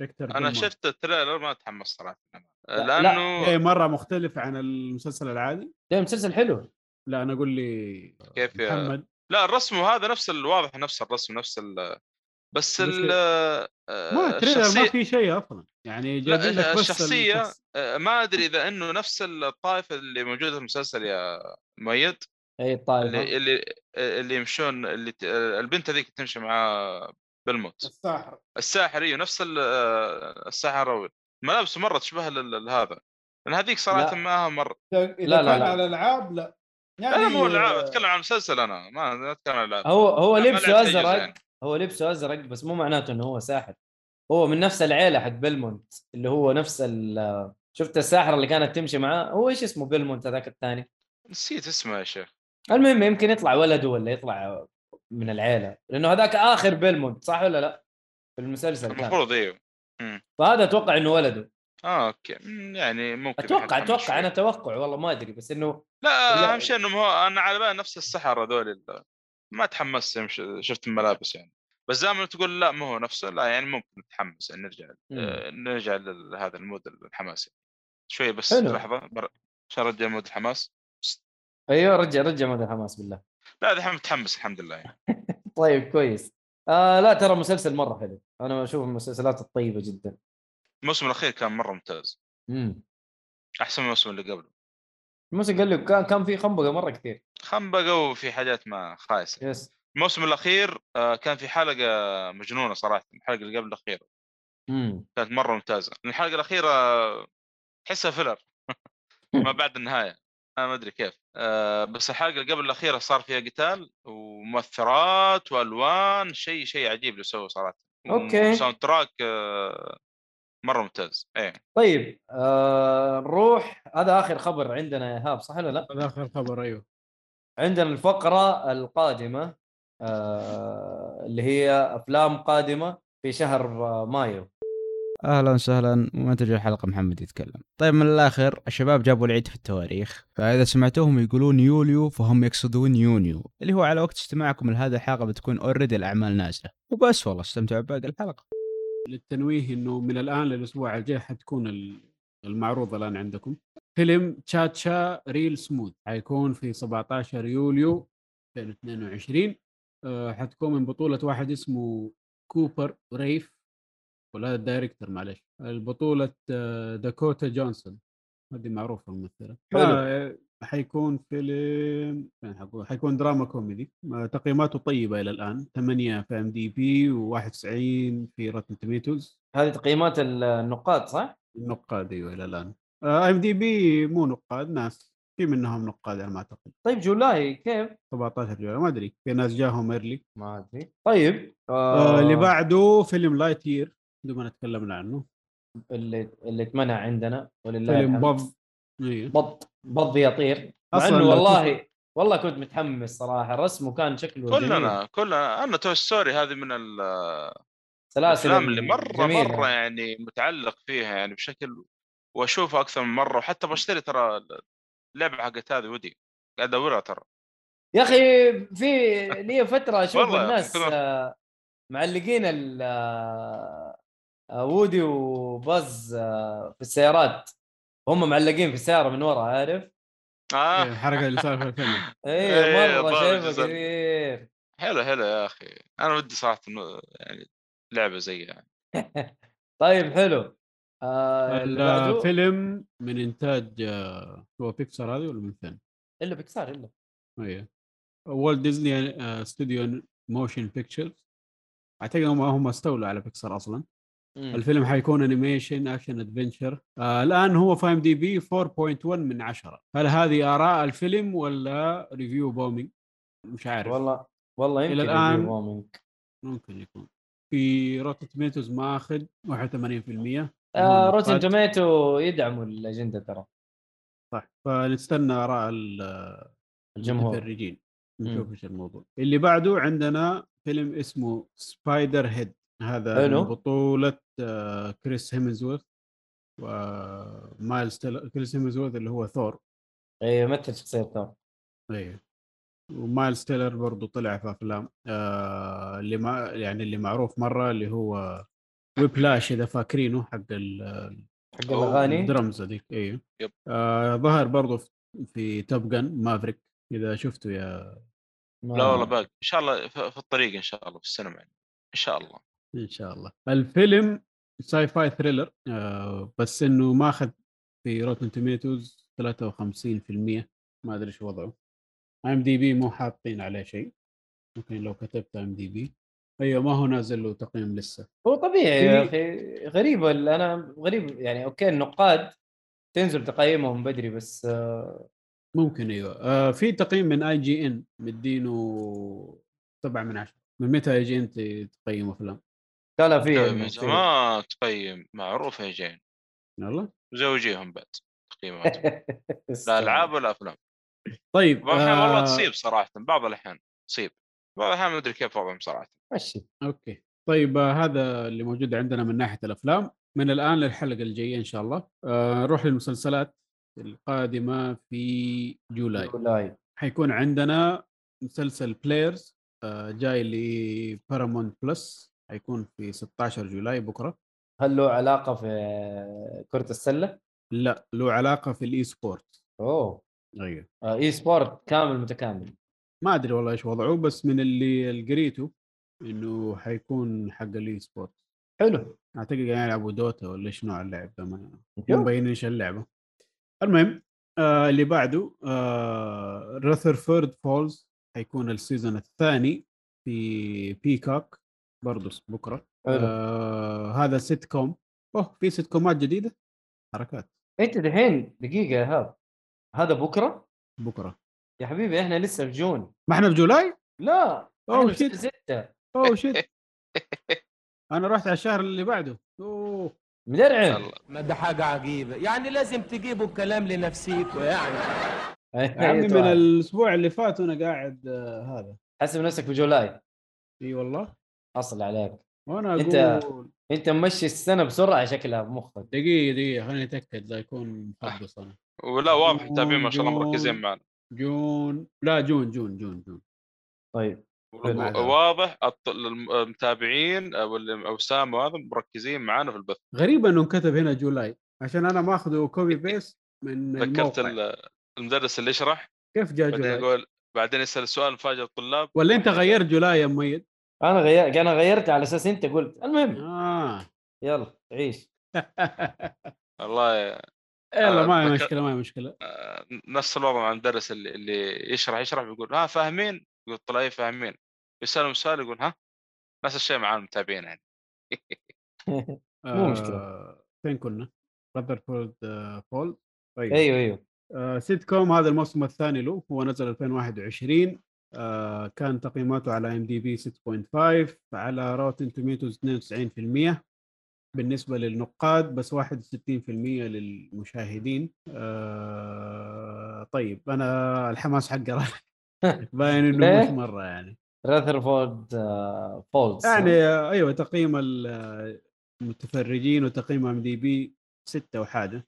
Speaker 4: ريكتر
Speaker 3: انا
Speaker 4: دومار.
Speaker 3: شفت التريلر ما اتحمس صراحه
Speaker 2: لا.
Speaker 3: لانه
Speaker 4: اي مره إيه، مختلف عن المسلسل العادي
Speaker 2: ده مسلسل حلو
Speaker 4: لا انا اقول لي
Speaker 3: كيف يا-
Speaker 4: محمد
Speaker 3: لا الرسم هذا نفس الواضح نفس الرسم نفس ال بس ال
Speaker 4: ما
Speaker 3: آه،
Speaker 4: تريلر ما
Speaker 3: الشخصية
Speaker 4: في شيء اصلا يعني
Speaker 3: لا،
Speaker 4: جايبين لك بس
Speaker 3: الشخصية-
Speaker 4: الشخص.
Speaker 3: آه، ما ادري اذا انه نفس الطائفة اللي موجودة في المسلسل يا مؤيد
Speaker 2: اي الطائفه
Speaker 3: اللي اللي اللي يمشون اللي ت- البنت هذيك تمشي مع بالموت
Speaker 4: الساحر
Speaker 3: الساحر ايوه نفس ال- آه، الساحر أول. ملابسه مره تشبه لل- لل- هذا لان هذيك صراحه
Speaker 2: لا.
Speaker 3: ما مره
Speaker 4: اذا
Speaker 2: لا، لا، كان لا. على
Speaker 4: الالعاب لا يعني
Speaker 3: لا لا مو العاب اتكلم عن مسلسل انا ما ما اتكلم عن العاب
Speaker 2: هو هو
Speaker 3: لا، ما
Speaker 2: لبسه
Speaker 3: لعبت أي جزء
Speaker 2: ازرق
Speaker 3: يعني.
Speaker 2: هو لبسه ازرق بس مو معناته انه هو ساحر هو من نفس العيله حق بيلمونت اللي هو نفس ال- شفت الساحره اللي كانت تمشي معاه هو ايش اسمه بيلمونت هذاك الثاني
Speaker 3: نسيت اسمه يا شيخ
Speaker 2: المهم يمكن يطلع ولده ولا يطلع من العيله لانه هذاك اخر بيلمونت صح ولا لا في المسلسل كان
Speaker 3: المفروض ايوه
Speaker 2: فهذا اتوقع انه ولده
Speaker 3: اه اوكي مم، يعني ممكن
Speaker 2: اتوقع
Speaker 3: أحد يتحمل
Speaker 2: اتوقع
Speaker 3: شوي.
Speaker 2: انا توقع والله ما ادري بس انه
Speaker 3: لا
Speaker 2: لا.
Speaker 3: اهم شيء انهم هو انا على بالي نفس السحر هذول ال- ما تحمست يوم ش- شفت الملابس يعني بس دائما تقول لا ما هو نفسه لا يعني ممكن نتحمس يعني نرجع آه، نرجع لهذا المود الحماسي شوي بس
Speaker 2: حلو.
Speaker 3: لحظه بر... عشان ارجع مود الحماس
Speaker 2: ايوه رجع رجع مدى الحماس بالله
Speaker 3: لا الحين متحمس الحمد لله يعني.
Speaker 2: طيب كويس آه لا ترى مسلسل مره حلو انا اشوف المسلسلات الطيبه جدا
Speaker 3: الموسم الاخير كان مره ممتاز
Speaker 2: امم
Speaker 4: إمم.
Speaker 3: احسن من الموسم اللي قبله
Speaker 2: الموسم قال له كان كان في خنبقه مره كثير
Speaker 3: خنبقه وفي حاجات ما خايسه
Speaker 2: يس
Speaker 3: الموسم الاخير آه، كان في حلقه مجنونه صراحه الحلقه اللي قبل الاخيره
Speaker 4: إمم.
Speaker 2: امم
Speaker 3: كانت مره ممتازه الحلقه الاخيره تحسها فيلر
Speaker 2: إمم.
Speaker 3: ما بعد النهايه انا ما ادري كيف آه، بس الحلقه اللي قبل الاخيره صار فيها قتال ومؤثرات والوان شيء شيء عجيب اللي سووه صراحه
Speaker 2: أوكي.
Speaker 3: وساوند تراك آه، مره ممتاز ايه
Speaker 2: طيب آه نروح هذا اخر خبر عندنا يا هاب صح ولا لا؟
Speaker 4: هذا اخر خبر ايوه
Speaker 2: عندنا الفقره القادمه آه اللي هي افلام قادمه في شهر آه، مايو
Speaker 5: اهلا وسهلا منتج الحلقه محمد يتكلم طيب من الاخر الشباب جابوا العيد في التواريخ فاذا سمعتوهم يقولون يوليو فهم يقصدون يونيو اللي هو على وقت استماعكم لهذه الحلقه بتكون اوريدي الاعمال نازله وبس والله استمتعوا بباقي الحلقه
Speaker 4: للتنويه انه من الان للاسبوع الجاي حتكون ال- المعروضه الان عندكم فيلم تشاتشا ريل سموث حيكون في 17 يوليو 2022 آه، حتكون من بطوله واحد اسمه كوبر ريف ولا الدايركتور معلش البطولة آه، داكوتا جونسون هذه معروفة الممثلة
Speaker 2: حلو.
Speaker 4: آه، حيكون فيلم فين حقول؟ حيكون دراما كوميدي آه، تقييماته طيبة إلى الآن 8 في ام دي بي و91 في راتن توميتوز
Speaker 2: هذه تقييمات النقاد صح؟
Speaker 4: النقاد ايوه الى الان ام دي بي مو نقاد ناس في منهم نقاد انا ما اعتقد
Speaker 2: طيب جولاي كيف؟
Speaker 4: 17 جولاي ما ادري في ناس جاهم ايرلي
Speaker 2: ما ادري طيب
Speaker 4: آه اللي بعده فيلم لايت يير بدون ما تكلمنا عنه
Speaker 2: اللي اللي اتمنع عندنا ولله
Speaker 4: فيلم
Speaker 2: الحمد.
Speaker 4: بض إيه.
Speaker 2: بط بط يطير مع
Speaker 4: أصلاً
Speaker 2: انه
Speaker 4: لو
Speaker 2: والله والله كنت متحمس صراحه رسمه كان شكله جميل.
Speaker 3: كلنا كلنا انا توي ستوري هذه من ال-
Speaker 2: سلاسل
Speaker 3: الافلام اللي مره
Speaker 2: جميلة.
Speaker 3: مره يعني متعلق فيها يعني بشكل واشوفها اكثر من مره وحتى بشتري ترى اللعبه حقت هذه ودي قاعد ادورها ترى
Speaker 2: يا اخي في لي فتره اشوف
Speaker 3: والله
Speaker 2: الناس
Speaker 3: كلنا-
Speaker 2: آه، معلقين ال آه، آه، وودي وباز آه، في السيارات هم معلقين في السياره من ورا عارف؟ آه.
Speaker 4: إيه،
Speaker 3: اه
Speaker 4: الحركه اللي صار في الفيلم
Speaker 2: اي
Speaker 3: إيه،
Speaker 2: مره
Speaker 3: ضارب
Speaker 2: شايفه
Speaker 3: جزر.
Speaker 2: كثير
Speaker 3: حلو حلو يا اخي انا ودي صراحه إنه يعني لعبه زي يعني.
Speaker 2: طيب حلو آه اللي بعده
Speaker 4: الفيلم من انتاج آه، هو بيكسر هذه ولا من فين؟
Speaker 2: الا بيكسار الا
Speaker 4: ايوه والت ديزني آه، استوديو موشن بيكتشرز اعتقد هم هم استولوا على بيكسر اصلا الفيلم حيكون انيميشن اكشن ادفنشر آه الان هو في ام دي بي 4.1 من 10 هل هذه اراء الفيلم ولا ريفيو بومينج مش عارف
Speaker 2: والله والله يمكن
Speaker 4: إلى الآن-
Speaker 2: يجيبوها منك.
Speaker 4: ممكن يكون في روتن توميتوز ماخذ 81%
Speaker 2: آه
Speaker 4: هم
Speaker 2: روتن
Speaker 4: قد-
Speaker 2: توميتو يدعموا الاجنده ترى
Speaker 4: صح فنستنى اراء ال-
Speaker 2: الجمهور
Speaker 4: المتفرجين نشوف ايش الموضوع اللي بعده عندنا فيلم اسمه سبايدر هيد هذا
Speaker 2: حلو.
Speaker 4: من بطولة آه، كريس هيمزورث ومايلز تيلر كريس هيمزورث اللي هو ثور
Speaker 2: اي إيه، يمثل شخصيه ثور
Speaker 4: ايه ومايلز تيلر برضو طلع في افلام آه اللي ما يعني اللي معروف مره اللي هو ويبلاش اذا فاكرينه حق ال-
Speaker 2: حق
Speaker 3: أوه.
Speaker 2: الاغاني
Speaker 4: الدرمز هذيك ايه
Speaker 3: يب.
Speaker 4: آه ظهر برضو في- في توب جن مافريك اذا شفته يا
Speaker 2: ما-
Speaker 3: لا والله باقي ان شاء الله في في الطريق ان شاء الله في السينما يعني ان شاء الله
Speaker 4: ان شاء الله الفيلم ساي فاي ثريلر آه بس انه ماخذ في روتن توميتوز 53% ما ادري شو وضعه ام دي بي مو حاطين عليه شيء ممكن لو كتبت ام دي بي ايوه ما هو نازل له تقييم لسه
Speaker 2: هو طبيعي يا
Speaker 4: في-
Speaker 2: اخي غريب ال- انا غريب يعني اوكي النقاد تنزل تقييمهم بدري بس آه،
Speaker 4: ممكن ايوه آه في تقييم من اي جي ان مدينه 7 من 10 من متى اي جي ان تقيم افلام؟
Speaker 2: لا لا في
Speaker 3: من
Speaker 2: علمه، في-
Speaker 3: زمان تقيم معروف يا جين
Speaker 4: يلا
Speaker 3: زوجيهم بعد تقييمات لا العاب ولا افلام
Speaker 4: طيب
Speaker 3: بعض الاحيان والله تصيب صراحه بعض الاحيان تصيب بعض الاحيان ما ادري كيف وضعهم صراحه
Speaker 2: ماشي
Speaker 4: اوكي طيب آه، هذا اللي موجود عندنا من ناحيه الافلام من الان للحلقه الجايه ان شاء الله آه، نروح للمسلسلات القادمه في جولاي
Speaker 2: جولاي
Speaker 4: حيكون عندنا مسلسل بلايرز جاي لبارامون بلس حيكون في 16 جولاي بكره
Speaker 2: هل له علاقه في كره السله؟
Speaker 4: لا له علاقه في الاي سبورت
Speaker 2: اوه
Speaker 4: ايوه
Speaker 2: آه، اي سبورت كامل متكامل
Speaker 4: ما ادري والله ايش وضعه بس من اللي اللي قريته انه حيكون حق الاي سبورت
Speaker 2: حلو
Speaker 4: اعتقد قاعدين يلعبوا دوتا ولا ايش نوع اللعب ده ما مو
Speaker 2: شوف.
Speaker 4: مبين ايش اللعبه المهم آه اللي بعده آه رثرفورد فولز حيكون السيزون الثاني في بيكوك برضه بكره
Speaker 2: حلو.
Speaker 4: آه هذا سيت كوم اوه في سيت كومات جديده حركات
Speaker 2: انت دحين دقيقه يا هاب هذا بكره؟
Speaker 4: بكره
Speaker 2: يا حبيبي احنا لسه في جون
Speaker 4: ما احنا في جولاي
Speaker 2: لا
Speaker 4: اوه
Speaker 2: احنا في
Speaker 4: شيت
Speaker 2: سته
Speaker 4: اوه شيت انا رحت على الشهر اللي بعده اوه
Speaker 2: مدرعم
Speaker 3: الله
Speaker 6: ما ده حاجة عجيبة يعني لازم تجيبوا الكلام لنفسيكوا يعني
Speaker 2: أيوة
Speaker 4: يا عمي من الاسبوع اللي فات وانا قاعد آه هذا
Speaker 2: طيب. حسب نفسك في جولاي
Speaker 4: اي والله
Speaker 2: اصل عليك
Speaker 4: وانا
Speaker 2: أنت-
Speaker 4: اقول
Speaker 2: انت ممشي السنه بسرعه شكلها بمخك
Speaker 4: دقيقة دقيقة خليني اتاكد لا يكون مخبص انا
Speaker 3: ولا واضح التابعين ما شاء الله مركزين معنا
Speaker 4: جون لا جون جون جون جون
Speaker 2: طيب
Speaker 4: معنا.
Speaker 3: واضح الط- الم- المتابعين او ال- او سام وهذا مركزين معانا في البث
Speaker 4: غريب انه انكتب هنا جولاي عشان انا ماخذه كوبي بيست من
Speaker 3: ذكرت
Speaker 4: الموقع.
Speaker 3: ال- المدرس اللي يشرح
Speaker 4: كيف جاء
Speaker 3: بعدين
Speaker 4: جولاي؟
Speaker 3: يقول بعدين يسال سؤال مفاجئ الطلاب
Speaker 4: ولا انت غيرت جولاي يا مميز؟
Speaker 2: انا غير انا غيرت على اساس انت قلت المهم
Speaker 4: اه
Speaker 2: يلا عيش
Speaker 3: الله ي-
Speaker 4: يلا ما هي
Speaker 3: آه، ذكر-
Speaker 4: مشكلة ما هي مشكلة
Speaker 3: آه، نفس الوضع مع المدرس اللي, اللي يشرح يشرح بيقول ها فاهمين؟ يقول طلاب فاهمين يسالهم سؤال يقول ها نفس الشيء مع المتابعين يعني
Speaker 2: مو مشكلة.
Speaker 4: آه، فين كنا؟ رذرفورد آه، فول طيب
Speaker 2: ايوه ايوه
Speaker 4: آه، سيت كوم هذا الموسم الثاني له هو نزل 2021 آه، كان تقييماته على ام دي بي 6.5 على روتن توميتوز 92% بالنسبة للنقاد بس 61% للمشاهدين آه، طيب أنا الحماس حقي راح. باين إنه
Speaker 2: ليه؟
Speaker 4: مش مرة يعني
Speaker 2: راثرفورد فولز
Speaker 4: يعني آه، أيوه تقييم ال- آه، المتفرجين وتقييم ام دي بي 6 وحاجة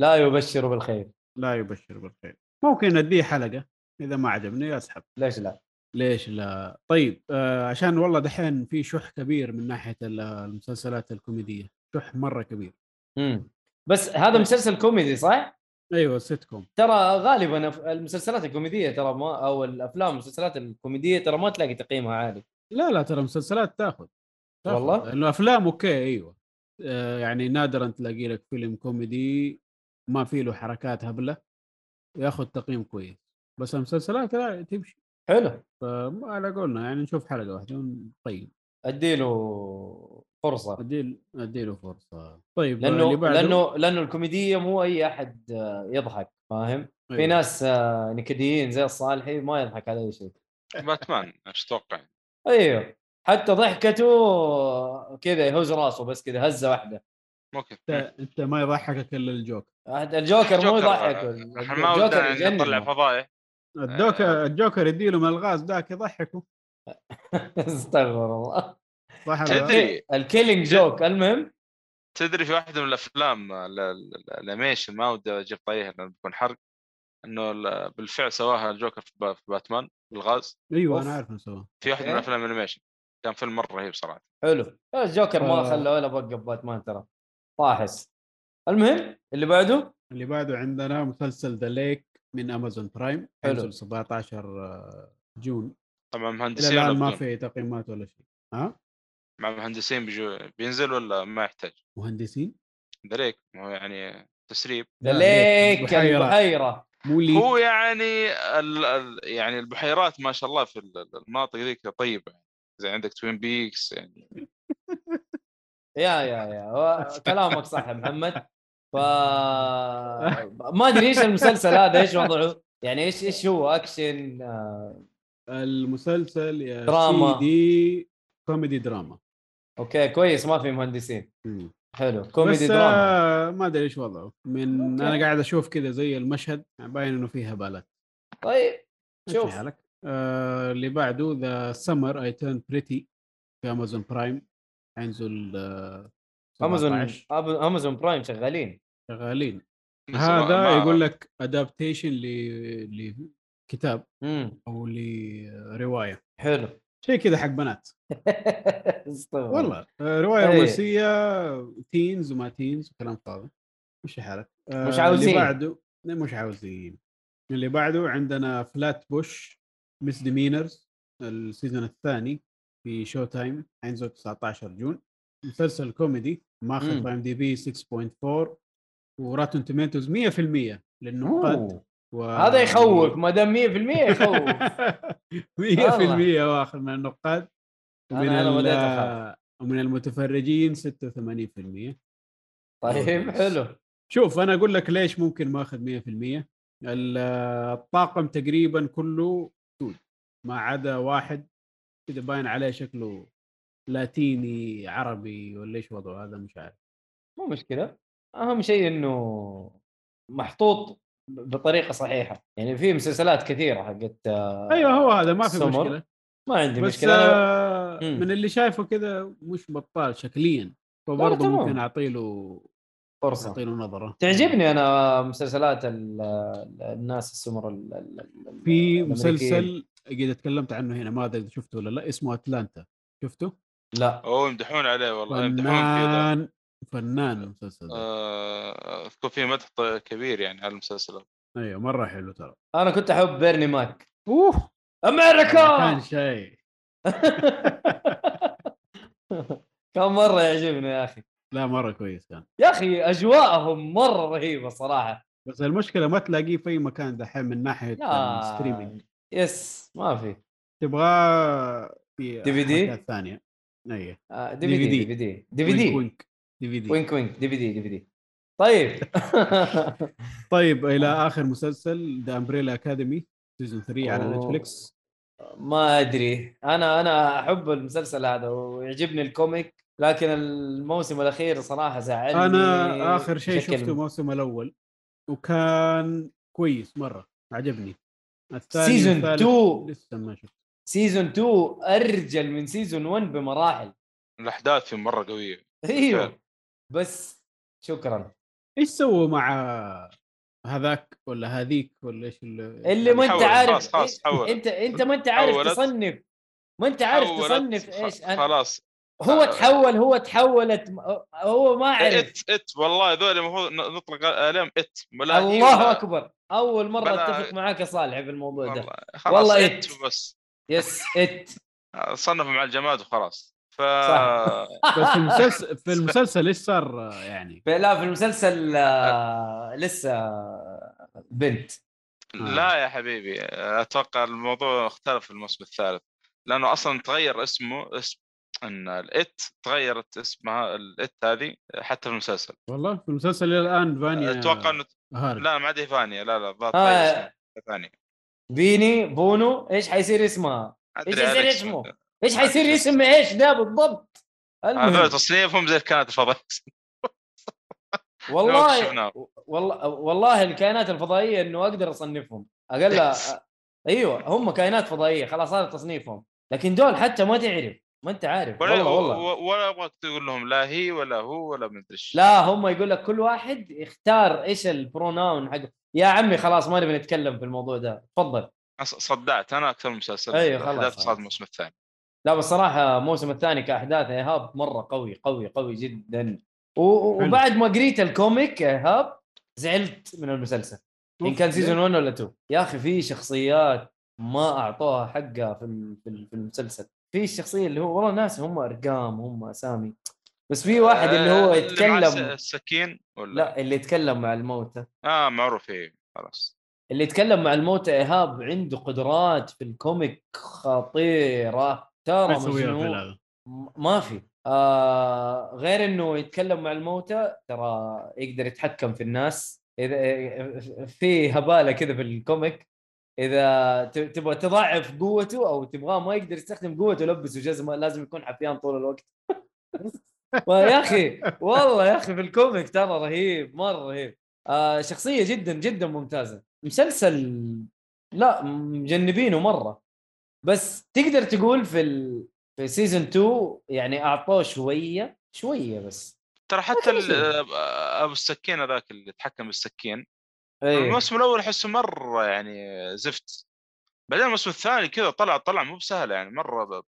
Speaker 2: لا يبشر بالخير
Speaker 4: لا يبشر بالخير ممكن أديه حلقة إذا ما عجبني أسحب
Speaker 2: ليش لا
Speaker 4: ليش لا طيب آه عشان والله دحين في شح كبير من ناحيه ال- المسلسلات الكوميديه شح مره كبير
Speaker 2: مم. بس هذا مسلسل كوميدي صح؟
Speaker 4: ايوه السيت كوم
Speaker 2: ترى غالبا أف- المسلسلات الكوميديه ترى ما او الافلام المسلسلات الكوميديه ترى ما تلاقي تقييمها عالي
Speaker 4: لا لا ترى مسلسلات تاخذ تاخذ.
Speaker 2: والله؟
Speaker 4: لانه افلام اوكي ايوه آه يعني نادرا تلاقي لك فيلم كوميدي ما في له حركات هبله ياخذ تقييم كويس بس المسلسلات لا تمشي
Speaker 2: حلو
Speaker 4: فما على قولنا يعني نشوف حلقه واحده ونقيم
Speaker 2: اديله فرصه
Speaker 4: اديله اديله فرصه طيب
Speaker 2: لانه
Speaker 4: اللي بعده
Speaker 2: لانه لانه الكوميديه مو اي احد آه، يضحك فاهم؟ في
Speaker 4: أيوه.
Speaker 2: ناس آه، نكديين زي الصالحي ما يضحك على اي شيء
Speaker 3: باتمان يعني. ايش تتوقع؟
Speaker 2: ايوه حتى ضحكته كذا يهز راسه بس كذا هزه واحده
Speaker 3: ممكن
Speaker 4: انت انت ما يضحكك الا الجوكر
Speaker 2: أحد- الجوكر مو يضحك
Speaker 3: آه، احنا ما ودنا
Speaker 2: يجنن.
Speaker 3: نطلع فضائح
Speaker 4: الجوكر الجوكر يديله من الغاز ذاك يضحكه
Speaker 2: استغفر الله
Speaker 4: صح ولا لا؟
Speaker 3: تدري
Speaker 2: الكيلينج جوك المهم
Speaker 3: تدري في واحده من الافلام ال- ال- ال- الانيميشن ما ودي اجيب طريقها لانه بيكون حرق انه ال- بالفعل سواها الجوكر في با- في باتمان بالغاز
Speaker 4: ايوه
Speaker 2: أوف.
Speaker 4: انا عارف نسواه
Speaker 3: في واحده من
Speaker 2: إيه؟
Speaker 3: الافلام الانيميشن كان فيلم مره رهيب صراحه
Speaker 2: حلو الجوكر ما
Speaker 4: آه.
Speaker 2: خلى ولا بقى باتمان ترى طاحس المهم اللي بعده
Speaker 4: اللي بعده عندنا مسلسل ذا ليك من امازون برايم
Speaker 2: حلو.
Speaker 4: حلو 17 آه، جون
Speaker 3: طبعا
Speaker 4: الى
Speaker 3: مهندسين
Speaker 4: الان
Speaker 3: ولا
Speaker 4: ما
Speaker 3: بدون؟
Speaker 4: في تقييمات ولا شيء ها
Speaker 3: مع مهندسين بيجو بينزل ولا ما يحتاج
Speaker 4: مهندسين
Speaker 3: دريك ما هو يعني تسريب
Speaker 2: ذا
Speaker 4: لا، ليك.
Speaker 2: ليك
Speaker 4: بحيرة.
Speaker 2: البحيره
Speaker 4: مو لي
Speaker 3: هو يعني ال... ال- يعني البحيرات ما شاء الله في ال- ال- المناطق ذيك طيبه زي عندك توين بيكس يعني
Speaker 2: يا يا يا هو كلامك صح يا محمد ف ما ادري ايش المسلسل هذا ايش وضعه يعني ايش ايش هو اكشن آه،
Speaker 4: المسلسل يا
Speaker 2: دراما.
Speaker 4: سيدي كوميدي دراما
Speaker 2: اوكي كويس ما في مهندسين
Speaker 4: مم.
Speaker 2: حلو
Speaker 4: بس
Speaker 2: كوميدي دراما
Speaker 4: آه، ما ادري ايش وضعه من انا قاعد اشوف كذا زي المشهد باين انه فيها بالات
Speaker 2: طيب
Speaker 4: ماشي
Speaker 2: شوف.
Speaker 4: حالك آه، اللي بعده ذا سمر اي تيرن بريتي في امازون برايم حينزل آه،
Speaker 2: امازون
Speaker 4: 17.
Speaker 2: أب- امازون برايم شغالين
Speaker 4: شغالين
Speaker 3: بس ما-
Speaker 4: هذا
Speaker 3: ما-
Speaker 4: يقول لك ادابتيشن ل لكتاب
Speaker 2: امم
Speaker 4: او لروايه
Speaker 2: حلو
Speaker 4: شيء كذا حق بنات
Speaker 2: استغرب.
Speaker 4: والله آه، روايه
Speaker 2: إيه.
Speaker 4: رومانسيه تينز وما تينز وكلام فاضي مش حالك آه،
Speaker 2: مش عاوزين.
Speaker 4: اللي بعده لا، مش عاوزين اللي بعده عندنا فلات بوش مس ديمينرز السيزون الثاني في شو تايم حينزل 19 جون مسلسل كوميدي ماخذ
Speaker 2: مم.
Speaker 4: ام دي بي 6.4 وراتن توميتوز 100% للنقاد
Speaker 2: أوه.
Speaker 4: و...
Speaker 2: طيب. هذا يخوف ما دام 100% يخوف
Speaker 4: 100% واخذ من النقاد
Speaker 2: أنا-
Speaker 4: ومن
Speaker 2: أنا
Speaker 4: ال-
Speaker 2: بديت أخاف.
Speaker 4: ومن المتفرجين 86%
Speaker 2: طيب حلو
Speaker 4: شوف انا اقول لك ليش ممكن ما اخذ 100% ال- الطاقم تقريبا كله سود ما عدا واحد كذا باين عليه شكله لاتيني عربي ولا ايش وضعه هذا مش عارف
Speaker 2: مو مشكله اهم شيء انه محطوط ب- بطريقه صحيحه يعني في مسلسلات كثيره حقت آه،
Speaker 4: ايوه هو هذا ما في
Speaker 2: سمر.
Speaker 4: مشكله
Speaker 2: ما عندي
Speaker 4: بس
Speaker 2: مشكله أنا-
Speaker 4: آه،
Speaker 2: مم.
Speaker 4: من اللي شايفه كذا مش بطال شكليا فبرضه
Speaker 2: تمام.
Speaker 4: ممكن اعطي له اعطي
Speaker 2: فرصه
Speaker 4: له نظره يعني.
Speaker 2: تعجبني انا مسلسلات ال- ال- الناس السمر ال- ال- ال- ال-
Speaker 4: في
Speaker 2: الأمريكيين.
Speaker 4: مسلسل قد تكلمت عنه هنا ما ادري إذا شفته ولا لا اسمه اتلانتا شفته؟
Speaker 2: لا
Speaker 3: اوه يمدحون عليه والله يمدحون فيه ذا.
Speaker 4: فنان فنان المسلسل ده.
Speaker 3: آه، اذكر فيه مدح ط- كبير يعني على المسلسل
Speaker 4: ايوه مره حلو ترى
Speaker 2: انا كنت احب بيرني ماك
Speaker 4: اوه يعني كان
Speaker 2: امريكا
Speaker 4: شيء
Speaker 2: كان مره يعجبني يا اخي
Speaker 4: لا مره كويس كان
Speaker 2: يا اخي اجواءهم مره رهيبه صراحه
Speaker 4: بس المشكله ما تلاقيه في اي مكان دحين من ناحيه
Speaker 2: لا.
Speaker 4: الستريمينج
Speaker 2: يس ما في
Speaker 4: تبغاه في
Speaker 2: دي في دي؟
Speaker 4: حركات ثانيه ايوه
Speaker 2: آه، دي في دي دي في دي دي في دي
Speaker 4: وينك وينك. دي في دي
Speaker 2: وينك وينك دي في دي دي في دي طيب
Speaker 4: طيب الى اخر مسلسل ذا امبريلا اكاديمي سيزون 3 على
Speaker 2: أوه.
Speaker 4: نتفلكس
Speaker 2: ما ادري انا انا احب المسلسل هذا ويعجبني الكوميك لكن الموسم الاخير صراحه زعلني
Speaker 4: انا اخر شيء
Speaker 2: بشكل-
Speaker 4: شفته الموسم الاول وكان كويس مره عجبني الثاني
Speaker 2: سيزون
Speaker 4: والثالث
Speaker 2: 2.
Speaker 4: لسه ما شفت
Speaker 2: سيزون 2 ارجل من سيزون 1 بمراحل
Speaker 3: الاحداث فيه مره قويه
Speaker 2: ايوه بس شكرا
Speaker 4: ايش سووا مع هذاك ولا هذيك ولا ايش اللي,
Speaker 2: اللي ما انت
Speaker 3: حول،
Speaker 2: عارف
Speaker 3: خلاص، خلاص، حول.
Speaker 2: انت انت ما انت عارف
Speaker 3: حولت.
Speaker 2: تصنف ما انت عارف
Speaker 3: حولت-
Speaker 2: تصنف
Speaker 3: خ-
Speaker 2: ايش أنا-
Speaker 3: خلاص
Speaker 2: هو تحول هو تحولت هو ما عرف
Speaker 3: ات ات والله هذول المفروض ن- نطلق الام ات ولا هي
Speaker 2: الله
Speaker 3: ولا-
Speaker 2: اكبر اول مره
Speaker 3: بلا-
Speaker 2: اتفق معاك يا صالح في الموضوع ده
Speaker 3: إيه، والله- خلاص
Speaker 2: والله
Speaker 3: ات
Speaker 2: إت.
Speaker 3: بس
Speaker 2: يس ات
Speaker 3: صنف مع الجماد وخلاص ف
Speaker 4: بس في المسلسل في المسلسل ايش صار يعني
Speaker 2: لا في المسلسل آه، لسه آه، بنت
Speaker 3: لا يا حبيبي اتوقع الموضوع اختلف في الموسم الثالث لانه اصلا تغير اسمه اسم ان الات تغيرت اسمها الات هذه حتى في المسلسل
Speaker 4: والله في المسلسل الى الان فانيا
Speaker 3: اتوقع انه
Speaker 4: هارب
Speaker 3: لا ما عاد هي فانيا لا لا ضابط
Speaker 2: آه.
Speaker 3: آه. فانيا
Speaker 2: بيني بونو ايش حيصير اسمها؟
Speaker 3: أدري
Speaker 2: إيش يصير
Speaker 3: عليك.
Speaker 2: اسمه؟ ايش حيصير اسم ايش ده بالضبط؟
Speaker 3: هذول
Speaker 2: المهم
Speaker 3: تصنيفهم زي الكائنات الفضائيه لو
Speaker 2: والله
Speaker 3: شفناه.
Speaker 2: والله والله الكائنات الفضائيه انه اقدر اصنفهم اقل أ- ايوه هم كائنات فضائيه خلاص هذا تصنيفهم لكن دول حتى ما تعرف ما انت عارف
Speaker 3: ولا
Speaker 2: والله والله
Speaker 3: و- ولا ابغاك تقول لهم لا هي ولا هو ولا مدري ايش
Speaker 2: لا هم يقول لك كل واحد يختار ايش البروناون حقه يا عمي خلاص ما نبي نتكلم في الموضوع ده تفضل
Speaker 3: أص- صدعت انا اكثر من مسلسل
Speaker 2: أيوة، خلاص،
Speaker 3: الاحداث
Speaker 2: خلاص.
Speaker 3: صارت الموسم الثاني
Speaker 2: لا بس صراحه الموسم الثاني كاحداث ايهاب مره قوي قوي قوي جدا و- و-
Speaker 4: حلو.
Speaker 2: وبعد ما قريت الكوميك يا ايهاب زعلت من المسلسل ان كان سيزون 1 ولا 2 يا اخي في شخصيات ما اعطوها حقها في ال- في ال- في المسلسل في الشخصيه اللي هو والله ناس هم ارقام هم اسامي بس في واحد اللي هو
Speaker 3: آه، معاه
Speaker 2: يتكلم
Speaker 3: الس- السكين ولا
Speaker 2: لا اللي يتكلم مع الموتى
Speaker 3: اه معروف ايه خلاص
Speaker 2: اللي يتكلم مع الموتى ايهاب عنده قدرات في الكوميك خطيره
Speaker 4: ما
Speaker 2: ترى
Speaker 4: يسويها في
Speaker 2: مجنون
Speaker 4: هذا
Speaker 2: م- ما في آه غير انه يتكلم مع الموتى ترى يقدر يتحكم في الناس اذا في هباله كذا في الكوميك اذا ت- تبغى تضاعف قوته او تبغاه ما يقدر يستخدم قوته لبسه جزمه لازم يكون حفيان طول الوقت يا اخي والله يا اخي في الكوميك ترى رهيب مره رهيب آه شخصيه جدا جدا ممتازه مسلسل لا مجنبينه مره بس تقدر تقول في ال... في سيزون 2 يعني اعطوه شويه شويه بس
Speaker 3: ترى حتى
Speaker 2: كان
Speaker 3: ال-
Speaker 2: يسوي.
Speaker 3: آه، ابو السكين هذاك اللي يتحكم بالسكين
Speaker 2: ايه
Speaker 3: الموسم الاول احسه مره يعني زفت بعدين الموسم الثاني كذا طلع طلع مو بسهل يعني مره ب-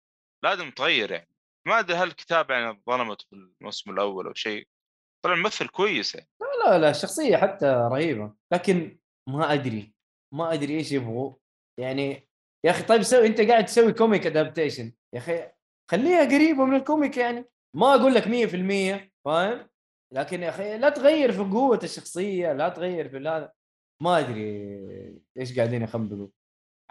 Speaker 3: لازم متغير يعني ما ادري هل الكتاب يعني ظلمت في الموسم الاول او شيء طلع ممثل كويس يعني
Speaker 2: لا لا شخصيه حتى رهيبه لكن ما ادري ما ادري ايش يبغوا يعني يا اخي طيب سوي انت قاعد تسوي كوميك ادابتيشن يا اخي خليها قريبه من الكوميك يعني ما اقول لك 100% فاهم لكن يا اخي لا تغير في قوه الشخصيه لا تغير في هذا ما ادري ايش قاعدين يخنبقوا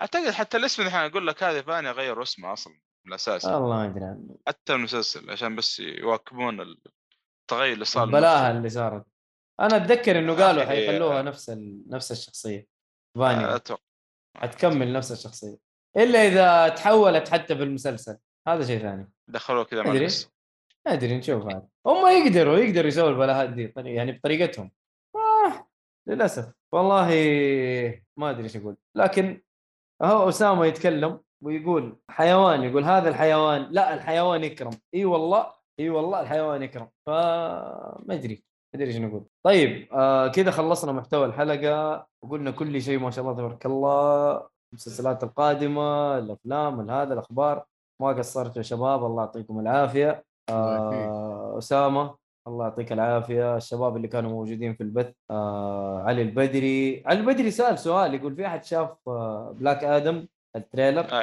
Speaker 3: اعتقد حتى الاسم الحين اقول لك هذه فاني غيروا اسمه اصلا من الاساس
Speaker 2: والله ما ادري عنه.
Speaker 3: حتى المسلسل عشان بس يواكبون التغير اللي صار
Speaker 2: البلاهه اللي صارت انا اتذكر انه قالوا
Speaker 3: أخي-
Speaker 2: حيخلوها نفس ال... نفس الشخصيه
Speaker 3: آه،
Speaker 2: فانيا
Speaker 3: اتوقع
Speaker 2: حتكمل نفس الشخصيه الا اذا تحولت حتى في المسلسل هذا شيء ثاني
Speaker 3: دخلوه كذا مع
Speaker 2: أدري.
Speaker 3: القصة.
Speaker 2: ما ادري نشوف هذا هم يقدروا يقدروا يسووا البلاهات دي طري- يعني بطريقتهم آه للاسف والله ما ادري ايش اقول لكن هو اسامه يتكلم ويقول حيوان يقول هذا الحيوان لا الحيوان يكرم اي والله اي والله الحيوان يكرم فما ادري ما ادري ايش نقول طيب آه كذا خلصنا محتوى الحلقه وقلنا كل شيء ما شاء الله تبارك الله المسلسلات القادمه الافلام هذا الاخبار ما قصرتوا يا شباب الله يعطيكم العافيه
Speaker 4: الله يعافيك.
Speaker 2: آه اسامه الله يعطيك العافيه الشباب اللي كانوا موجودين في البث آه علي البدري علي البدري سال سؤال يقول في احد شاف آه بلاك ادم التريلر
Speaker 3: آه،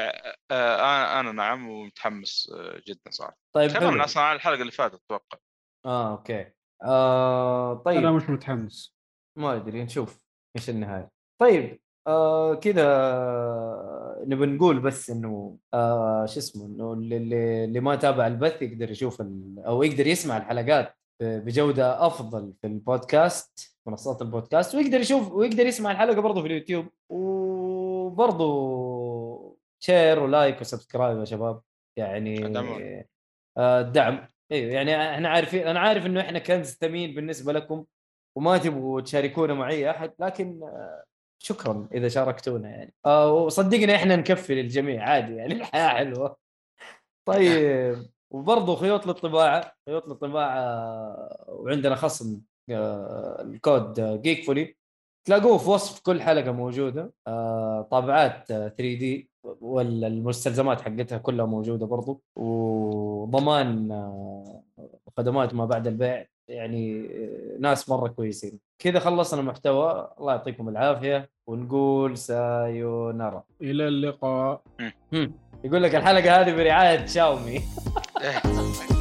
Speaker 3: آه، انا انا نعم ومتحمس آه، جدا صراحه
Speaker 2: طيب حلو.
Speaker 3: تكلمنا اصلا عن الحلقه اللي فاتت اتوقع
Speaker 2: اه اوكي آه طيب
Speaker 4: انا مش متحمس
Speaker 2: ما ادري نشوف ايش النهايه طيب آه كذا نبي نقول بس انه آه شو اسمه انه اللي- اللي, اللي ما تابع البث يقدر يشوف ال- او يقدر يسمع الحلقات بجوده افضل في البودكاست منصات البودكاست ويقدر يشوف ويقدر يسمع الحلقه برضه في اليوتيوب وبرضه شير ولايك وسبسكرايب يا شباب يعني
Speaker 3: دعمونا.
Speaker 2: آه، الدعم ايوه يعني احنا عارفين انا عارف انه احنا كنز ثمين بالنسبه لكم وما تبغوا تشاركونا مع اي احد لكن آه، شكرا اذا شاركتونا يعني آه، وصدقني احنا نكفي للجميع عادي يعني الحياه حلوه طيب وبرضه خيوط للطباعه خيوط للطباعه آه، وعندنا خصم آه، الكود جيك فولي تلاقوه في وصف كل حلقه موجوده آه، طابعات 3 دي ولا المستلزمات حقتها كلها موجوده برضو وضمان آه، خدمات ما بعد البيع يعني آه، ناس مره كويسين كذا خلصنا المحتوى الله يعطيكم العافيه ونقول سايونارا
Speaker 4: الى اللقاء
Speaker 2: يقول لك الحلقه هذه برعايه شاومي
Speaker 3: إيه.